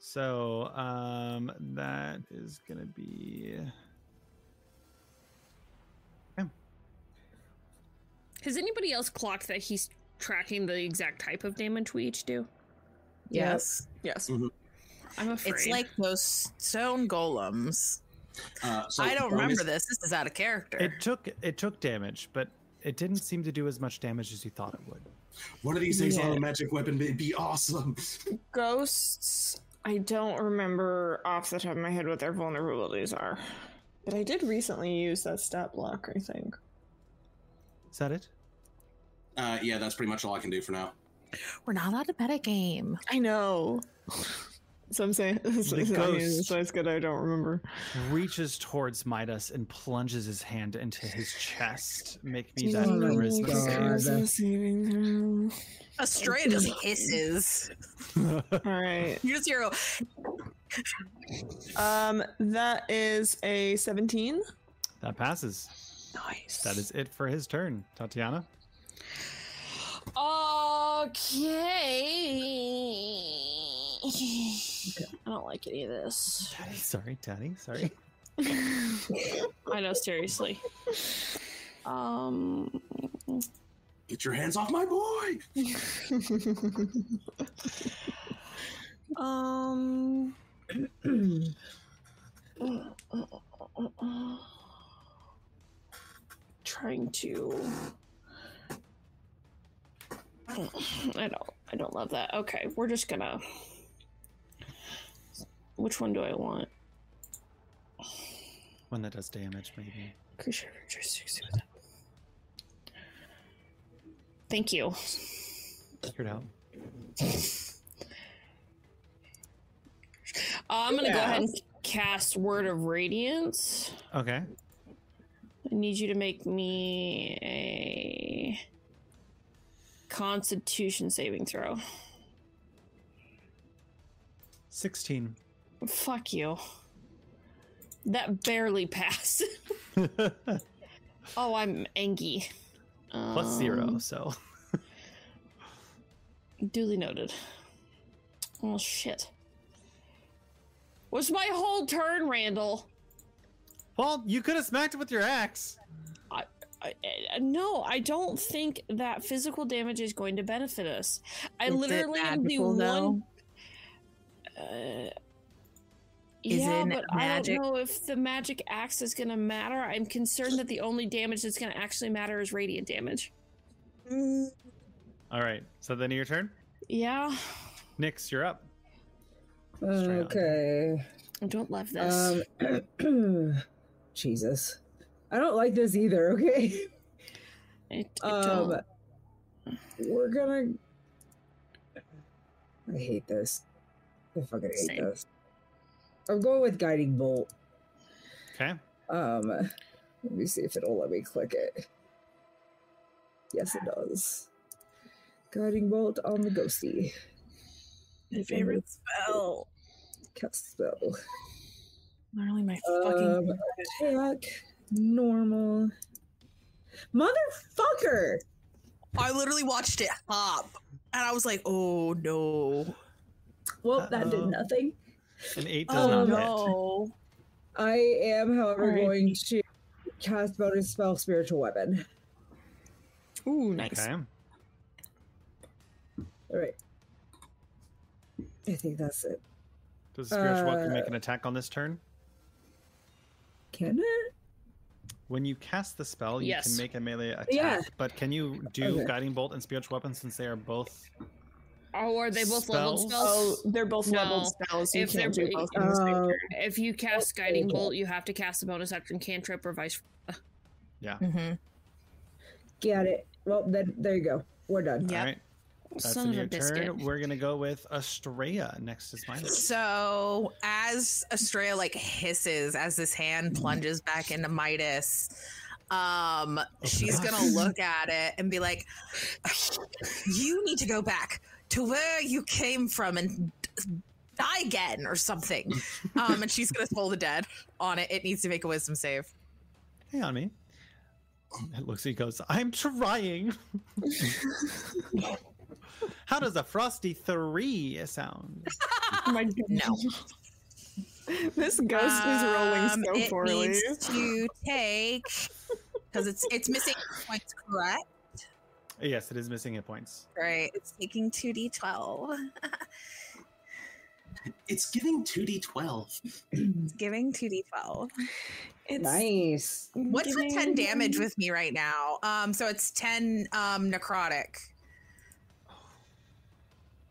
So um that is gonna be
Has anybody else clocked that he's tracking the exact type of damage we each do?
Yes.
Yes.
I'm afraid.
It's like those stone golems.
Uh, so
I don't
bonus-
remember this. This is out of character.
it took it took damage, but it didn't seem to do as much damage as you thought it would.
One of these days, I'll have a magic weapon. It'd be awesome. [LAUGHS]
Ghosts. I don't remember off the top of my head what their vulnerabilities are, but I did recently use that stat block. I think.
Is that it?
Uh, yeah, that's pretty much all I can do for now.
We're not allowed to bet a game.
I know. [LAUGHS] So I'm saying. [LAUGHS]
The
So, I mean,
ghost.
so it's good. I don't remember.
Reaches towards Midas and plunges his hand into his chest. Make me
Do
that
you wanna
charisma
make a
save.
charisma saving throw?
[LAUGHS]
Astrea just hisses.
All right.
You just hear a
Um, that is a 17.
That passes.
nice.
That is it for his turn. Tatiana.
Okay. I don't like any of this.
Daddy, sorry, Daddy, sorry.
[LAUGHS] I know, seriously. Um,
Get your hands off my boy!
um. [CLEARS THROAT] trying to. I don't. I don't. I don't love that. Okay, we're just gonna. Which one do I want?
One that does damage, maybe.
Creature characteristics. Thank you.
Figured out.
Uh, I'm gonna go ahead and cast Word of Radiance.
Okay.
I need you to make me a Constitution saving throw.
Sixteen. [LAUGHS]
Fuck you. That barely passed. [LAUGHS]
Plus
oh, I'm Angie.
zero, so
Duly noted. Oh shit. Was my whole turn, Randall?
Well, you could have smacked it with your axe.
I, I, no, I don't think that physical damage is going to benefit us. I
Is it
literally am the
magical,
one.
though?
Uh,
Is
yeah,
it
but I
magic?
don't know if the magic axe is going to matter. I'm concerned that the only damage that's going to actually matter is radiant damage.
Mm.
All right. So then your turn.
Yeah,
Nix, you're up. Straight on.
Okay.
I don't love this.
Um, [CLEARS THROAT] Jesus. I don't like this either, [LAUGHS] okay?
I, I
Um,
don't.
we're gonna. I hate this. I fucking hate
Same.
this. I'm going with Guiding Bolt.
Okay.
Um, let me see if it'll let me click it. Yes, it does. Guiding bolt on the ghosty.
my favorite spell.
Cast spell.
Literally my
Um,
fucking.
attack. Normal. Motherfucker!
I literally watched it hop, and I was like, "Oh no!"
Well, that
Uh-oh.
did nothing.
An eight does
Oh,
not hit.
no!
I am, however,
Alright.
going to cast bonus spell spiritual weapon.
Ooh, nice.
Okay.
All right. I think that's it.
Does the spiritual weapon
Uh,
make an attack on this turn?
Can it?
When you cast the spell, you
Yes.
can make a melee attack.
Yeah.
But can you do
Okay.
guiding bolt and spiritual weapon since they are both?
Oh, are they both leveled
Spells?
Oh,
spells?
they're both leveled
No.
spells. You
If
can't
they're-
do both in the same
Uh,
turn.
If you cast
Oh.
Guiding Bolt, you have to cast a bonus action cantrip or vice.
Mm-hmm.
Got it. Well, then there you go. We're done.
Yep.
All right. That's
Son
in
of a
your
biscuit.
turn. We're gonna go with Astrea next is mine.
So Oh, as Astrea like hisses as this hand plunges back into Midas, um, she's gonna look at it and be like, "You need to go back to where you came from and die again or something." Um, and she's gonna pull the dead on it. It needs to make a wisdom save.
Hey on me. It looks he goes, I'm trying. How does a frosty three sound?
My
no.
[LAUGHS] This ghost is rolling
Um,
so
it [LAUGHS]
poorly.
needs to take because it's it's missing points, correct?
Yes, it is missing hit points.
Right. It's taking two d twelve.
It's giving 2d12.
It's giving 2d12. It's
Nice.
What's the 10
Giving-
damage with me right now? Um so it's 10 um necrotic.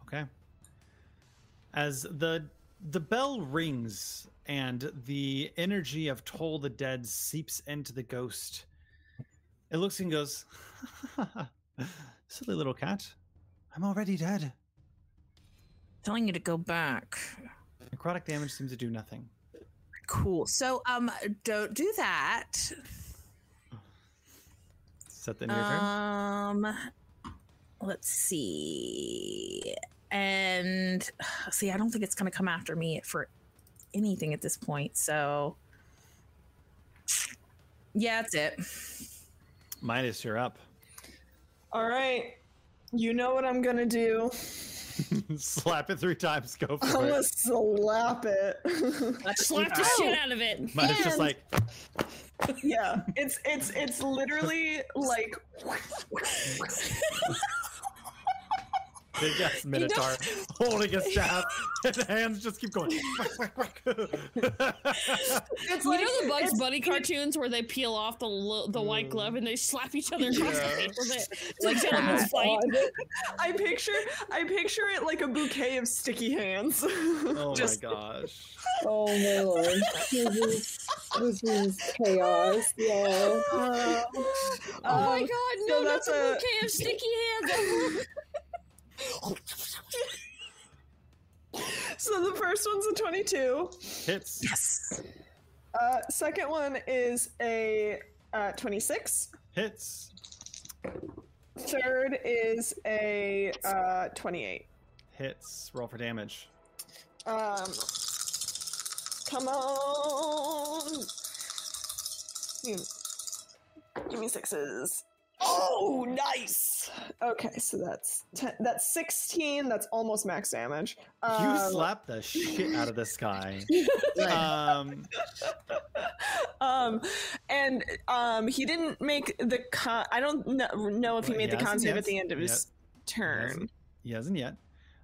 Okay. As the the bell rings and the energy of Toll the Dead seeps into the ghost, it looks and goes, [LAUGHS] "Silly little cat, I'm already dead."
Telling you to go back.
Necrotic damage seems to do nothing.
Cool. So um don't do that.
Is that the end of your
Uh,
turn?
Um let's see. And [SIGHS] see, I don't think it's gonna come after me for anything at this point, so yeah, that's it.
Midas, you're up.
All right. You know what I'm gonna do.
[LAUGHS] Slap it three times. Go
I'm
for
gonna
it.
slap
[LAUGHS]
it.
Slap the shit out of it.
Midas just
And-
like
yeah, it's it's it's literally like
big ass
[LAUGHS]
minotaur holding a staff, and the hands just keep going.
it's
you
like
know the Bugs
it's-
Bunny cartoons where they peel off the lo- the white glove and they slap each other across the face with it.
[LAUGHS]
It's like
Yeah.
a little fight.
I picture I picture it like a bouquet of sticky hands.
[LAUGHS]
[LAUGHS]
Oh
Just
my gosh.
Oh my lord. This is, this is chaos. Yeah.
[LAUGHS] uh,
Oh
um,
my god,
so
no, that's,
that's
a
a-
bouquet of sticky hands.
[LAUGHS] so the first one's a 22.
Hits.
Yes.
Uh, second one is a uh, 26.
Hits.
Third is a uh, 28.
Hits. Roll for damage.
Um, come on. You- Hmm. Give me sixes. Oh, nice. Okay, so that's ten, that's 16. That's almost max damage. Um,
Uh,
you slap the shit out of this
[LAUGHS]
guy. um,
um and um he didn't make the con i don't kno- know if he
Well,
made
he
the con
hasn't
save
yet.
at the end of his turn
he hasn't yet.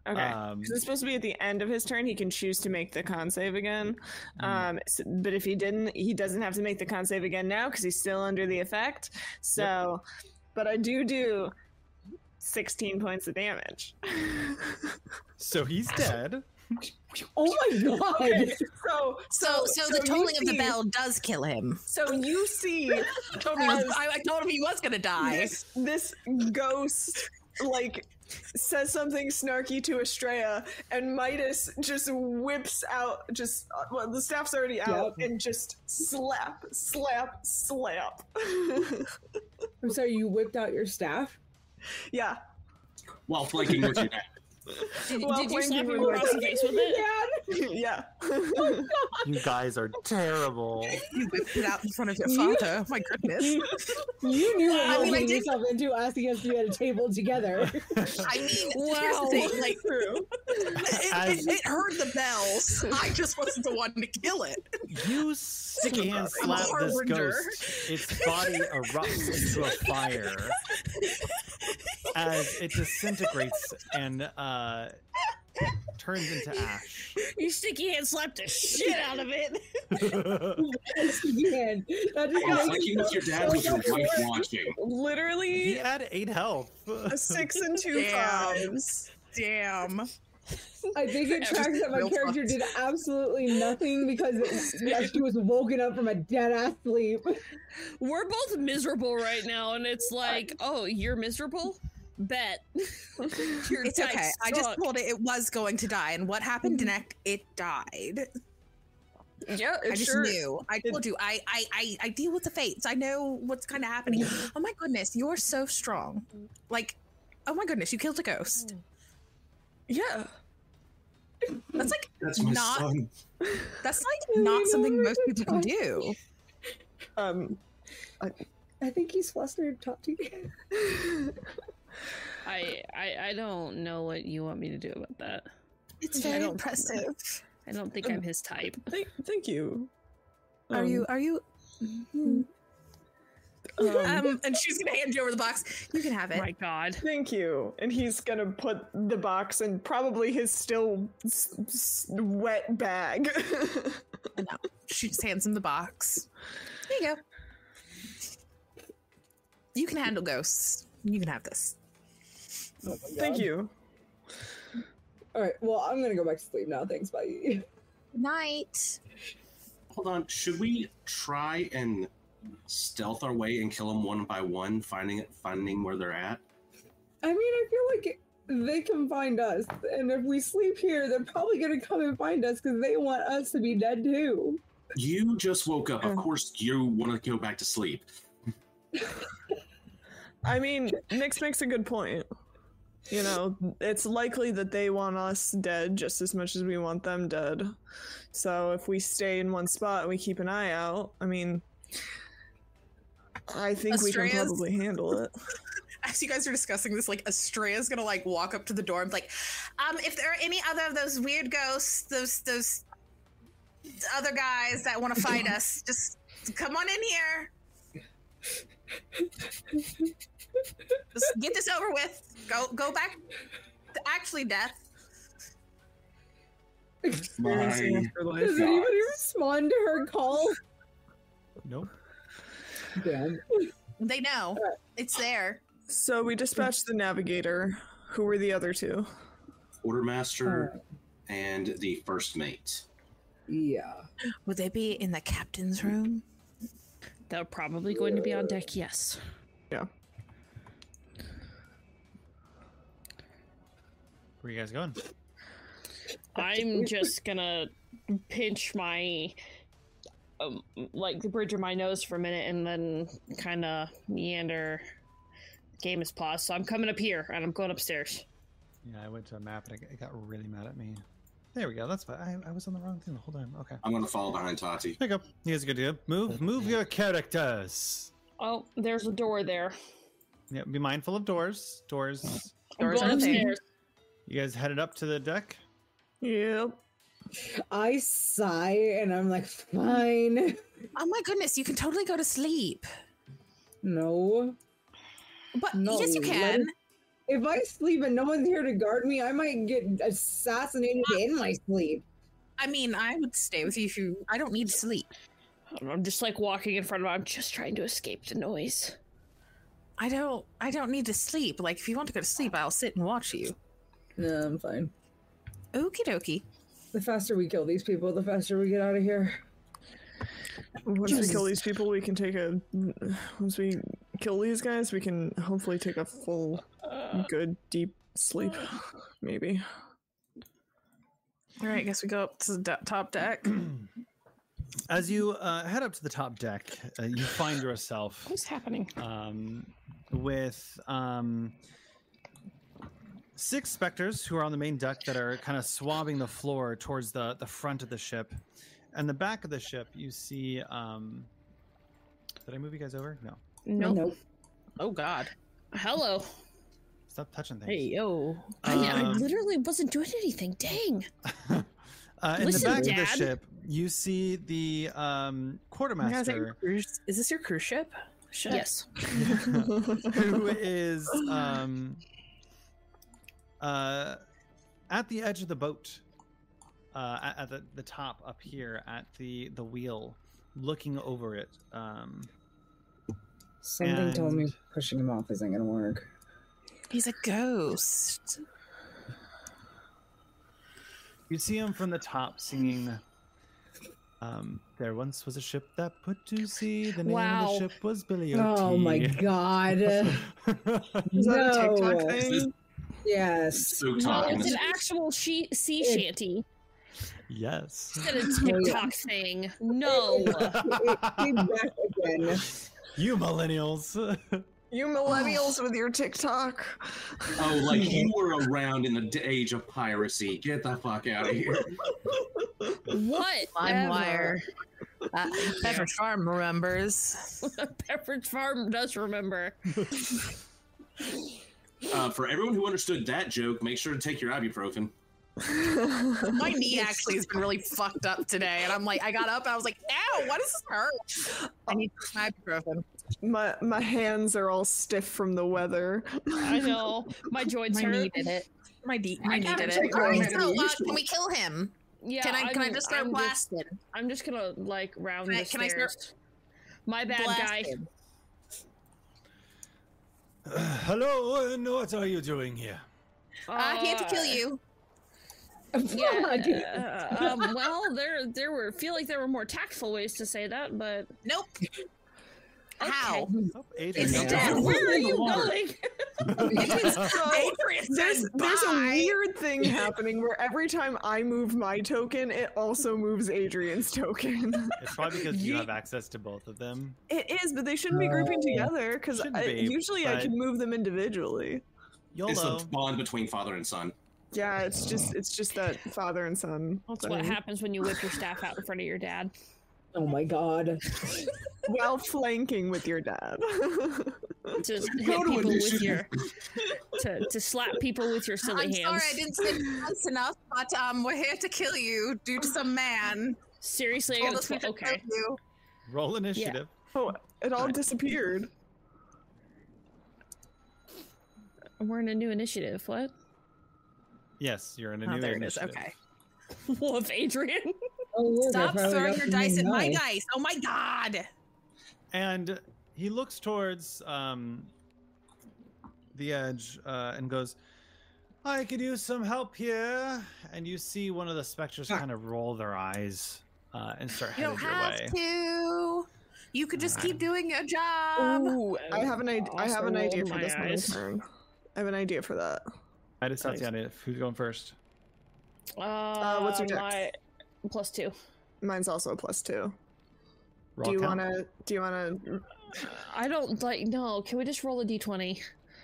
okay
Um,
'Cause it's supposed to be at the end of his turn he can choose to make the con save again
Mm.
um s- but if he didn't he doesn't have to make the con save again now because he's still under the effect so but i do do 16 points of damage
So he's dead.
Oh
[LAUGHS]
my god.
okay so
So, Oh, so, the
you
tolling of the
see-
bell does kill him.
so
[LAUGHS]
you see
I, was-
because-
I- I told him he was gonna die.
this, this ghost like says something snarky to Estrella, and Midas just whips out just uh, well the staff's already out and just slap, slap, slap. [LAUGHS]
I'm sorry, you whipped out your staff?
yeah. [LAUGHS]
[LAUGHS] While flanking with your dad.
Did,
Well,
did you
when
slap
you
him
were-
across the face with it?
yeah.
You guys are terrible.
You whipped [LAUGHS] it out in front of your father. Oh my goodness. [LAUGHS]
You, you knew what
I
you were
mean, I
getting
did-
yourself into asking us to be at a
[LAUGHS]
table together. [LAUGHS]
I mean, here's
Wow.
the thing. Like, it,
As-
it, it heard the bells. I just wasn't the one to kill it.
You sticky hand
I'm a
slap this
harbinger.
ghost. Its body erupts into a fire as it disintegrates and uh, turns into ash.
You sticky hand slapped the shit out of it.
Man,
While
that just makes
flanking with your dad with your wife watching.
he
Literally
had eight health.
a six and [LAUGHS] two
Damn.
fives.
Damn.
I
[LAUGHS]
think it
Just
tracks that my
real
character
fucked.
did absolutely nothing because
[LAUGHS]
it, that she was woken up from a dead ass sleep. [LAUGHS]
We're both miserable right now, and it's like, oh, you're miserable? Bet. [LAUGHS] Your
it's
dice
okay. I just
suck.
told it it was going to die, and what happened next? It died.
Yeah, it
I just
sure-
knew. I told you. I, I I I deal with the fates. I know what's kind of happening. Oh my goodness, you're so strong. Like, oh my goodness, you killed a ghost.
Yeah,
that's like
That's my
not.
son.
That's like not something most people can do.
Um,
I, I think he's flustered, Tati.
I, I I don't know what you want me to do about that.
It's
I
very
don't-
impressive.
I don't think I'm his type.
Thank, thank you.
Are you? Are you?
Um,
Um, and she's gonna hand you over the box. You can have it.
Oh My God.
Thank you. And he's gonna put the box in probably his still s- s- wet bag. [LAUGHS]
She just hands him the box. There you go. You can handle ghosts. You can have this.
Thank you.
[LAUGHS] All right. Well, I'm gonna go back to sleep now. Thanks, bye.
Night.
Hold on. Should we try and stealth our way and kill them one by one, finding finding where they're at?
I mean, I feel like they can find us, and if we sleep here, they're probably gonna come and find us because they want us to be dead too.
You just woke up. Of course, you want to go back to sleep.
I mean, Nix makes a good point. You know, it's likely that they want us dead just as much as we want them dead. So if we stay in one spot and we keep an eye out, I mean, I think we can
Astraeus?
probably handle it.
As you guys are discussing this, like Astrea's gonna like walk up to the door and be like, um, if there are any other of those weird ghosts, those those other guys that want to [LAUGHS] fight us, just come on in here. Just get this over with. Go go back to actually death.
My
Does anybody respond to her call?
Nope.
Damn.
They know. It's there.
So we dispatched the navigator. Who were the other two?
quartermaster and the first mate.
Yeah.
Would they be in the captain's room?
They're probably going to be on deck, yes.
Yeah.
Where you guys going?
I'm just gonna pinch my um, like the bridge of my nose for a minute and then kind of meander. Game is paused, so I'm coming up here and I'm going upstairs.
Yeah, I went to a map and it got- it got really mad at me. There we go. That's what I, I was on the wrong thing the whole time. Okay.
I'm gonna follow behind Tati.
There you go. You guys are good to go. Move, move your characters.
Oh, there's a door there.
Yeah, be mindful of doors. Doors.
I'm going upstairs.
You guys headed up to the deck.
Yep.
I sigh and I'm like, fine. [LAUGHS]
Oh my goodness, you can totally go to sleep.
No.
But
No,
yes, you
let
can.
it- If I sleep and no one's here to guard me, I might get assassinated
Ah.
in my sleep.
I mean, I would stay with you if you. I don't need sleep.
I'm just like walking in front of. I'm just trying to escape the noise.
I don't. I don't need to sleep. Like, if you want to go to sleep, I'll sit and watch you.
No, I'm fine.
Okie dokie.
The faster we kill these people, the faster we get out of here.
Once we kill these people, we can take a. Once we kill these guys, we can hopefully take a full, good, deep sleep. Maybe.
All right, I guess we go up to the do- top deck.
As you uh, head up to the top deck, uh, you find yourself
What's happening?
um, with um, six specters who are on the main deck that are kind of swabbing the floor towards the, the front of the ship. And the back of the ship, you see. Um, did I move you guys over? No.
No.
Nope.
Oh God.
Hello.
Stop touching things.
Hey yo. I,
Uh,
I
Um,
literally wasn't doing anything. Dang.
[LAUGHS] Uh, in
Listen,
the back of the
Dad.
ship, you see the um,
Now, is, that your
quartermaster,
cruise- is this your cruise ship? Shit.
Yes.
[LAUGHS]
[LAUGHS]
who is um, uh, at the edge of the boat, uh, at, at the, the top up here at the the wheel, looking over it. Um,
Something told
And-
me pushing him off isn't gonna work.
He's a ghost.
you see him from the top singing, Um, there once was a ship that put to sea. The name
Wow.
of the ship was Billy O'Tee.
Oh
[LAUGHS]
my god.
Is that a
no.
TikTok thing?
Yes.
So
No,
time.
it's an actual she- sea shanty
Yes.
instead of TikTok thing.
[LAUGHS]
No.
Be back again. [LAUGHS]
You millennials.
[LAUGHS]
[SIGHS]
You millennials with your TikTok. [LAUGHS]
Oh, like you were around in the d- age of piracy. Get the fuck out of here.
What?
LimeWire. Uh,
[LAUGHS]
Pepperidge Farm remembers.
Pepperidge Farm does remember.
Uh, for everyone who understood that joke, make sure to take your ibuprofen.
My knee actually has been really fucked up today, and I'm like, I got up and I was like, ow, why does this hurt? I need some ibuprofen.
My my hands are all stiff from the weather. [LAUGHS]
I know. My joints
My
hurt.
knee did it. My, knee. my knee gotta did
check
it.
on
All right,
it.
so uh, can we kill him?
Yeah,
can I? Can I
I'm-
just start
I'm
blasting?
I'm just gonna like round
Can I-
the
can I start-
stairs. My bad,
Blast
guy.
him.
Hello, and what are you doing here?
Uh, he had to
[LAUGHS]
kill you. Oh
Yeah. uh, um, well, there, there were feel like there were more tactful ways to say that, but
Nope. How?
Oh, Adrian.
It's dead.
where are you going?
Adrian
There's
says
there's a
bye.
weird
[LAUGHS]
thing happening where every time I move my token, it also moves Adrian's token. [LAUGHS]
It's probably because you have access to both of them.
It is, but they shouldn't be grouping together because
Oh, Shouldn't be,
usually I
but-
can move them individually.
It's
YOLO.
the bond between father and son.
Yeah, it's just it's just that father and son.
That's what
thing.
happens when you whip your staff out in front of your dad.
Oh my god.
While flanking with your dad. [LAUGHS]
Go
To hit
to
people with
initiative.
your, to, to slap people with your silly
I'm
hands.
sorry, I didn't say [LAUGHS] it fast enough, but um, we're here to kill you due to some man.
Seriously, I
Told
got
us we could
okay.
kill you.
Roll initiative.
oh, it all disappeared.
We're in a new initiative. What? [LAUGHS]
Yes, you're in a
Oh,
new
there it is.
initiative.
Okay.
Wolf
[LAUGHS]
Adrian.
Oh, look, I
Stop
finally
throwing
got
your dice at
something
my
nice.
dice. Oh my god.
And he looks towards um, the edge uh, and goes, I could use some help here. And you see one of the specters kind of roll their eyes uh, and start
You
headed
don't
your
have
way.
to. You could just keep
Alright.
doing your job.
Ooh, I have an idea. I have an
Um, also
idea
rolled
for
my
this one.
eyes.
turn. I have an idea for that.
I just thought Tatiana, who's going first?
Uh,
what's your dex?
my- plus two.
Mine's also a plus two.
Roll
do you
count.
wanna? Do you wanna?
I don't like. No, can we just roll a d twenty?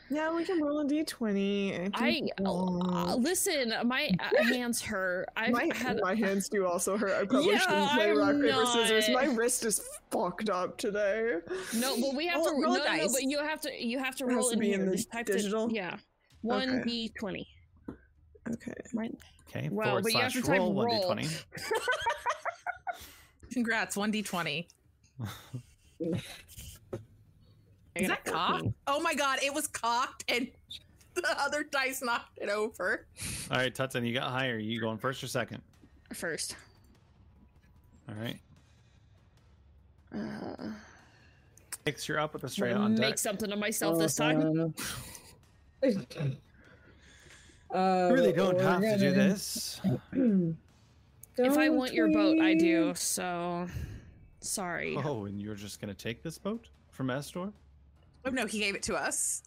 Yeah, we can roll a d twenty.
I uh, listen. My uh, hands hurt. I've
my,
had.
my hands do also hurt. I probably
Yeah,
shouldn't play
I'm
rock paper scissors.
not-
My wrist is fucked up today.
No, but we have
Roll-
to.
roll
no, no, no,
dice.
but you have to. You have to
It has
roll
to
in
be in
here.
the
Just type
digital?
It, yeah, one
Okay.
d twenty.
Okay.
Right.
Okay,
Wow,
forward
but you have
slash
to type
roll
roll.
1d20.
Congrats, 1d20. Is that cocked? Oh my god, it was cocked and [LAUGHS] the other dice knocked it over.
All right, Tutson, you got higher. You going first or second?
First.
All right.
Uh,
Six, you're up with Estrella on deck.
make something of myself this time. [LAUGHS]
Uh,
You really don't
we're
have to do
gonna- [CLEARS THROAT]
this.
If I
Don't
want your boat, I
we?
do. So, sorry.
Oh, and you're just gonna take this boat from Astor?
Oh no, he gave it to us.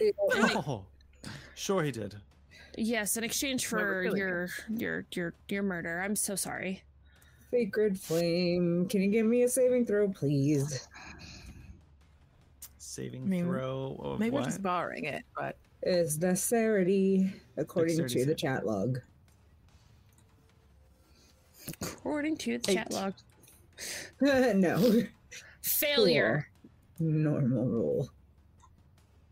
[LAUGHS]
Oh, sure he did.
Yes, in exchange for
really.
your your your your murder. I'm so sorry.
Sacred flame. Can you give me a saving throw, please?
Saving
Maybe-
throw. Of
maybe
what?
just borrowing it, but
It's necessity, according
Dexterity
to
save.
the chat log. [LAUGHS]
According to the chat
Eight.
log,
no,
failure.
normal roll.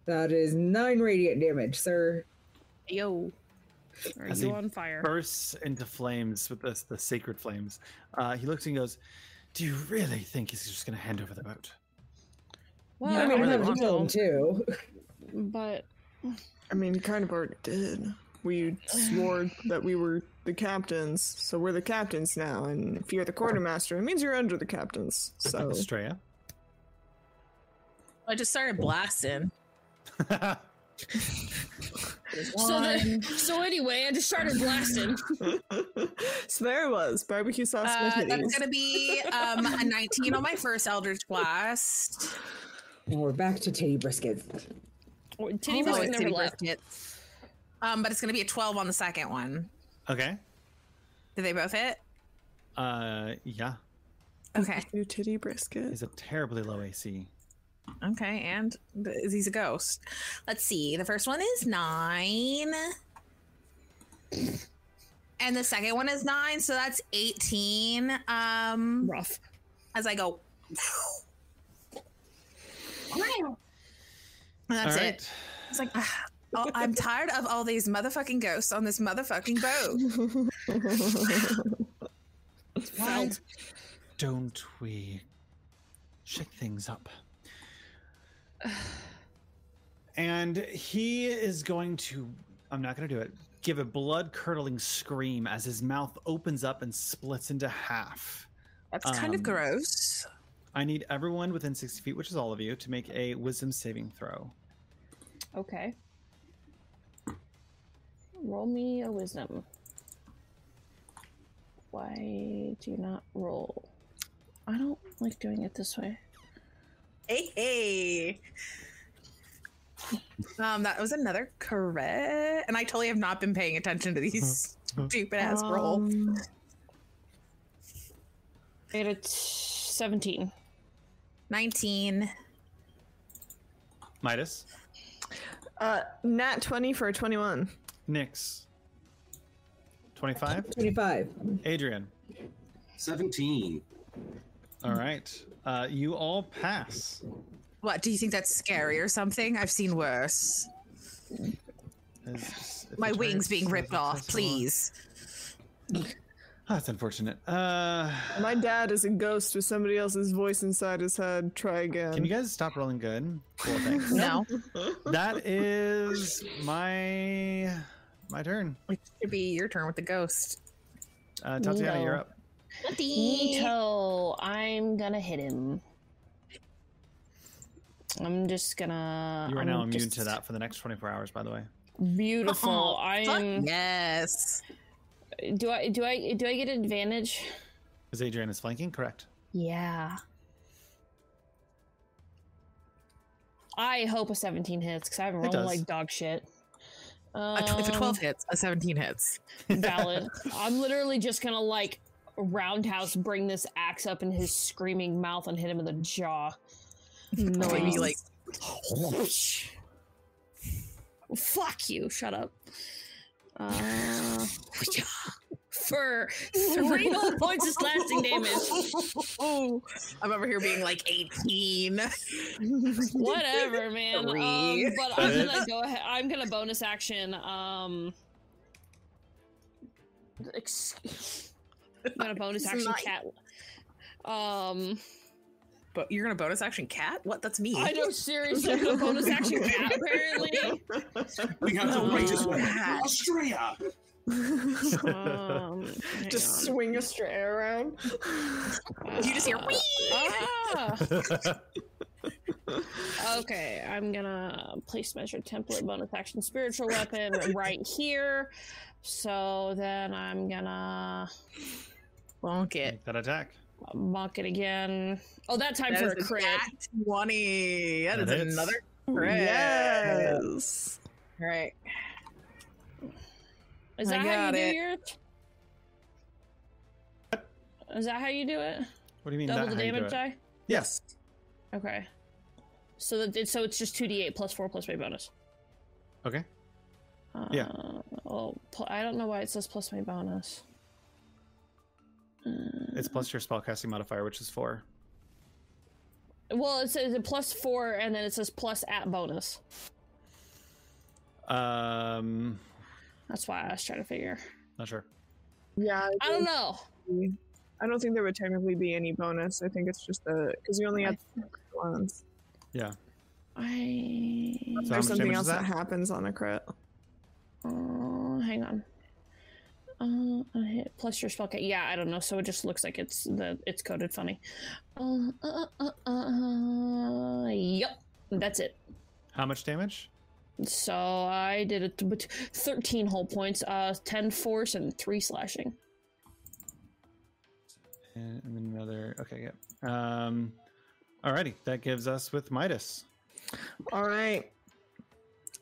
That is nine radiant damage, sir.
Yo, are
As
you
a
on fire?
bursts into flames with this, the sacred flames. Uh, he looks and goes, "Do you really think he's just gonna hand over the boat?"
Well,
I mean,
I
I
don't
have healing
know,
too.
but
I mean, kind of already did. We swore that we were the captains, so we're the captains now. And if you're the quartermaster, it means you're under the captains. So
Estrella.
I just started blasting.
So, the, [LAUGHS] so anyway, I just started blasting.
so there it was barbecue sauce
Uh,
with
that's
minis.
gonna be um, a 19 on my first Eldritch Blast.
And we're back to titty brisket.
Or Titty
Oh,
brisket
it's
never
titty
left.
briskets. Um, but it's gonna be a 12 on the second one.
[LAUGHS] Okay.
Do they both hit?
Uh, yeah.
Okay.
New titty brisket.
He's a terribly low AC.
Okay, and th- he's a ghost. Let's see. The first one is nine. And the second one is nine, so that's 18. Um
Rough.
as I go. And that's
All
it. It's like ah, oh, I'm tired of all these motherfucking ghosts on this motherfucking boat.
Why don't we shake things up? [SIGHS] And he is going to, I'm not going to do it, give a blood curdling scream as his mouth opens up and splits into half.
That's kind
Um,
of gross.
I need everyone within 60 feet, which is all of you, to make a wisdom saving throw.
Okay. Roll me a wisdom. Why do you not roll? I don't like doing it this way.
Hey, hey. Um, that was another correct, and I totally have not been paying attention
[LAUGHS]
to these stupid ass rolls.
Um, I had a t- 17.
Nineteen.
Midas,
Uh, nat 20 for a 21.
Nyx, 25,
25.
Adrian.
17.
All right. Uh, you all pass.
What do you think that's scary or something? I've seen worse.
As- if
My
the
wings
target
being
is
ripped off,
accessible-
please.
Oh, that's unfortunate. Uh,
[SIGHS] My dad is a ghost with somebody else's voice inside his head. Try again. [LAUGHS]
can you guys stop rolling good? Cool, thanks.
No,
that is my my turn.
it should be your turn with the ghost.
Uh, Tatiana,
No.
you're up.
Nito, I'm gonna hit him. I'm just gonna.
You are
I'm
now immune to
just-
that for the next 24 hours, by the way.
Beautiful.
Oh,
I
Fuck
am.
yes.
Do I do I do I get advantage?
Because Adrian is flanking, correct?
Yeah. I hope a 17 hits because I'm rolling
does.
like dog shit.
A tw- if a
Um,
twelve hits, a seventeen hits.
valid. I'm literally just gonna like roundhouse bring this axe up in his screaming mouth and hit him in the jaw.
No,
Um,
maybe like
Fuck you. Shut up. Uh, [LAUGHS] for three whole points of slashing damage.
Oh, I'm over here being like eighteen. [LAUGHS]
Whatever, man.
Three.
Um, but I'm gonna go ahead. I'm gonna bonus action. Um, ex- I'm gonna bonus action
Smite.
cat. Um,
But you're gonna bonus action cat? What? That's me. [LAUGHS]
I know seriously, I'm gonna bonus action cat. Apparently.
We have the righteous way.
God.
Austria.
Um, hang
just
on.
swing a stray [LAUGHS] around?
You just hear
Uh,
wee.
ah! okay, I'm gonna place measure template bonus action spiritual weapon right here. So then I'm gonna
Bonk it.
Make that attack.
mock it again. Oh, that time
That
for
is
a crit.
nat 20. that
That
is
hits.
another crit. Yes. All right.
Is
I
that how you
got it.
do your? Is that how you do it?
What do you mean?
Double
that
the
how you do
damage
it?
die.
Yes.
Okay. So that it, so it's just two d8 plus four plus my bonus.
Okay.
Uh,
Yeah.
Oh, pl- I don't know why it says plus my bonus. Uh,
It's plus your spellcasting modifier, which is four.
well, it says a plus four, and then it says plus at bonus.
Um,
That's why I was trying to figure.
not sure.
Yeah.
I
Um,
don't know.
I don't think there would technically be any bonus. I think it's just the because you only have ones.
So
I
how much
There's something
damage
else
is
that?
that?
happens on a crit.
uh, hang on. Uh, I hit plus your spell ca- Yeah, I don't know. So it just looks like it's the it's coded funny. Uh, uh, uh, uh, uh, yep, that's it.
How much damage?
So I did a th- but 13 whole points, uh, 10 force, and 3 slashing.
And and then another. Okay, yeah. Um, alrighty, that gives us with Midas.
All right.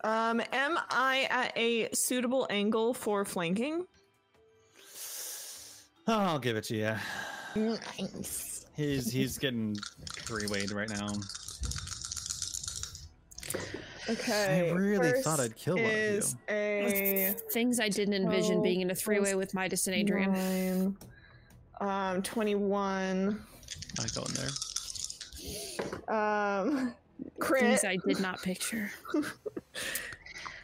Um, am I at a suitable angle for flanking?
I'll give it to you. He's he's getting three weighed right now.
Okay.
I really
first
thought I'd kill one of you.
is a
Things I didn't envision
Oh,
being in a three way with Midas and Adrian.
nine, um, twenty-one.
I go in there.
Um, crit.
Things I did not picture.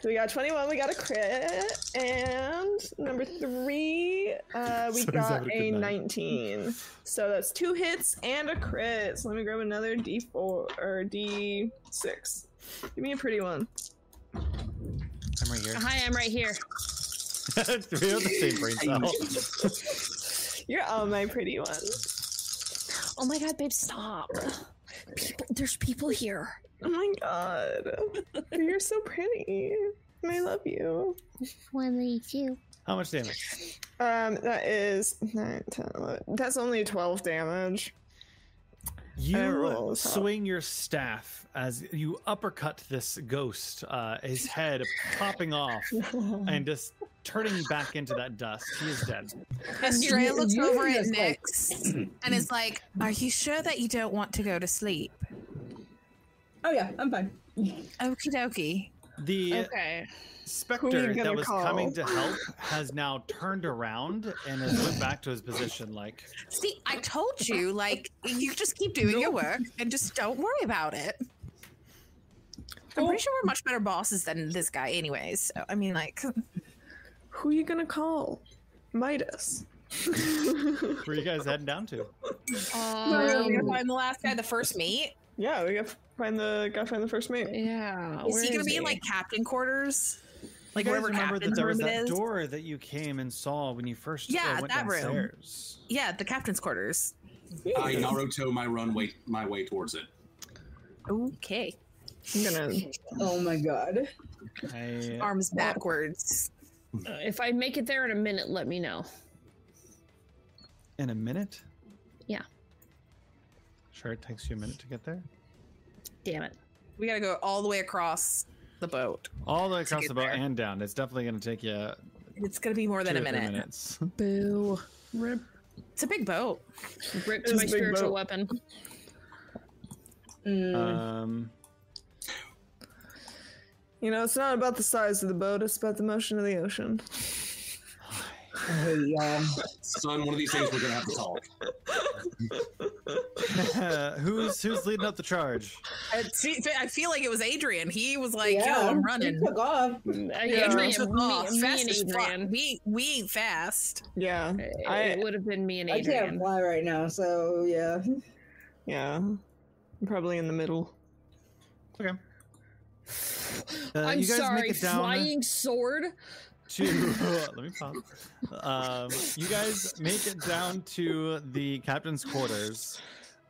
So we got twenty-one. We got a crit, and number three,
[LAUGHS]
uh, we
So he's
got
having a
a
good night.
nineteen. So that's two hits and a crit. So let me grab another D four or D six. Give me a pretty one.
I'm right here.
Hi, I'm right here.
[LAUGHS] we have the same brain cell.
You're all my pretty ones.
Oh my god, babe, stop. People, there's people here.
Oh my god. You're so pretty. And I love you.
How much damage?
Um, that is nine, 10, 11. That's only 12 damage.
You
roll top.
swing your staff as you uppercut this ghost, uh, his head popping [LAUGHS] off and just turning back into that dust. He is dead.
Estrella
you-
looks
you
over at
just, like-
Nyx and is like, Are you sure that you don't want to go to sleep?
Oh yeah, I'm fine.
Okie dokie.
The
Okay.
specter that
gonna
was
call?
coming to help has now turned around and has went back to his position like
See, I told you, like, you just keep doing your work and just don't worry about it. I'm pretty sure we're much better bosses than this guy, anyways. So, I mean, like,
Who you gonna call? Midas.
where are you guys heading down to
we're
Um,
gonna find the last guy, the first meet.
Yeah, we gotta find the gotta find the first mate.
yeah.
Is
where
he gonna
is
be in like captain quarters? Like
you guys
wherever
remember that
captain's
there was
room it
that
is?
door that you came and saw when you first uh,
Yeah,
went
that room.
downstairs.
Yeah, the captain's quarters.
I Naruto my run way my way towards it.
Okay.
I'm gonna
Oh my god.
I-
Arms backwards.
Uh, If I make it there in a minute, let me know.
in a minute?
Yeah.
Sure, it takes you a minute to get there.
Damn it.
We gotta go all the way across the boat.
All the way across
get
the boat
there.
and down. It's definitely going to take you
It's gonna be more than
two
a
or three
minute.
minutes.
Boo. Rip,
It's a big boat.
ripped
This
my
big
spiritual
boat.
weapon.
[LAUGHS]
Hmm.
Um, [LAUGHS]
You know, it's not about the size of the boat, it's about the motion of the ocean.
Hey y'all.
Son, one of these days we're gonna have to talk.
who's who's leading up the charge?
I, see- I feel like it was Adrian. He was like,
Yeah.
"Yo, I'm running."
Took off.
I-
Adrian
Adrian,
took off.
me, me
fast
and
as fuck.
Adrian.
We we ain't fast.
Yeah.
it
I
would have been me and
I can't
Adrian.
fly right now, so yeah.
yeah. I'm probably in the middle.
Okay. Uh,
I'm
you guys
sorry,
make it down
flying sword.
to. [LAUGHS] let me pause. Um, you guys make it down to the captain's quarters.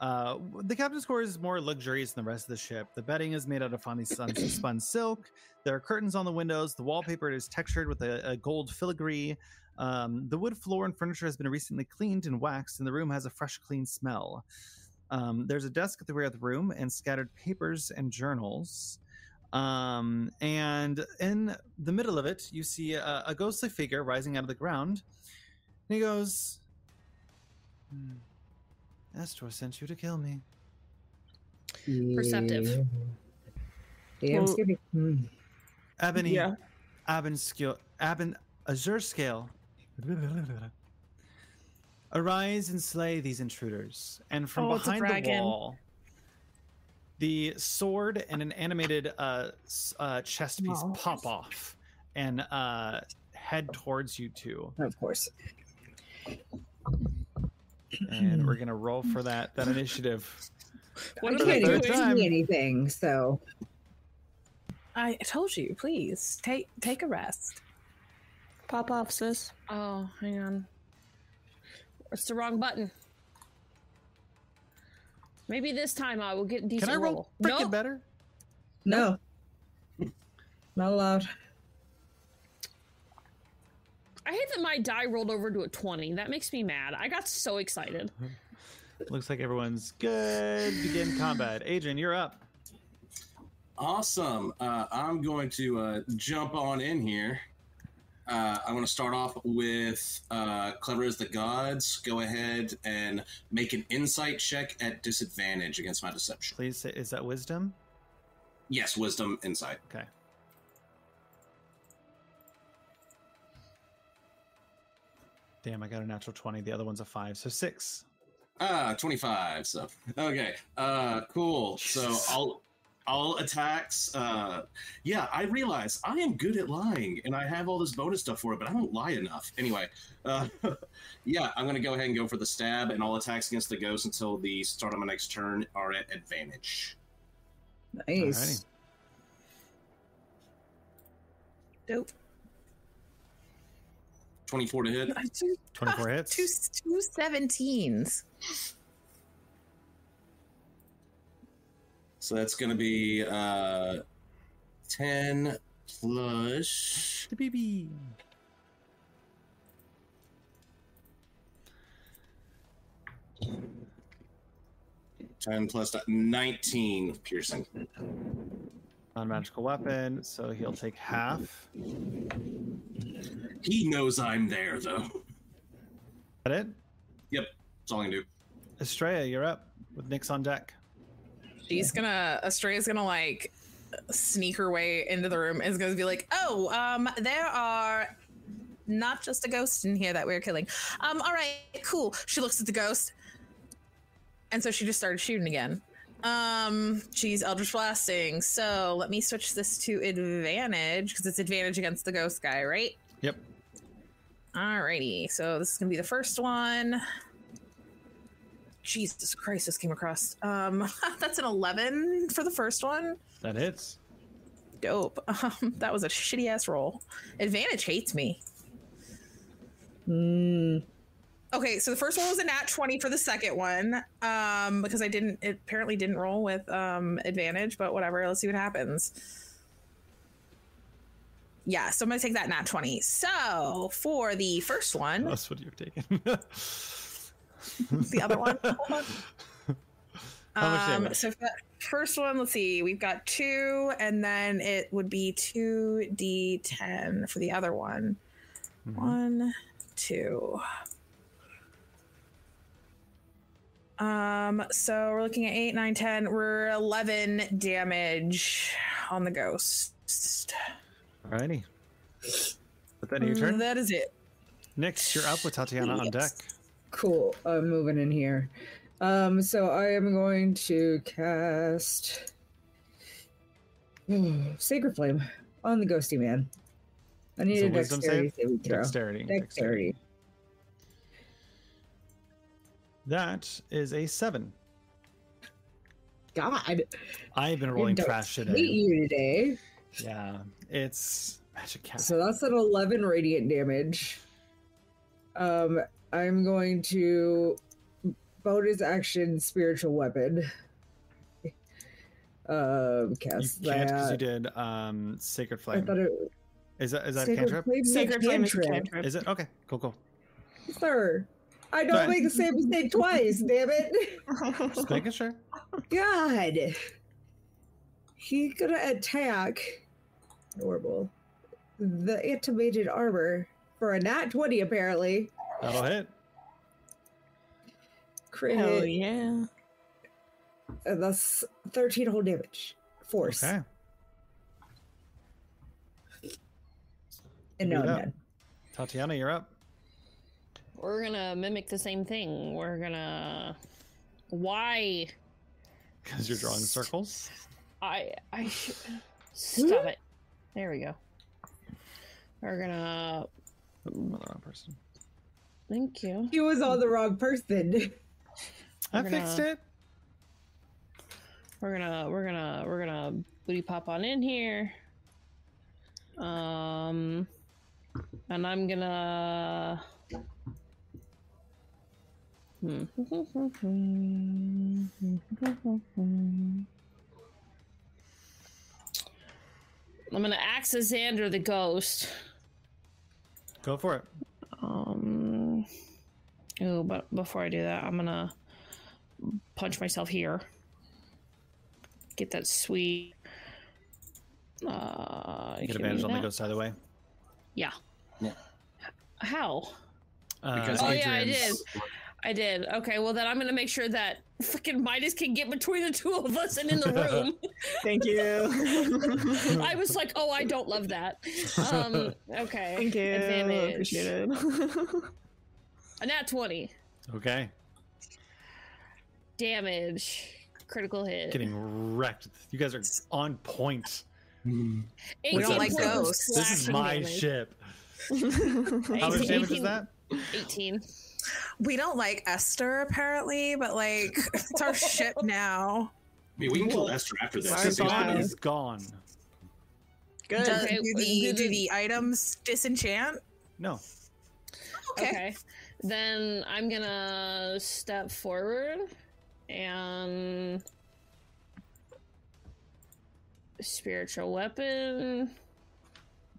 Uh, w- the captain's quarters is more luxurious than the rest of the ship. The bedding is made out of finely spun, spun silk. There are curtains on the windows. The wallpaper is textured with a, a gold filigree. Um, the wood floor and furniture has been recently cleaned and waxed, and the room has a fresh, clean smell. Um, there's a desk at the rear of the room and scattered papers and journals. Um, and in the middle of it, you see a, a ghostly figure rising out of the ground. And he goes, hmm, Estor sent you to kill me.
Perceptive.
Damn
Well-
skippy. Mm.
Ebony,
Yeah.
Abenskil, Aben, Azure Scale. Arise and slay these intruders. And from
Oh, it's a
behind the
dragon.
wall, the sword and an animated uh, s- uh, chest piece
Aw.
pop off and uh, head towards you
[CLEARS THROAT]
two.
Of course.
And we're going to roll for that, that initiative.
What
I
am I
can't
third
even
doing?
time.
see anything, so
I told you, please take take a rest.
Pop off, sis.
Oh, hang on. It's the wrong button. Maybe this time I will get a decent
Can I roll
roll.
freaking
Nope.
better?
no. Not allowed.
I hate that my die rolled over to a 20. That makes me mad. I got so excited.
Looks like everyone's good. Begin combat. Adrian, you're up.
Awesome. Uh, I'm going to uh, jump on in here. Uh, I'm going to start off with uh, Clever as the Gods. Go ahead and make an insight check at disadvantage against my deception.
Please say, is that wisdom?
Yes, wisdom, insight.
Okay. Damn, I got a natural 20. The other one's a 5, so 6.
[LAUGHS]
Ah, 25. So, okay. Uh, cool. So, all, all attacks. Uh, yeah, I realize I am good at lying and I have all this bonus stuff for it, but I don't lie enough. Anyway, uh, [LAUGHS] yeah, I'm going to go ahead and go for the stab, and all attacks against the ghost until the start of my next turn are at advantage.
Nice.
Dope.
24 to hit.
I do-
24 hits.
Two, two 17s.
So that's going to be uh, 10 plus.
The BB.
Ten plus di- nineteen piercing.
Non magical weapon, so he'll take half. Is
He knows I'm there though.
that it?
Yep, that's all I can do.
Estrella, you're up with Nyx on deck.
She's gonna Astrea's gonna like sneak her way into the room and is gonna be like, oh, um, there are not just a ghost in here that we're killing. Um, all right, cool. She looks at the ghost, and so she just started shooting again. Um, she's Eldritch Blasting. So let me switch this to advantage because it's advantage against the ghost guy, right?
Yep.
Alrighty, so this is gonna be the first one. Jesus Christ, this came across. Um, [LAUGHS] that's an eleven for the first one.
That hits. [LAUGHS]
Dope. [LAUGHS] Um, that was a shitty ass roll. Advantage hates me.
Mm,
Okay, so the first one was a nat twenty for the second one, um, because I didn't it apparently didn't roll with um advantage, but whatever. Let's see what happens. Yeah, so I'm gonna take that nat twenty. So for the first one,
That's what you've taken.
the other one. Hold on.
[LAUGHS] How much
Um,
damage?
so for that first one, let's see, we've got two, and then it would be two d ten for the other one. One, two. Um, so we're looking at eight, nine, ten. We're eleven damage on the ghost. Um,
Alrighty. But then your turn.
That is it.
Nyx, you're up with Tatiana on deck.
cool. I'm moving in here. Um, so I am going to cast [SIGHS] Sacred Flame on the ghosty man. I need
Is it
a
wisdom
dexterity saving throw.
Dexterity.
Dexterity.
That is a seven.
God,
I've been rolling
you don't
trash
hate
today.
you today.
Yeah, it's magic cat.
So that's at 11 radiant damage. Um, I'm going to bonus action spiritual weapon. Um,
you
cast
can't because
that.
you did um sacred
I
flame.
thought it
Is that is that a
Sacred
cantrip?
Flame's a
Sacred Flame is a
cantrip,
cantrip.
Is it okay? Cool, cool.
Sir, I don't
Fine.
make the same mistake twice. Damn it!
[LAUGHS]
Just making sure.
God, he gonna attack normal the intimated armor for a nat twenty apparently.
That'll hit.
Crit
Hell
hit.
yeah.
And that's 13 whole damage. Force.
Okay.
And no,
Beat up.
none.
Tatiana, you're up.
We're gonna mimic the same thing. We're gonna. Why?
Because you're drawing circles.
I. I. sh- Stop it. There we go. We're gonna.
Oh, I'm the wrong person.
Thank you.
He was on the wrong person. [LAUGHS]
I
We're
fixed it.
We're gonna. We're gonna. We're gonna booty pop on in here. Um. And I'm gonna. Hmm. [LAUGHS] I'm gonna axe Xander the ghost.
Go for it.
Um. Ooh, but before I do that, I'm gonna punch myself here. Get that sweet. Uh,
Get
give me
advantage on the
that.
ghost either way.
Yeah.
Yeah.
How?
Uh,
Because
Oh yeah, I did.
Adrian's-
I did. Okay, well then I'm gonna make sure that fucking Midas can get between the two of us and
[LAUGHS]
in the room.
Thank you. [LAUGHS]
I was like, oh, I don't love that. Um, [LAUGHS] okay.
Thank you.
Advantage.
Appreciate it.
A nat 20.
Okay.
Damage. Critical hit.
Getting wrecked. You guys are on point.
18
don't like
points of
ghosts.
This is
slashing
my
damage.
ship.
[LAUGHS]
How much damage is
18.
that?
18.
We don't like Esther apparently, but like [LAUGHS] it's our ship now.
I mean, we can kill Esther after this.
Sorry,
She's
Sifon
fine.
bye.
is gone.
Good.
Does,
Okay,
do,
do
the,
the-
do the items disenchant?
No.
Okay.
okay. Then I'm gonna step forward and spiritual weapon.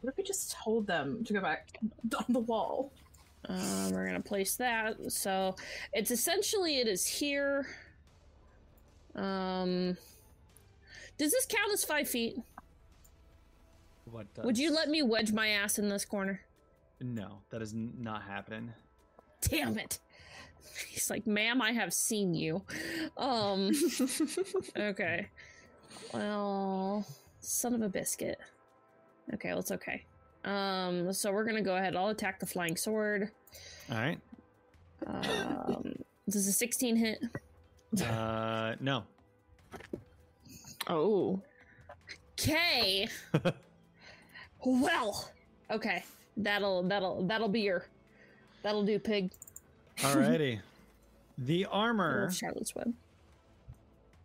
What if we just told them to go back on the wall?
Um, we're gonna place that. So it's essentially it is here. Um, does this count as five feet?
What does?
Would you let me wedge my ass in this corner?
No, that is n- not happening.
Damn it! He's like, ma'am, I have seen you. Um, okay. Well, son of a biscuit. Okay, well it's okay. Um, so we're gonna go ahead. I'll attack the flying sword.
All right.
Um, [LAUGHS] does a sixteen hit?
Uh,
[LAUGHS]
no.
Oh.
Okay. well, okay. That'll that'll that'll be your that'll do, pig.
Alrighty. the
Or
armor
Charlotte's web.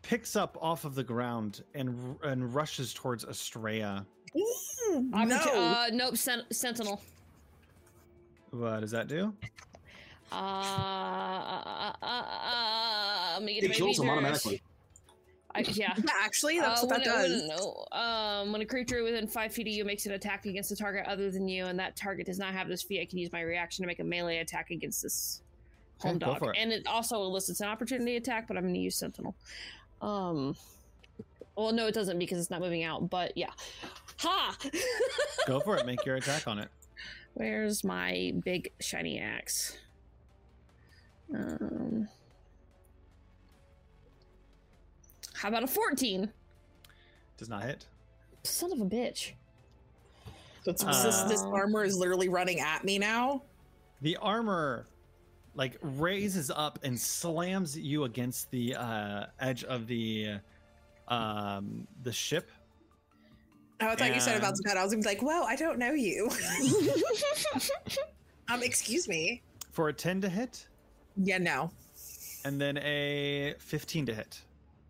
picks up off of the ground and r- and rushes towards Estrella.
Oppor-
no.
Uh, nope. Sen- Sentinel.
What does that do?
Uh, uh, uh, uh, let me get
It
my
kills him
features.
automatically.
I,
[LAUGHS]
yeah.
Yeah, actually, that's
Uh,
what that
when,
does.
When, no, um, when a creature within five feet of you makes an attack against a target other than you, and that target does not have this feat, I can use my reaction to make a melee attack against this home
Okay, go
dog.
for it.
[LAUGHS]
And it also elicits an opportunity attack, but I'm going to use Sentinel. Um, well, no, it doesn't because it's not moving out. But yeah, ha! [LAUGHS]
Go for it. Make your attack on it.
Where's my big shiny axe? Um, how about a fourteen?
Does not hit.
Son of a bitch.
That's- this, this
Uh,
armor is literally running at me now.
The armor like raises up and slams you against the uh, edge of the um, the ship.
Oh, I thought you said about
And-
the bed. I was gonna be like, "Whoa, I don't know
[LAUGHS]
you." um, excuse me.
for a 10 to hit
Yeah, no.
and then a 15 to hit.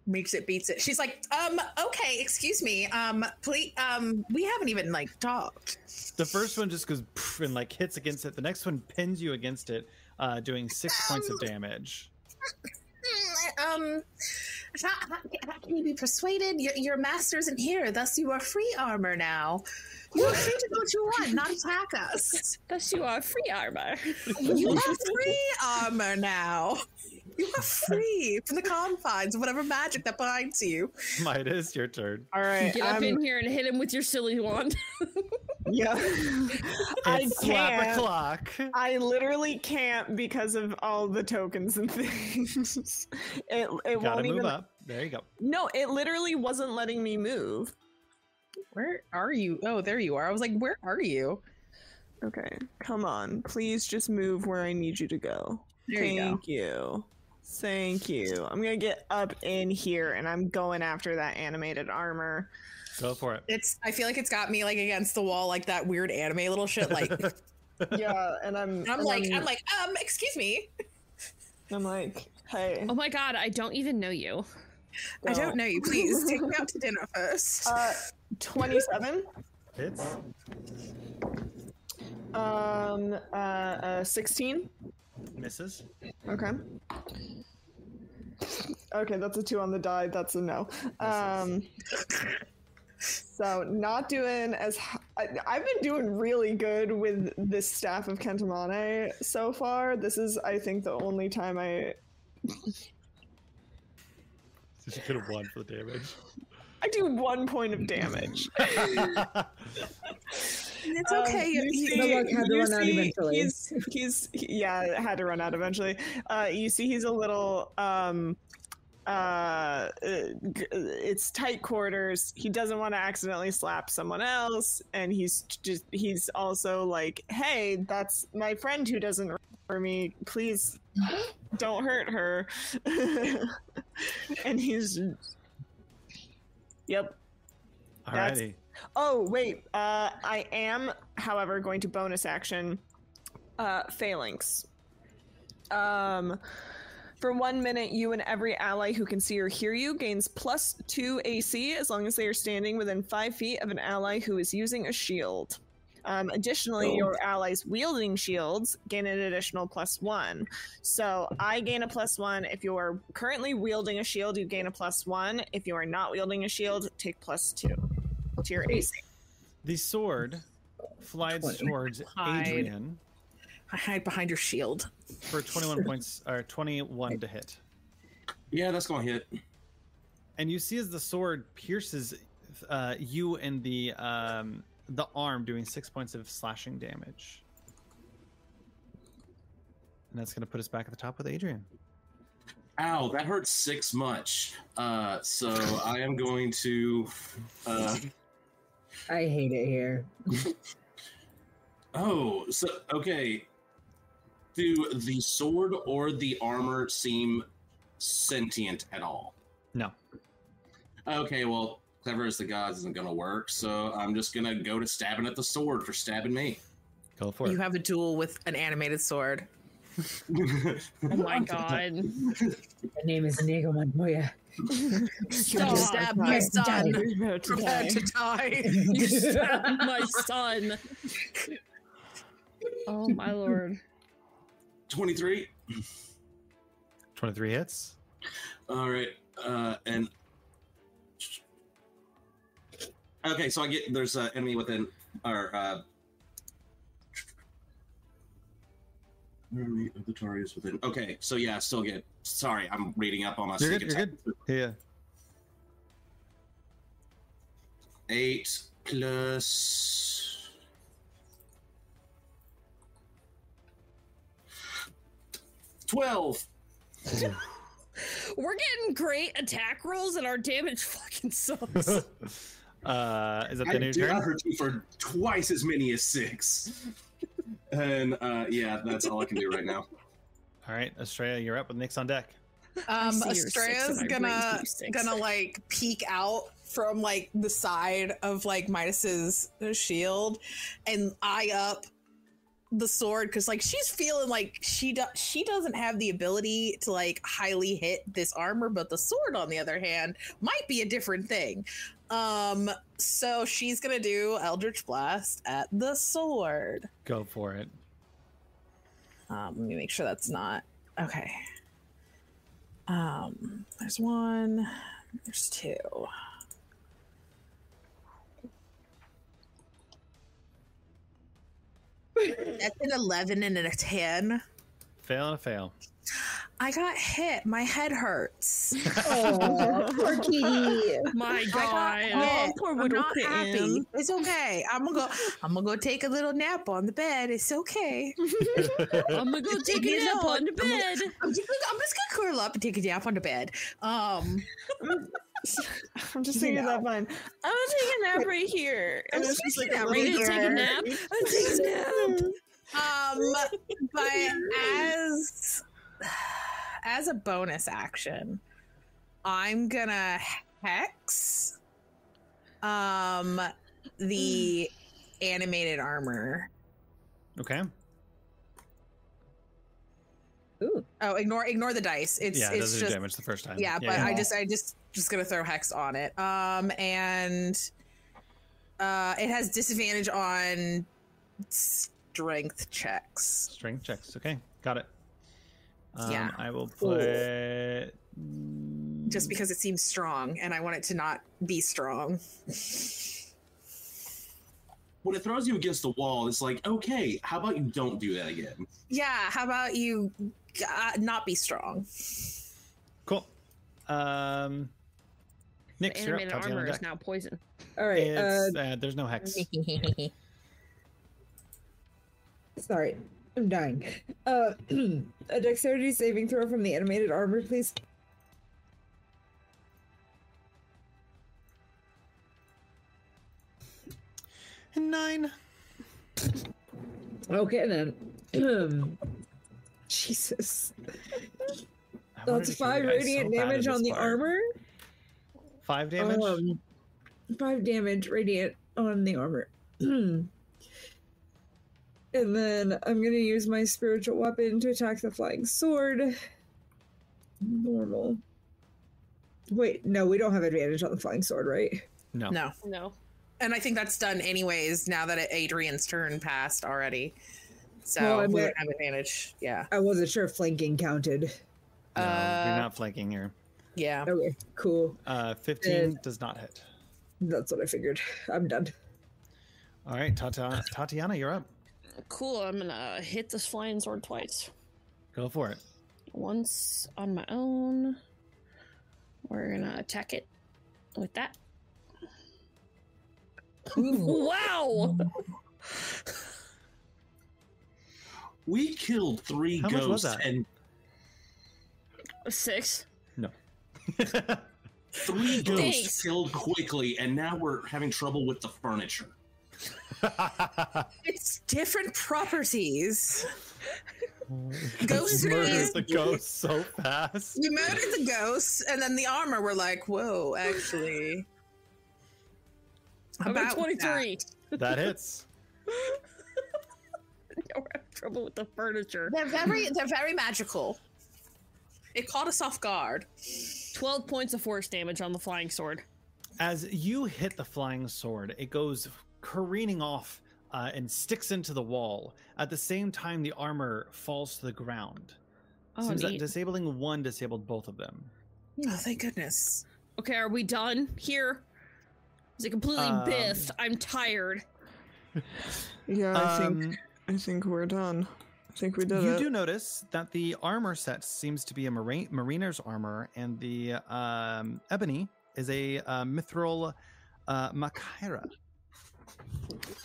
Makes it beats it. She's like, um, okay, excuse me. Um, please, um, we haven't even like talked.
The first one just goes poof and like hits against it. The next one pins you against it, uh, doing six points of damage. [LAUGHS]
Mm, Um, how, how, how can you be persuaded? Your, your master isn't here, thus you are free armor now. You're free to do what you want, not attack us.
Thus, you are free armor.
You are free armor now. You are free from the confines of whatever magic that binds you.
Midas, your turn.
All right.
Get up
I'm-
in here and hit him with your silly wand.
[LAUGHS] Yeah. I
It's slap a
can't.
clock.
I literally can't because of all the tokens and [LAUGHS] things. It it
Gotta
won't
move
even.
up. There you go.
No, it literally wasn't letting me move.
Where are you? Oh, there you are. I was like, where are you?
Okay, come on, please just move where I need you to go.
There you go.
Thank you. Thank you. I'm gonna get up in here and I'm going after that animated armor.
Go for
[LAUGHS]
it.
It's. I feel like it's got me like against the wall, like that weird anime little shit.
[LAUGHS]
Like
Yeah, and I'm
I'm like, I'm like, um, excuse me.
I'm like, hey.
[LAUGHS] oh my god, I don't even know you.
I don't know you. Please take me out to dinner first.
Uh, 27,
Hits.
um, uh, uh, 16.
Misses.
Okay. Okay, that's a two on the die. That's a no. Um, So not doing as h- I, have been doing really good with this staff of Kentamane so far. This is I think the only time I
So she could have won for the [LAUGHS]
[LAUGHS]
damage.
I do one point of damage.
It's okay.
Um,
you-
you
you-
see-
Noblock had to
you
run out
see
eventually.
He's, he's he- yeah, had to run out eventually. Uh, you see, he's a little um, uh, uh, g- it's tight quarters. He doesn't want to accidentally slap someone else, and he's just he's also like, hey, that's my friend who doesn't remember me. Please don't hurt her. [LAUGHS] and he's yep. That's-
Alrighty.
Oh wait, uh, I am, however, going to bonus action uh, phalanx. Um, for one minute, you and every ally who can see or hear you gains plus two AC as long as they are standing within five feet of an ally who is using a shield. Um, additionally, your allies wielding shields gain an additional plus one. So I gain a plus one. If you are currently wielding a shield, you gain a plus one. If you are not wielding a shield, take plus two to your AC.
The sword flies towards
Hide.
Adrian
I hide behind your shield.
for 21 points or 21 to hit.
Yeah, that's gonna hit.
and you see as the sword pierces uh, you and the um, the arm, doing six points of slashing damage. And that's going to put us back at the top with Adrian.
Ow, that hurts six much. Uh, so I am going to. Uh,
I hate it here.
oh, so okay. Do the sword or the armor seem sentient at all?
No.
Okay, well, clever as the gods isn't gonna work. So I'm just gonna go to stabbing at the sword for stabbing me.
Go for
You have a duel with an animated sword.
Oh
[LAUGHS]
my god.
My name is Diego Montoya.
You
Oh,
stab
God.
my son. Prepare
Okay.
to
[LAUGHS]
die.
You stabbed my son. Oh my [LAUGHS] lord.
Twenty-three.
23 hits.
All right, uh, and okay, so I get there's an enemy within or uh, enemy of the Taurius within. Okay, so yeah, still good. Sorry, I'm reading up on my
You're
sneak
good, you're
attack.
Yeah. [LAUGHS]
Eight plus. Twelve.
We're getting great attack rolls and our damage fucking sucks.
[LAUGHS] uh, is that the
I
new
did
turn?
not hurt you for twice as many as six. [LAUGHS] and uh, yeah, that's all I can do right now.
All right, Australia, you're up with Nick's on deck.
Um,
see your six and
Astraea's
my
gonna
brain's doing six.
gonna like peek out from like the side of like Midas's shield and eye up the sword because like she's feeling like she do- she doesn't have the ability to like highly hit this armor, but the sword on the other hand might be a different thing. Um, so she's gonna do Eldritch Blast at the sword.
Go for it.
Um, let me make sure that's not okay. Um, there's one, there's two. That's an 11 and a 10.
Fail and a
[LAUGHS]
fail.
I got hit. My head hurts.
Oh, poor
[LAUGHS]
kitty.
My
I got
god. Oh,
hit.
poor
I'm
little
not happy.
kitten.
It's okay. I'm gonna go. I'm gonna go take a little nap on the bed. It's okay.
Uh,
I'm gonna go take
You
a nap
know,
on the
I'm gonna-
bed. [LAUGHS]
I'm just, gonna- I'm just gonna curl up and take a nap on the bed. Um. [LAUGHS]
I'm just thinking that fine. I'm gonna take a nap right here.
I'm
And it's
just
just like a
taking a
Are
nap
little
you
right
gonna take a
here.
girl.
nap?
[LAUGHS] I'm taking a nap. Um, but [LAUGHS] as as a [LAUGHS] bonus action, I'm gonna hex um the animated armor.
Okay.
Ooh,
Oh, ignore ignore the dice. It's
yeah, it
it's
doesn't do
just
damage the first time.
yeah, but I just I just just gonna throw hex on it. Um, and uh, it has disadvantage on strength checks.
Strength checks. Okay, got it. Um,
Yeah.
I will put.
just because it seems strong and I want it to not be strong.
when it throws you against the wall, it's like, okay, how about you don't do that again?
Yeah, how about you uh, not be strong?
Cool. Um, Nick, you're up.
Animated
Tatiana,
armor
deck.
is now poison.
All right. Uh,
It's, uh, there's no hex.
sorry. I'm dying. Uh, [CLEARS THROAT] a dexterity saving throw from the animated armor, please.
Nine.
Okay, then. Jesus.
I wanted to
That's
kill
five
you guys so
radiant
bad at
damage
this
on the
part.
armor.
Five damage.
Um, five damage radiant on the armor. [CLEARS THROAT] and then I'm gonna use my spiritual weapon to attack the flying sword. Normal. Wait, no, we don't have advantage on the flying sword, right?
no.
No.
No.
And I think that's done anyways now that Adrian's turn passed already. So
Well, I
we
mean-
don't have advantage. Yeah.
I wasn't sure if flanking counted.
No,
Uh,
you're not flanking here.
Yeah.
Okay, cool.
Uh, 15 does not hit.
That's what I figured. I'm done.
All right, Tatiana, Tatiana, you're up.
Cool. I'm gonna hit this flying sword twice.
Go for it.
Once on my own. We're gonna attack it with that. [LAUGHS] wow!
We killed three
How much
ghosts
was that?
and
Six.
[LAUGHS]
[LAUGHS]
three ghosts
Thanks.
killed quickly, and now we're having trouble with the furniture.
It's different properties. Ghosts are
murdered
easy.
the ghost so fast.
We murdered the ghosts and then the armor were like, whoa, actually.
I'm at
About
23.
That hits.
Now we're having trouble with the furniture.
They're very they're very magical. It caught us off guard.
12 points of force damage on the flying sword.
As you hit the flying sword, it goes careening off uh, and sticks into the wall. At the same time, the armor falls to the ground.
Oh,
Seems that
neat.
disabling one disabled both of them.
Oh, thank goodness.
Okay, are we done here? Is it completely
Um,
biffed? I'm tired.
Yeah, I think
Um,
I think we're done. I think we did
you
it.
do notice that the armor set seems to be a mara- mariner's armor, and the um, ebony is a uh, mithril uh, machaira.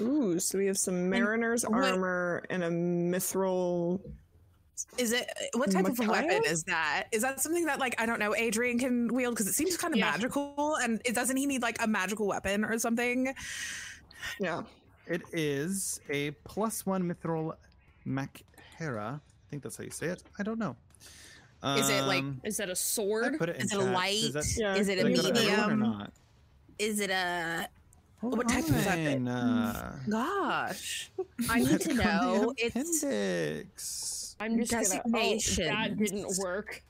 Ooh, so we have some mariner's
what-
armor and a mithril.
Is it what type of a
Micaiah?
weapon is that? Is that something that like I don't know Adrian can wield because it seems kind of
Yeah.
magical and it doesn't he need like a magical weapon or something?
Yeah.
It is a plus one mithril machaira. I think that's how you say it. I don't know.
Is it like-
Um,
Is that a
I
sword?
put it in
Is it a
chat.
light?
Is that,
Yeah,
Is it
did
a
I go to everyone or
medium? Oh,
not?
Is it a?
Hold
What type of
on, uh,
Gosh.
I need
click
to
on the
know. It's
appendix.
I'm just gonna. Oh, that
Designations.
didn't work.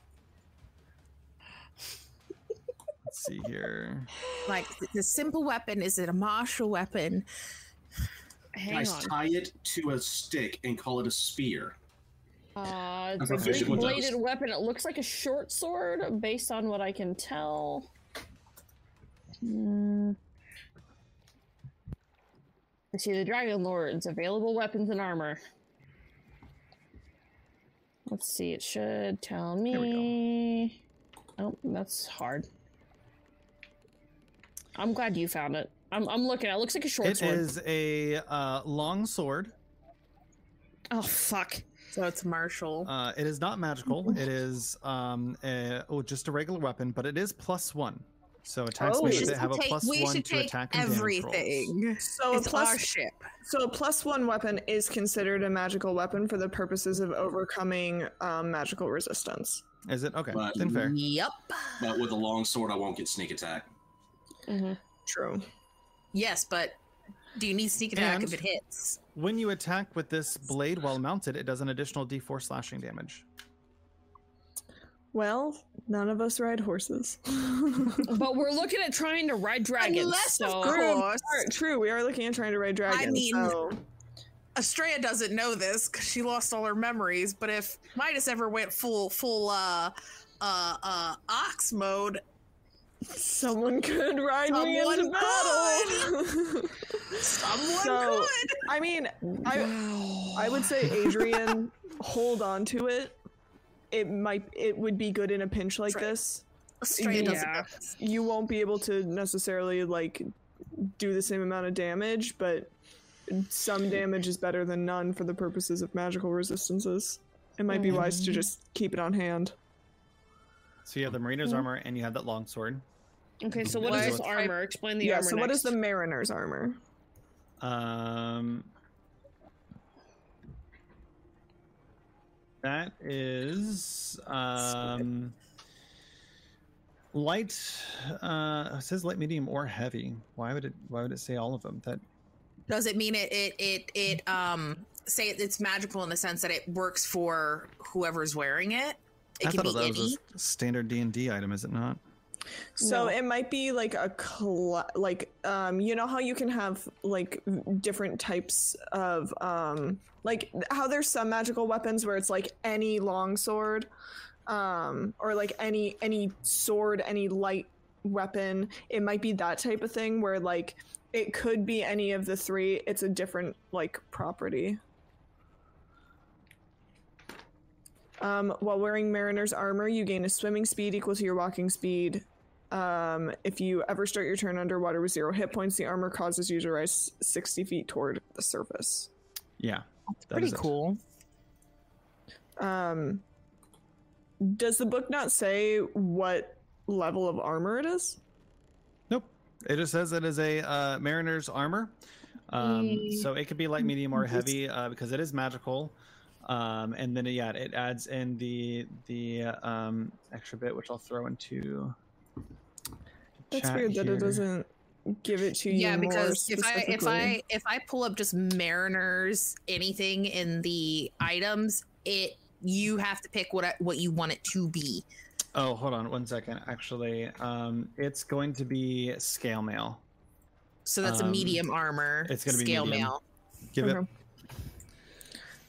Let's see here.
like th- the simple weapon is it a martial weapon?
Hang
Guys,
on.
tie it to a stick and call it a spear.
Uh,
I'm
it's a
proficient
big
with
bladed
those.
weapon. It looks like a short sword, based on what I can tell. Hmm. I see the Dragon Lords, available weapons and armor. Let's see, it should tell me. Oh, that's hard. I'm glad you found it. I'm, I'm looking. It looks like a short
It
sword.
is a uh, long sword.
Oh, fuck.
So it's martial.
Uh, it is not
[LAUGHS]
magical. It is um, a, oh, just a regular weapon, but it is plus one. So attacks
Oh.
made
We
with it have a
take-
plus
we
one
should
to
take
attack and damage rolls.
everything.
So
it's
a plus
our ship.
so a plus one weapon is considered a magical weapon for the purposes of overcoming um, magical resistance.
Is it okay?
But-
Then fair.
Yep.
But with a long sword, I won't get sneak attack.
Mm-hmm.
hmm
True.
Yes, but do you need sneak attack
And-
if it hits?
When you attack with this blade while mounted, it does an additional D4 slashing damage.
Well, none of us ride horses. [LAUGHS]
But we're looking at trying to ride dragons.
Unless, of
so-
course-
Alright, True, we are looking at trying to ride dragons.
mean-
so-
Estrella doesn't know this because she lost all her memories. But if Midas ever went full full uh uh uh ox mode,
someone could ride me into
Someone
battle. [LAUGHS]
Someone
So-
could.
I mean, I I would say Adrian, hold on to it. It might it would be good in a pinch like
Right.
this.
Australia
Yeah.
doesn't. know.
You won't be able to necessarily like do the same amount of damage, but some damage is better than none for the purposes of magical resistances. It might be wise to just keep it on hand.
So you have the mariner's armor and you have that long sword.
Okay, so what
What
is
is
this
it?
armor? Explain the
yeah.
armor.
So what is the
next.
mariner's armor?
Um, that is um, light. Uh, it says light, medium, or heavy. Why would it? Why would it say all of them? That
Does it mean it? It it it um say it, it's magical in the sense that it works for whoever's wearing it. It
I
can
thought
be
that
any.
was a standard D and D item, is it not?
So
No.
it might be like a cl- like um you know how you can have like different types of um like how there's some magical weapons where it's like any longsword um or like any any sword any light weapon it might be that type of thing where like it could be any of the three it's a different like property um, while wearing mariner's armor you gain a swimming speed equal to your walking speed um, if you ever start your turn underwater with zero hit points, the armor causes you to rise 60 feet toward the surface.
Yeah, that
Pretty
is it.
cool.
Um, does the book not say what level of armor it is?
Nope. It just says it is a uh, mariner's armor. Um,
Mm.
so it could be light, medium, or heavy uh, because it is magical. Um, and then yeah, it adds in the the um, extra bit, which I'll throw into.
That's
chat
weird that
here.
it doesn't give it to you.
Yeah,
more
because if I if I
specifically.
if I pull up just mariners anything in the items, it you have to pick what I, what you want it to be.
Oh, hold on one second. Actually, um, it's going to be scale mail.
So that's a
Um,
medium armor.
it's gonna be
scale
medium.
mail.
Give it
Okay.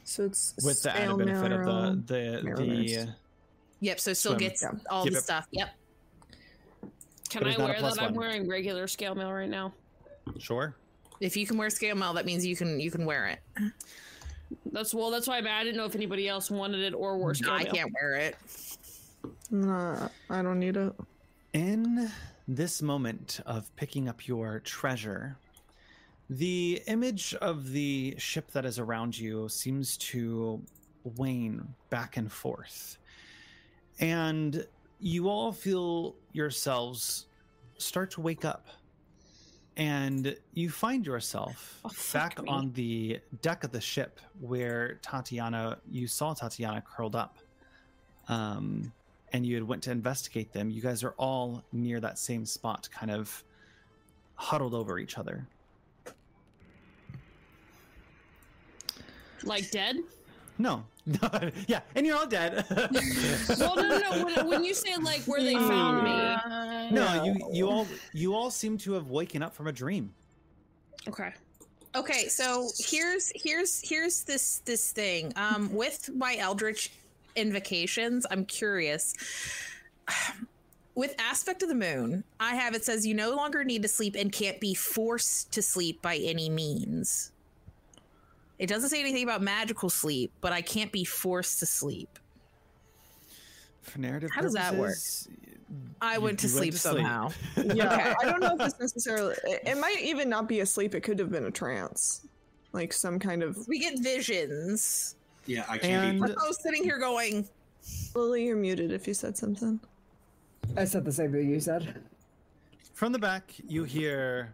so it's
with the added
scale
benefit of
narrow.
the the
mariners.
the.
Yep. So it still
Swim.
gets
Yeah.
all
Give
the
it-
stuff. Yep.
Can
but
I
it's not a
wear
plus
that? I'm
one.
wearing regular scale mail right now.
Sure.
If you can wear scale mail, that means you can you can wear it.
That's well. That's why I'm- I didn't know if anybody else wanted it or wore scale
I
mail.
can't wear it.
Nah, I don't need
[LAUGHS]
it.
In this moment of picking up your treasure, the image of the ship that is around you seems to wane back and forth. And you all feel yourselves start to wake up. And you find yourself
Oh, fuck
back
me.
on the deck of the ship where Tatiana, you saw Tatiana curled up. Um, and you had went to investigate them. You guys are all near that same spot, kind of huddled over each other.
Like dead?
No. [LAUGHS] yeah, and you're all
[LAUGHS]
dead.
[LAUGHS] Well, no, no, no. When, when you say like where they found me,
no, you you all you all seem to have waken up from a dream.
okay.
Okay, so here's here's here's this this thing. Um with my eldritch invocations, I'm curious. [SIGHS] With aspect of the moon, I have it says you no longer need to sleep and can't be forced to sleep by any means. It doesn't say anything about magical sleep, but I can't be forced to sleep.
For narrative
How does that work? I
You-
went to
you went
sleep
to sleep.
somehow.
Yeah,
Okay.
I don't know if it's necessarily. It, it might even not be asleep. It could have been a trance, like some kind of.
We get visions.
Yeah, I can't.
And
[LAUGHS] I was sitting here going,
Lily, you're muted if you said something.
I said the same thing you said.
from the back, you hear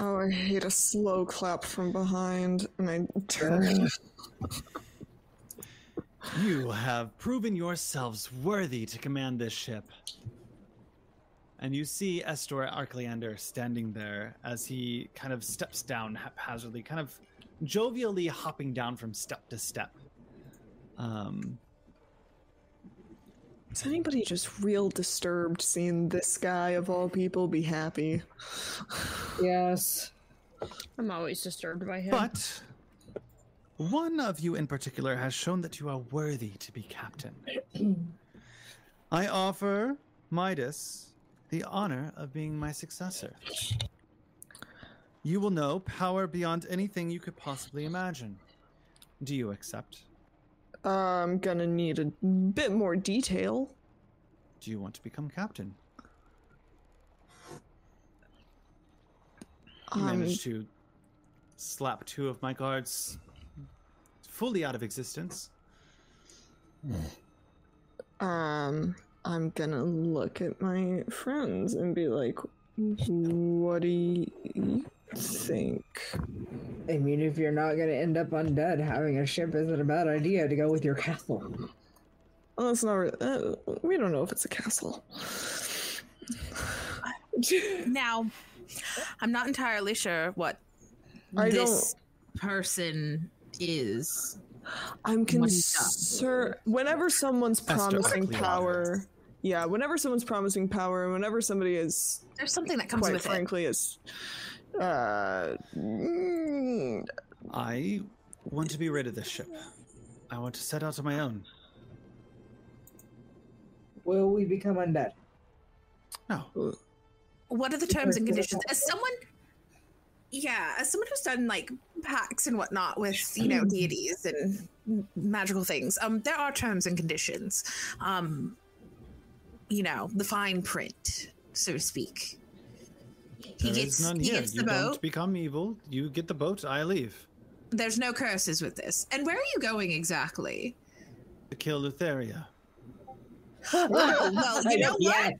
Oh, I hate a slow clap from behind, and I turn.
You have proven yourselves worthy to command this ship. And you see Estor Arcleander standing there as he kind of steps down haphazardly, kind of jovially hopping down from step to step. Um,
Is anybody just real disturbed seeing this guy of all people be happy?
Yes.
I'm always disturbed by him.
but one of you in particular has shown that you are worthy to be captain. I offer Midas the honor of being my successor. You will know power beyond anything you could possibly imagine. Do you accept?
I'm gonna need a bit more detail.
Do you want to become captain? You
Um,
managed to slap two of my guards fully out of existence.
Um, I'm gonna look at my friends and be like, "What do you think?"
I mean, if you're not going to end up undead, having a ship isn't a bad idea to go with your castle.
Well, that's not. Re- uh, we don't know if it's a castle.
Now, I'm not entirely sure what
I
this person is.
I'm
What is that?
concerned. Whenever someone's
That's
promising
directly on it.
power, yeah. Whenever someone's promising power, and whenever somebody is
There's something that comes
quite
with it.
frankly is, uh, mm,
I want to be rid of this ship. I want to set out on my own.
Will we become undead?
No,
What are the terms
person-
and conditions? As someone, yeah, as someone who's done like pacts and whatnot with you know deities and m- magical things, um, there are terms and conditions, um, you know, the fine print, so to speak. He
there is
gets
none
he
here.
gets
you
the boat.
don't become evil. You get the boat. I leave
There's no curses with this. And where are you going exactly?
to kill Lutheria.
Oh, [LAUGHS] well, you know
Yeah.
what?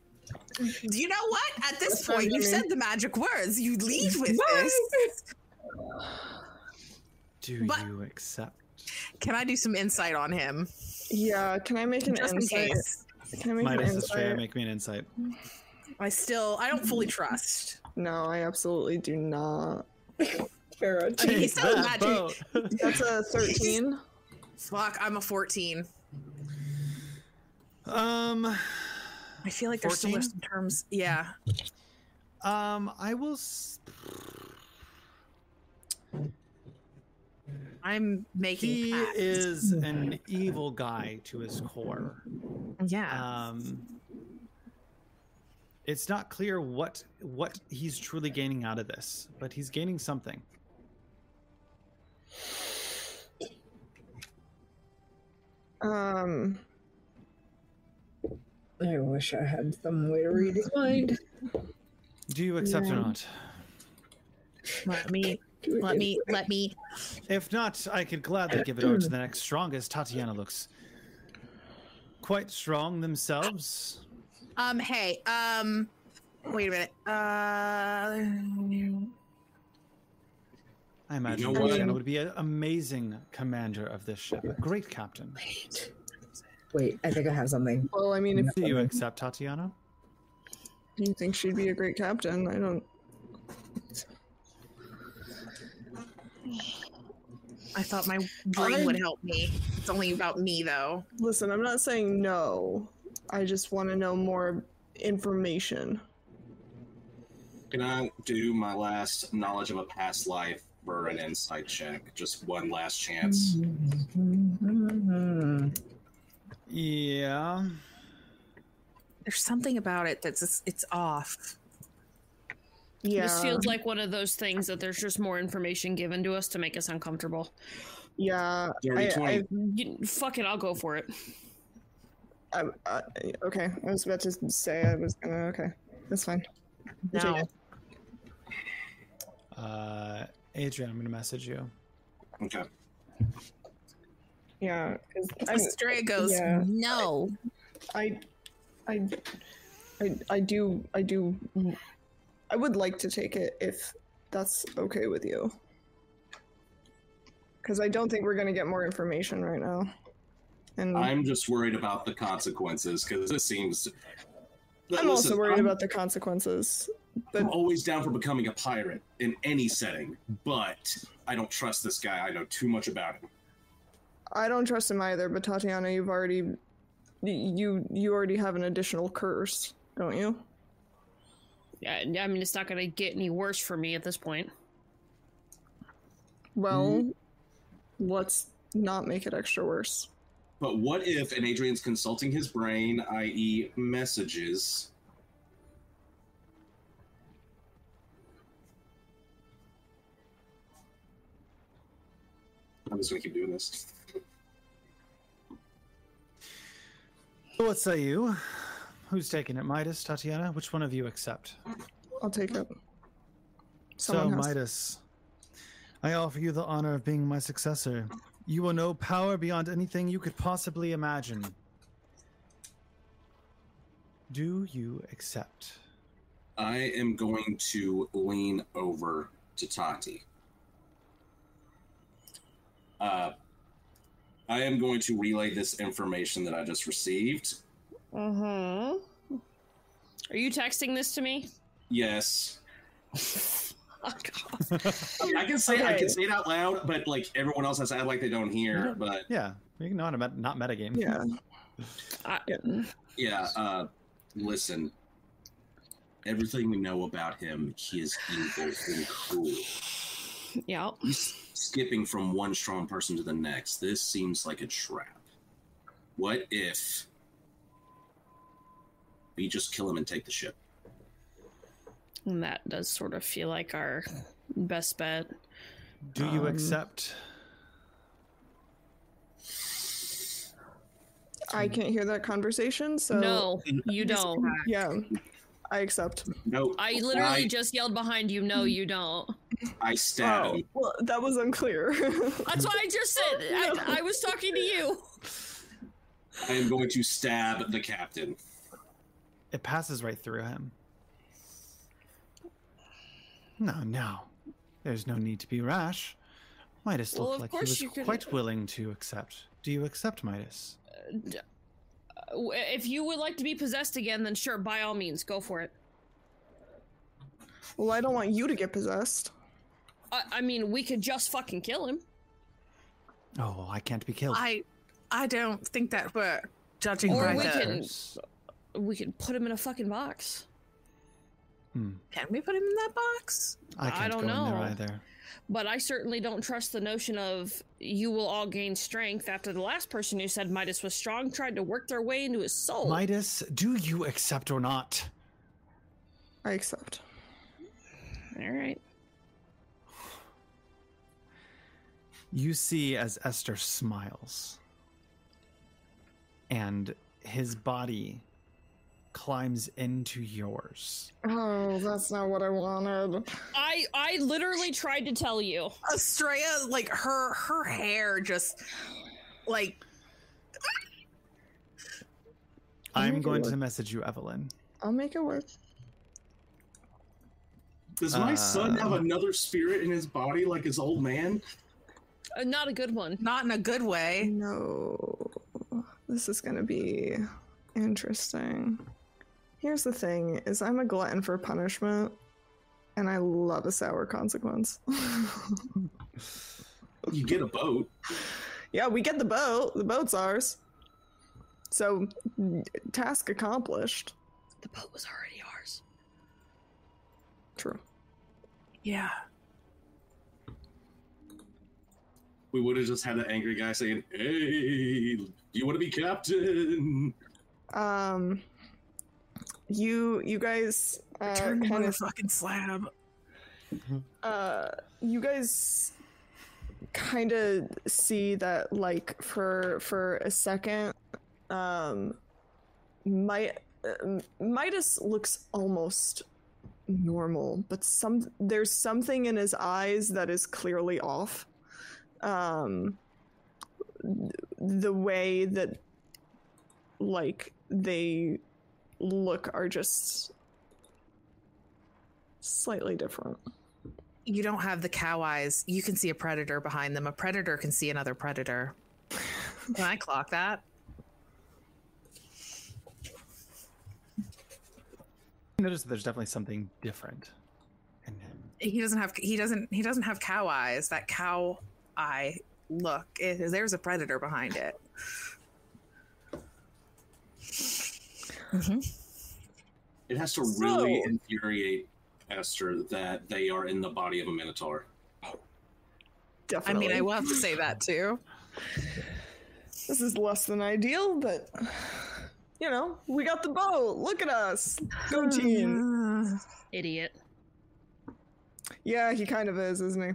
You know what? At this point, you said the magic words. You [LAUGHS] lead with this.
Do
But-
you accept?
Can I do some insight on him?
yeah. Can I make an
Just in
insight?
case.
Can I make an
Midas is fair.
insight?
Make me an insight.
I still, I don't fully trust.
No, I absolutely do not.
Pharaoh.
I mean, [LAUGHS] he's
Take
still a
that
magic.
boat.
That's a thirteen.
Fuck, I'm a 14.
um,
I feel like there's still
14?
some terms. Yeah.
um, I will. S-
I'm making.
he
pacts.
is an evil guy to his core.
Yeah.
um it's not clear what what he's truly gaining out of this but he's gaining something
Um.
I wish I had some way to read his mind.
do you accept or
Yeah.
not
let me, let me, let me.
if not i could gladly give it over to the next strongest tatiana looks quite strong themselves
Um, hey, um, wait a minute. Uh,
i imagine
know what?
tatiana would be an amazing commander of this ship a great captain
Wait, I think I have something.
Well, I mean, if
do you accept tatiana
you think she'd be a great captain, I don't.
I thought my brain would help me. It's only about me though.
Listen, I'm not saying no. I just want to know more information.
Can I do my last knowledge of a past life for an insight check? Just one last chance.
Mm-hmm.
yeah
There's something about it that's just, it's off.
Yeah.
This feels like one of those things that there's just more information given to us to make us uncomfortable.
yeah.
Dirty
I-
20.
You, fuck it, I'll go for it.
I, I, okay. I was about to say I was gonna. Okay. That's fine. You take
No.
it.
uh adrian i'm gonna message you Mm.
Okay.
Yeah. 'cause I'm-
Astrea goes,
yeah.
no.
I, I, I, I do. I do. I would like to take it if that's okay with you. Because I don't think we're gonna get more information right now. And I'm,
I'm just worried about the consequences because this seems.
also
Listen,
worried
I'm-
about the consequences. But
I'm always down for becoming a pirate in any setting, but I don't trust this guy. I know too much about him.
I don't trust him either. But Tatiana, you've already, y- you you already have an additional curse, don't you?
I, I mean, it's not going to get any worse for me at this point.
Well, let's not make it extra worse.
But what if, and Adrian's consulting his brain, i.e., messages, I'm just gonna keep doing this.
So What say you? Who's taking it? Midas, Tatiana? Which one of you accept?
I'll take it. Someone
so,
has-
Midas, I offer you the honor of being my successor. You will know power beyond anything you could possibly imagine. Do you accept?
I am going to lean over to Tati. Uh, I am going to relay this information that I just received.
Mm-hmm. Are you texting this to me?
Yes,
Oh, God.
I, mean, I can say I
Okay.
can say it out loud, but like everyone else has to act like they don't hear. But
Yeah, you know how to met- not metagame.
Yeah.
yeah, uh, listen. Everything we know about him, he is evil and cruel.
[LAUGHS] Yeah.
He's skipping from one strong person to the next. This seems like a trap. What if we just kill him and take the ship?
And that does sort of feel like our best bet.
Do you
Um,
accept?
I can't hear that conversation, so
no, you don't.
Yeah, I accept.
No,
I literally
I,
just yelled behind you. No, you don't.
I stab
Oh,
him.
well, that was unclear. [LAUGHS]
That's what I just said. I, I was talking to you.
I am going to stab the captain.
It passes right through him. No, no. There's no need to be rash. Midas
Well,
looked
of
like he
course
was
you could- [LAUGHS]
quite willing to accept. Do you accept, Midas?
Uh, If you would like to be possessed again, then sure, by all means, go for it.
well, I don't want you to get possessed.
I, I mean, we could just fucking kill him.
Oh, I can't be killed.
I, I don't think that we're judging
Or
by
we
the. Can...
can- We could put him in a fucking box.
we put him in that box?
Hmm. I
I
can't
don't
go in there
know.
either.
But I certainly don't trust the notion of you will all gain strength after the last person who said Midas was strong tried to work their way into his soul.
Midas, do you accept or not?
I accept.
all right.
You see as Esther smiles, and his body climbs into yours.
Oh, that's not what I wanted.
I I literally tried to tell you.
Estrella, like her her hair just like
I'm
my
going to
lord.
message you, Evelyn.
I'll make it work.
Does my son have
Um,
another spirit in his body like his old man?
Uh, not a good one.
not in a good way.
No, this is gonna be interesting. Here's the thing: is I'm a glutton for punishment, and I love a sour consequence. [LAUGHS]
You get a boat.
yeah, we get the boat. The boat's ours. So, task accomplished.
The boat was already ours.
True.
Yeah.
We would have just had an angry guy saying, "Hey, do you want to be captain?"
Um, you you guys uh,
Turn him
kind
on
of
a fucking slab.
uh, you guys kind of see that like for for a second um my uh, midas looks almost normal but some there's something in his eyes that is clearly off um th- the way that like they look are just slightly different
You don't have the cow eyes. You can see a predator behind them. A predator can see another predator. Can I clock that?
Notice that there's definitely something different in him.
He doesn't have he doesn't he doesn't have cow eyes. That cow eye look. It, there's a predator behind it.
It has to really infuriate Esther that they are in the body of a minotaur.
I
definitely
mean, I will have to say that too.
This is less than ideal, but you know, we got the boat. Look at us. Go
[SIGHS]
team.
Idiot.
Yeah, he kind of is, isn't he?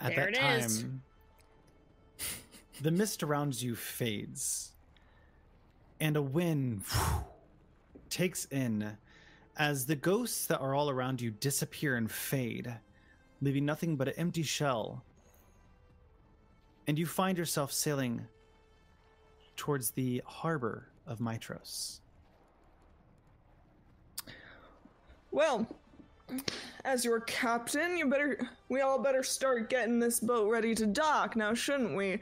At
There
that
it
time,
is.
the mist around you fades, and a wind takes in as the ghosts that are all around you disappear and fade, leaving nothing but an empty shell. And you find yourself sailing towards the harbor of Mitros.
Well, as your captain, you better we all better start getting this boat ready to dock now, shouldn't we?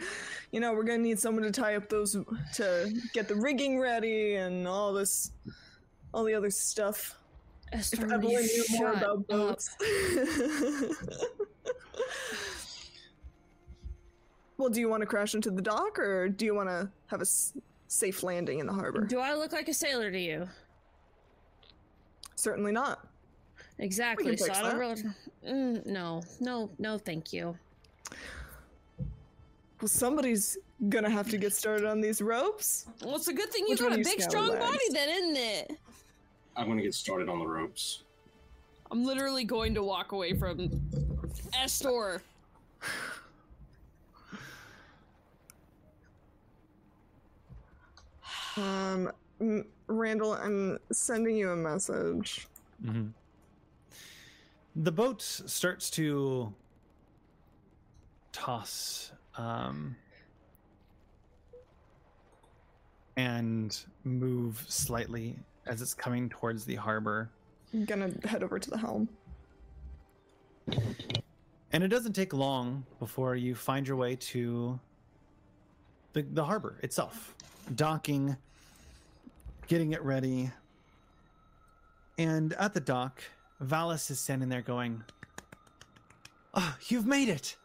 You know, we're gonna need someone to tie up those to get the rigging ready and all this all the other stuff. If
Esther,
Evelyn knew more
shut
about
up.
boats. [LAUGHS] well, do you want to crash into the dock or do you want to have a s- safe landing in the harbor?
Do I look like a sailor to you?
Certainly not.
Exactly. So
fix
I don't
that.
really. Mm, no, no, no, thank you.
Well, somebody's gonna have to get started on these ropes.
Well, it's a good thing you
Which
got
one
a
you
big, strong
scallywags?
body, then, isn't it?
I'm gonna get started on the ropes.
I'm literally going to walk away from Estor.
Um, m- Randall, I'm sending you a message.
hmm The boat starts to toss um, and move slightly as it's coming towards the harbor.
I'm gonna head over to the helm.
And it doesn't take long before you find your way to the, the harbor itself, docking, getting it ready. And at the dock, Valis is standing there going, Oh, you've made it!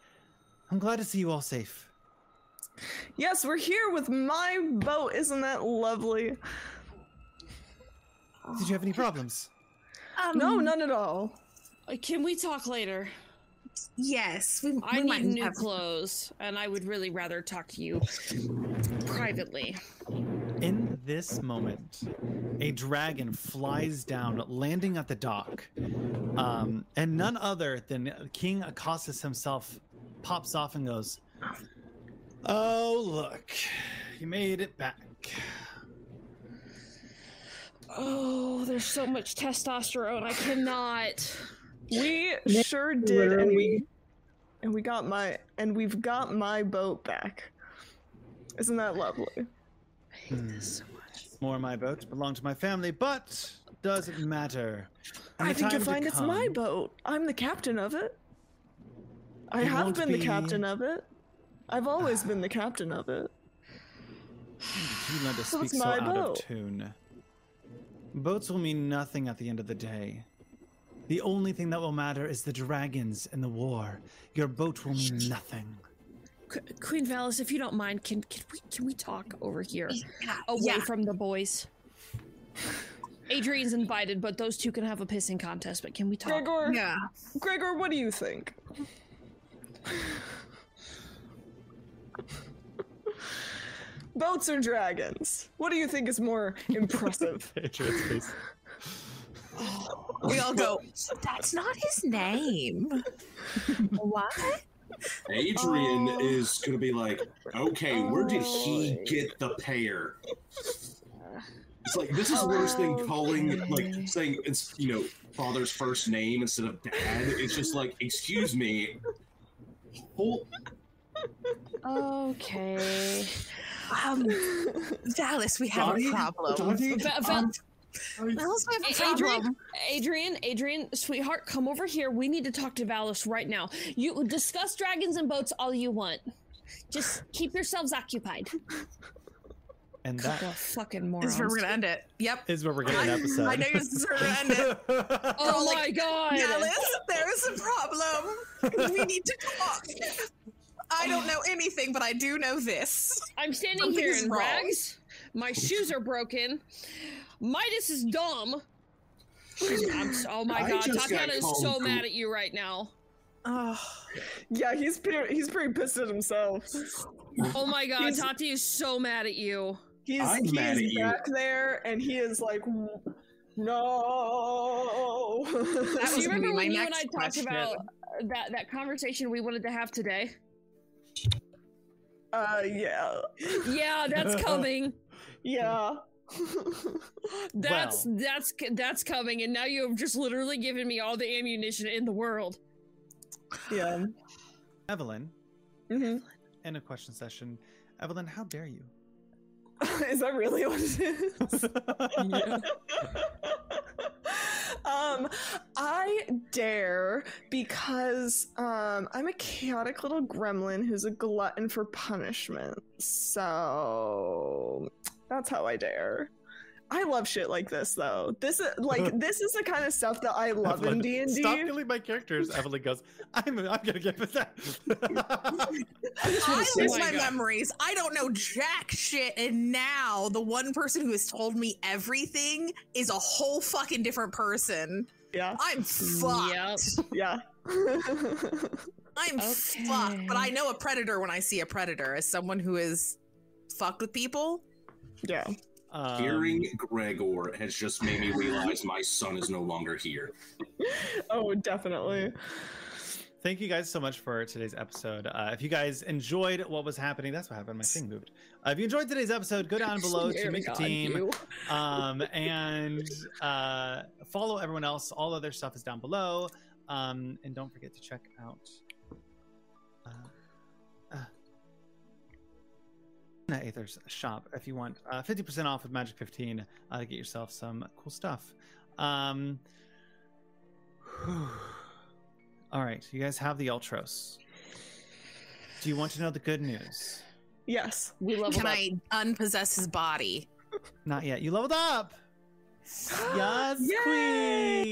I'm glad to see you all safe.
Yes, we're here with my boat. Isn't that lovely?
Did you have any problems?
Um,
no, none at all.
Uh, Can we talk later?
Yes, we,
I
we might
need new
have-
clothes, and I would really rather talk to you privately.
In this moment, a dragon flies down, landing at the dock. Um, and none other than King Acostas himself pops off and goes, Oh, look, you made it back.
Oh, there's so much testosterone. I cannot.
We
Yeah,
sure did, and we and we got my and we've got my boat back. Isn't that lovely?
More of my boats belong to my family, but doesn't matter. In
I
the
think
time
you'll
to
find it's my
come,
boat. I'm the captain of it. I
It
have
won't
been the
be-
captain of it. I've always been the captain of it.
You learn to
So
speak
it's
so
my
out of
boat.
tune. Boats will mean nothing at the end of the day. The only thing that will matter is the dragons and the war. Your boat will mean nothing.
Qu- Queen Valis, if you don't mind, can can we can we talk over here,
yeah,
away
yeah.
from the boys? Adrian's invited, but those two can have a pissing contest. But can we talk?
Gregor,
yeah.
Gregor, what do you [LAUGHS] think? Boats or dragons? What do you think is more impressive?
We all go. That's not his name. what?
Adrian is gonna be like, okay, where did he get the pair? It's like this is worse than calling like saying it's you know father's first name instead of dad. It's just like, excuse me. Well,
Okay.
Um, Dallas, we have
Dottie?
a problem.
Dottie?
Va- Va-
Dallas, we have a
A- Adrian,
problem.
Adrian, Adrian, sweetheart, come over here. We need to talk to Valis right now. You discuss dragons and boats all you want. Just keep yourselves occupied.
And
Couple
that
of fucking morons.
Is where we're gonna end it. Yep.
is where we're getting an episode.
I know this is where we're gonna end it.
[LAUGHS]
Oh
Like,
my god!
Dallas, there is a problem. We need to talk. I don't know anything, but I do know this.
I'm standing
Something
here
is
in
wrong.
rags. My shoes are broken. Midas is dumb. She's- I'm so- oh my
I
god,
just got
Tatiana is
called
so
gr-
mad at you right now.
yeah, he's pretty, he's pretty pissed at himself.
Oh my god, Tati is so mad at you.
He's,
I'm
he's
mad at you.
back there, and he is like, no.
That
Do
was gonna be
you remember
my
when you and
next
I talked
question.
about that that conversation we wanted to have today?
Uh, yeah.
Yeah, that's coming.
Yeah. [LAUGHS]
That's that's that's coming, and now you have just literally given me all the ammunition in the world.
Yeah.
Evelyn,
hmm
end of question session. Evelyn, how dare you?
[LAUGHS] is that really what it is? [LAUGHS] um, I dare because um, I'm a chaotic little gremlin who's a glutton for punishment. So that's how I dare. I love shit like this though. This is like this is the kind of stuff that I [LAUGHS] love
Evelyn,
in D and [LAUGHS]
Stop
D.
killing my characters. Evelyn goes, I'm, I'm going to get with that.
I lose
Oh
my
my God.
memories. I don't know jack shit. And now the one person who has told me everything is a whole fucking different person.
Yeah,
I'm fucked.
Yep.
[LAUGHS]
yeah. [LAUGHS]
I'm fucked. But I
Okay.
know a predator when I see a predator as someone who is fucked with people.
yeah.
[LAUGHS] Um,
Hearing Gregor has just made me realize my son is no longer here.
Oh, definitely.
Thank you guys so much for today's episode. Uh, if you guys enjoyed what was happening, that's what happened. My thing moved. Uh, if you enjoyed today's episode, go down below to
Swear
make a
God,
team.
you.
um, and uh, follow everyone else. All other stuff is down below. Um, and don't forget to check out. Uh, uh, Anna Aether's shop if you want uh, 50% off with Magic 15 uh, to get yourself some cool stuff. Um, [SIGHS] whew. all right, you guys have the Ultros. Do you want to know the good news?
Yes.
We leveled
Can
up.
I unpossess his body?
Not yet. You leveled up.
[GASPS]
Yes,
Yay!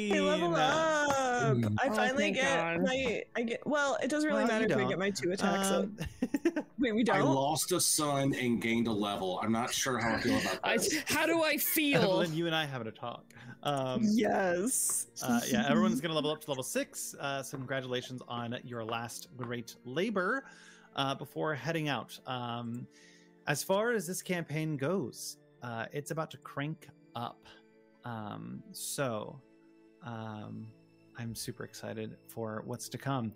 queen. Mm.
I level up. I
Oh,
finally
thank
get
God.
my. I get. Well, it doesn't really
Well,
matter
you
if I
don't.
get my two attacks. up.
[LAUGHS] Um,
Wait, we
I
don't.
lost a son and gained a level. I'm not sure how I feel about
I,
that.
how do I feel?
Evelyn, you and I having a talk. Um,
yes. [LAUGHS]
uh, yeah, everyone's going to level up to level six. Uh, so, congratulations on your last great labor uh, before heading out. Um, as far as this campaign goes, uh, it's about to crank up. Um, so, um, I'm super excited for what's to come.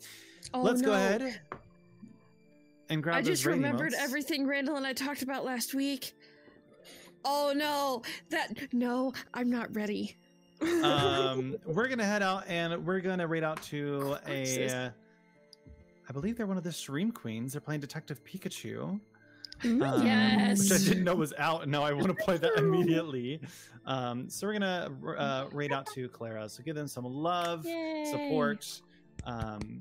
Oh,
Let's go
no.
ahead and grab
I
those
just
raid
remembered
emotes.
[LAUGHS] everything Randall and I talked about last week. Oh no, that no, I'm not ready.
um, we're gonna head out and we're gonna raid out to a.
Corpses.
Uh, I believe they're one of the stream queens. They're playing Detective Pikachu, um,
Yes.
which I didn't know was out, and now I want to play
[LAUGHS]
that immediately. Um, so we're gonna uh, raid out to Clara. So give them some love, support. Um,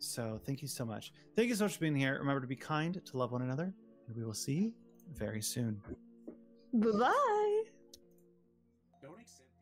so thank you so much. Thank you so much for being here. Remember to be kind, to love one another, and we will see you very soon.
Bye bye.
Don't accept-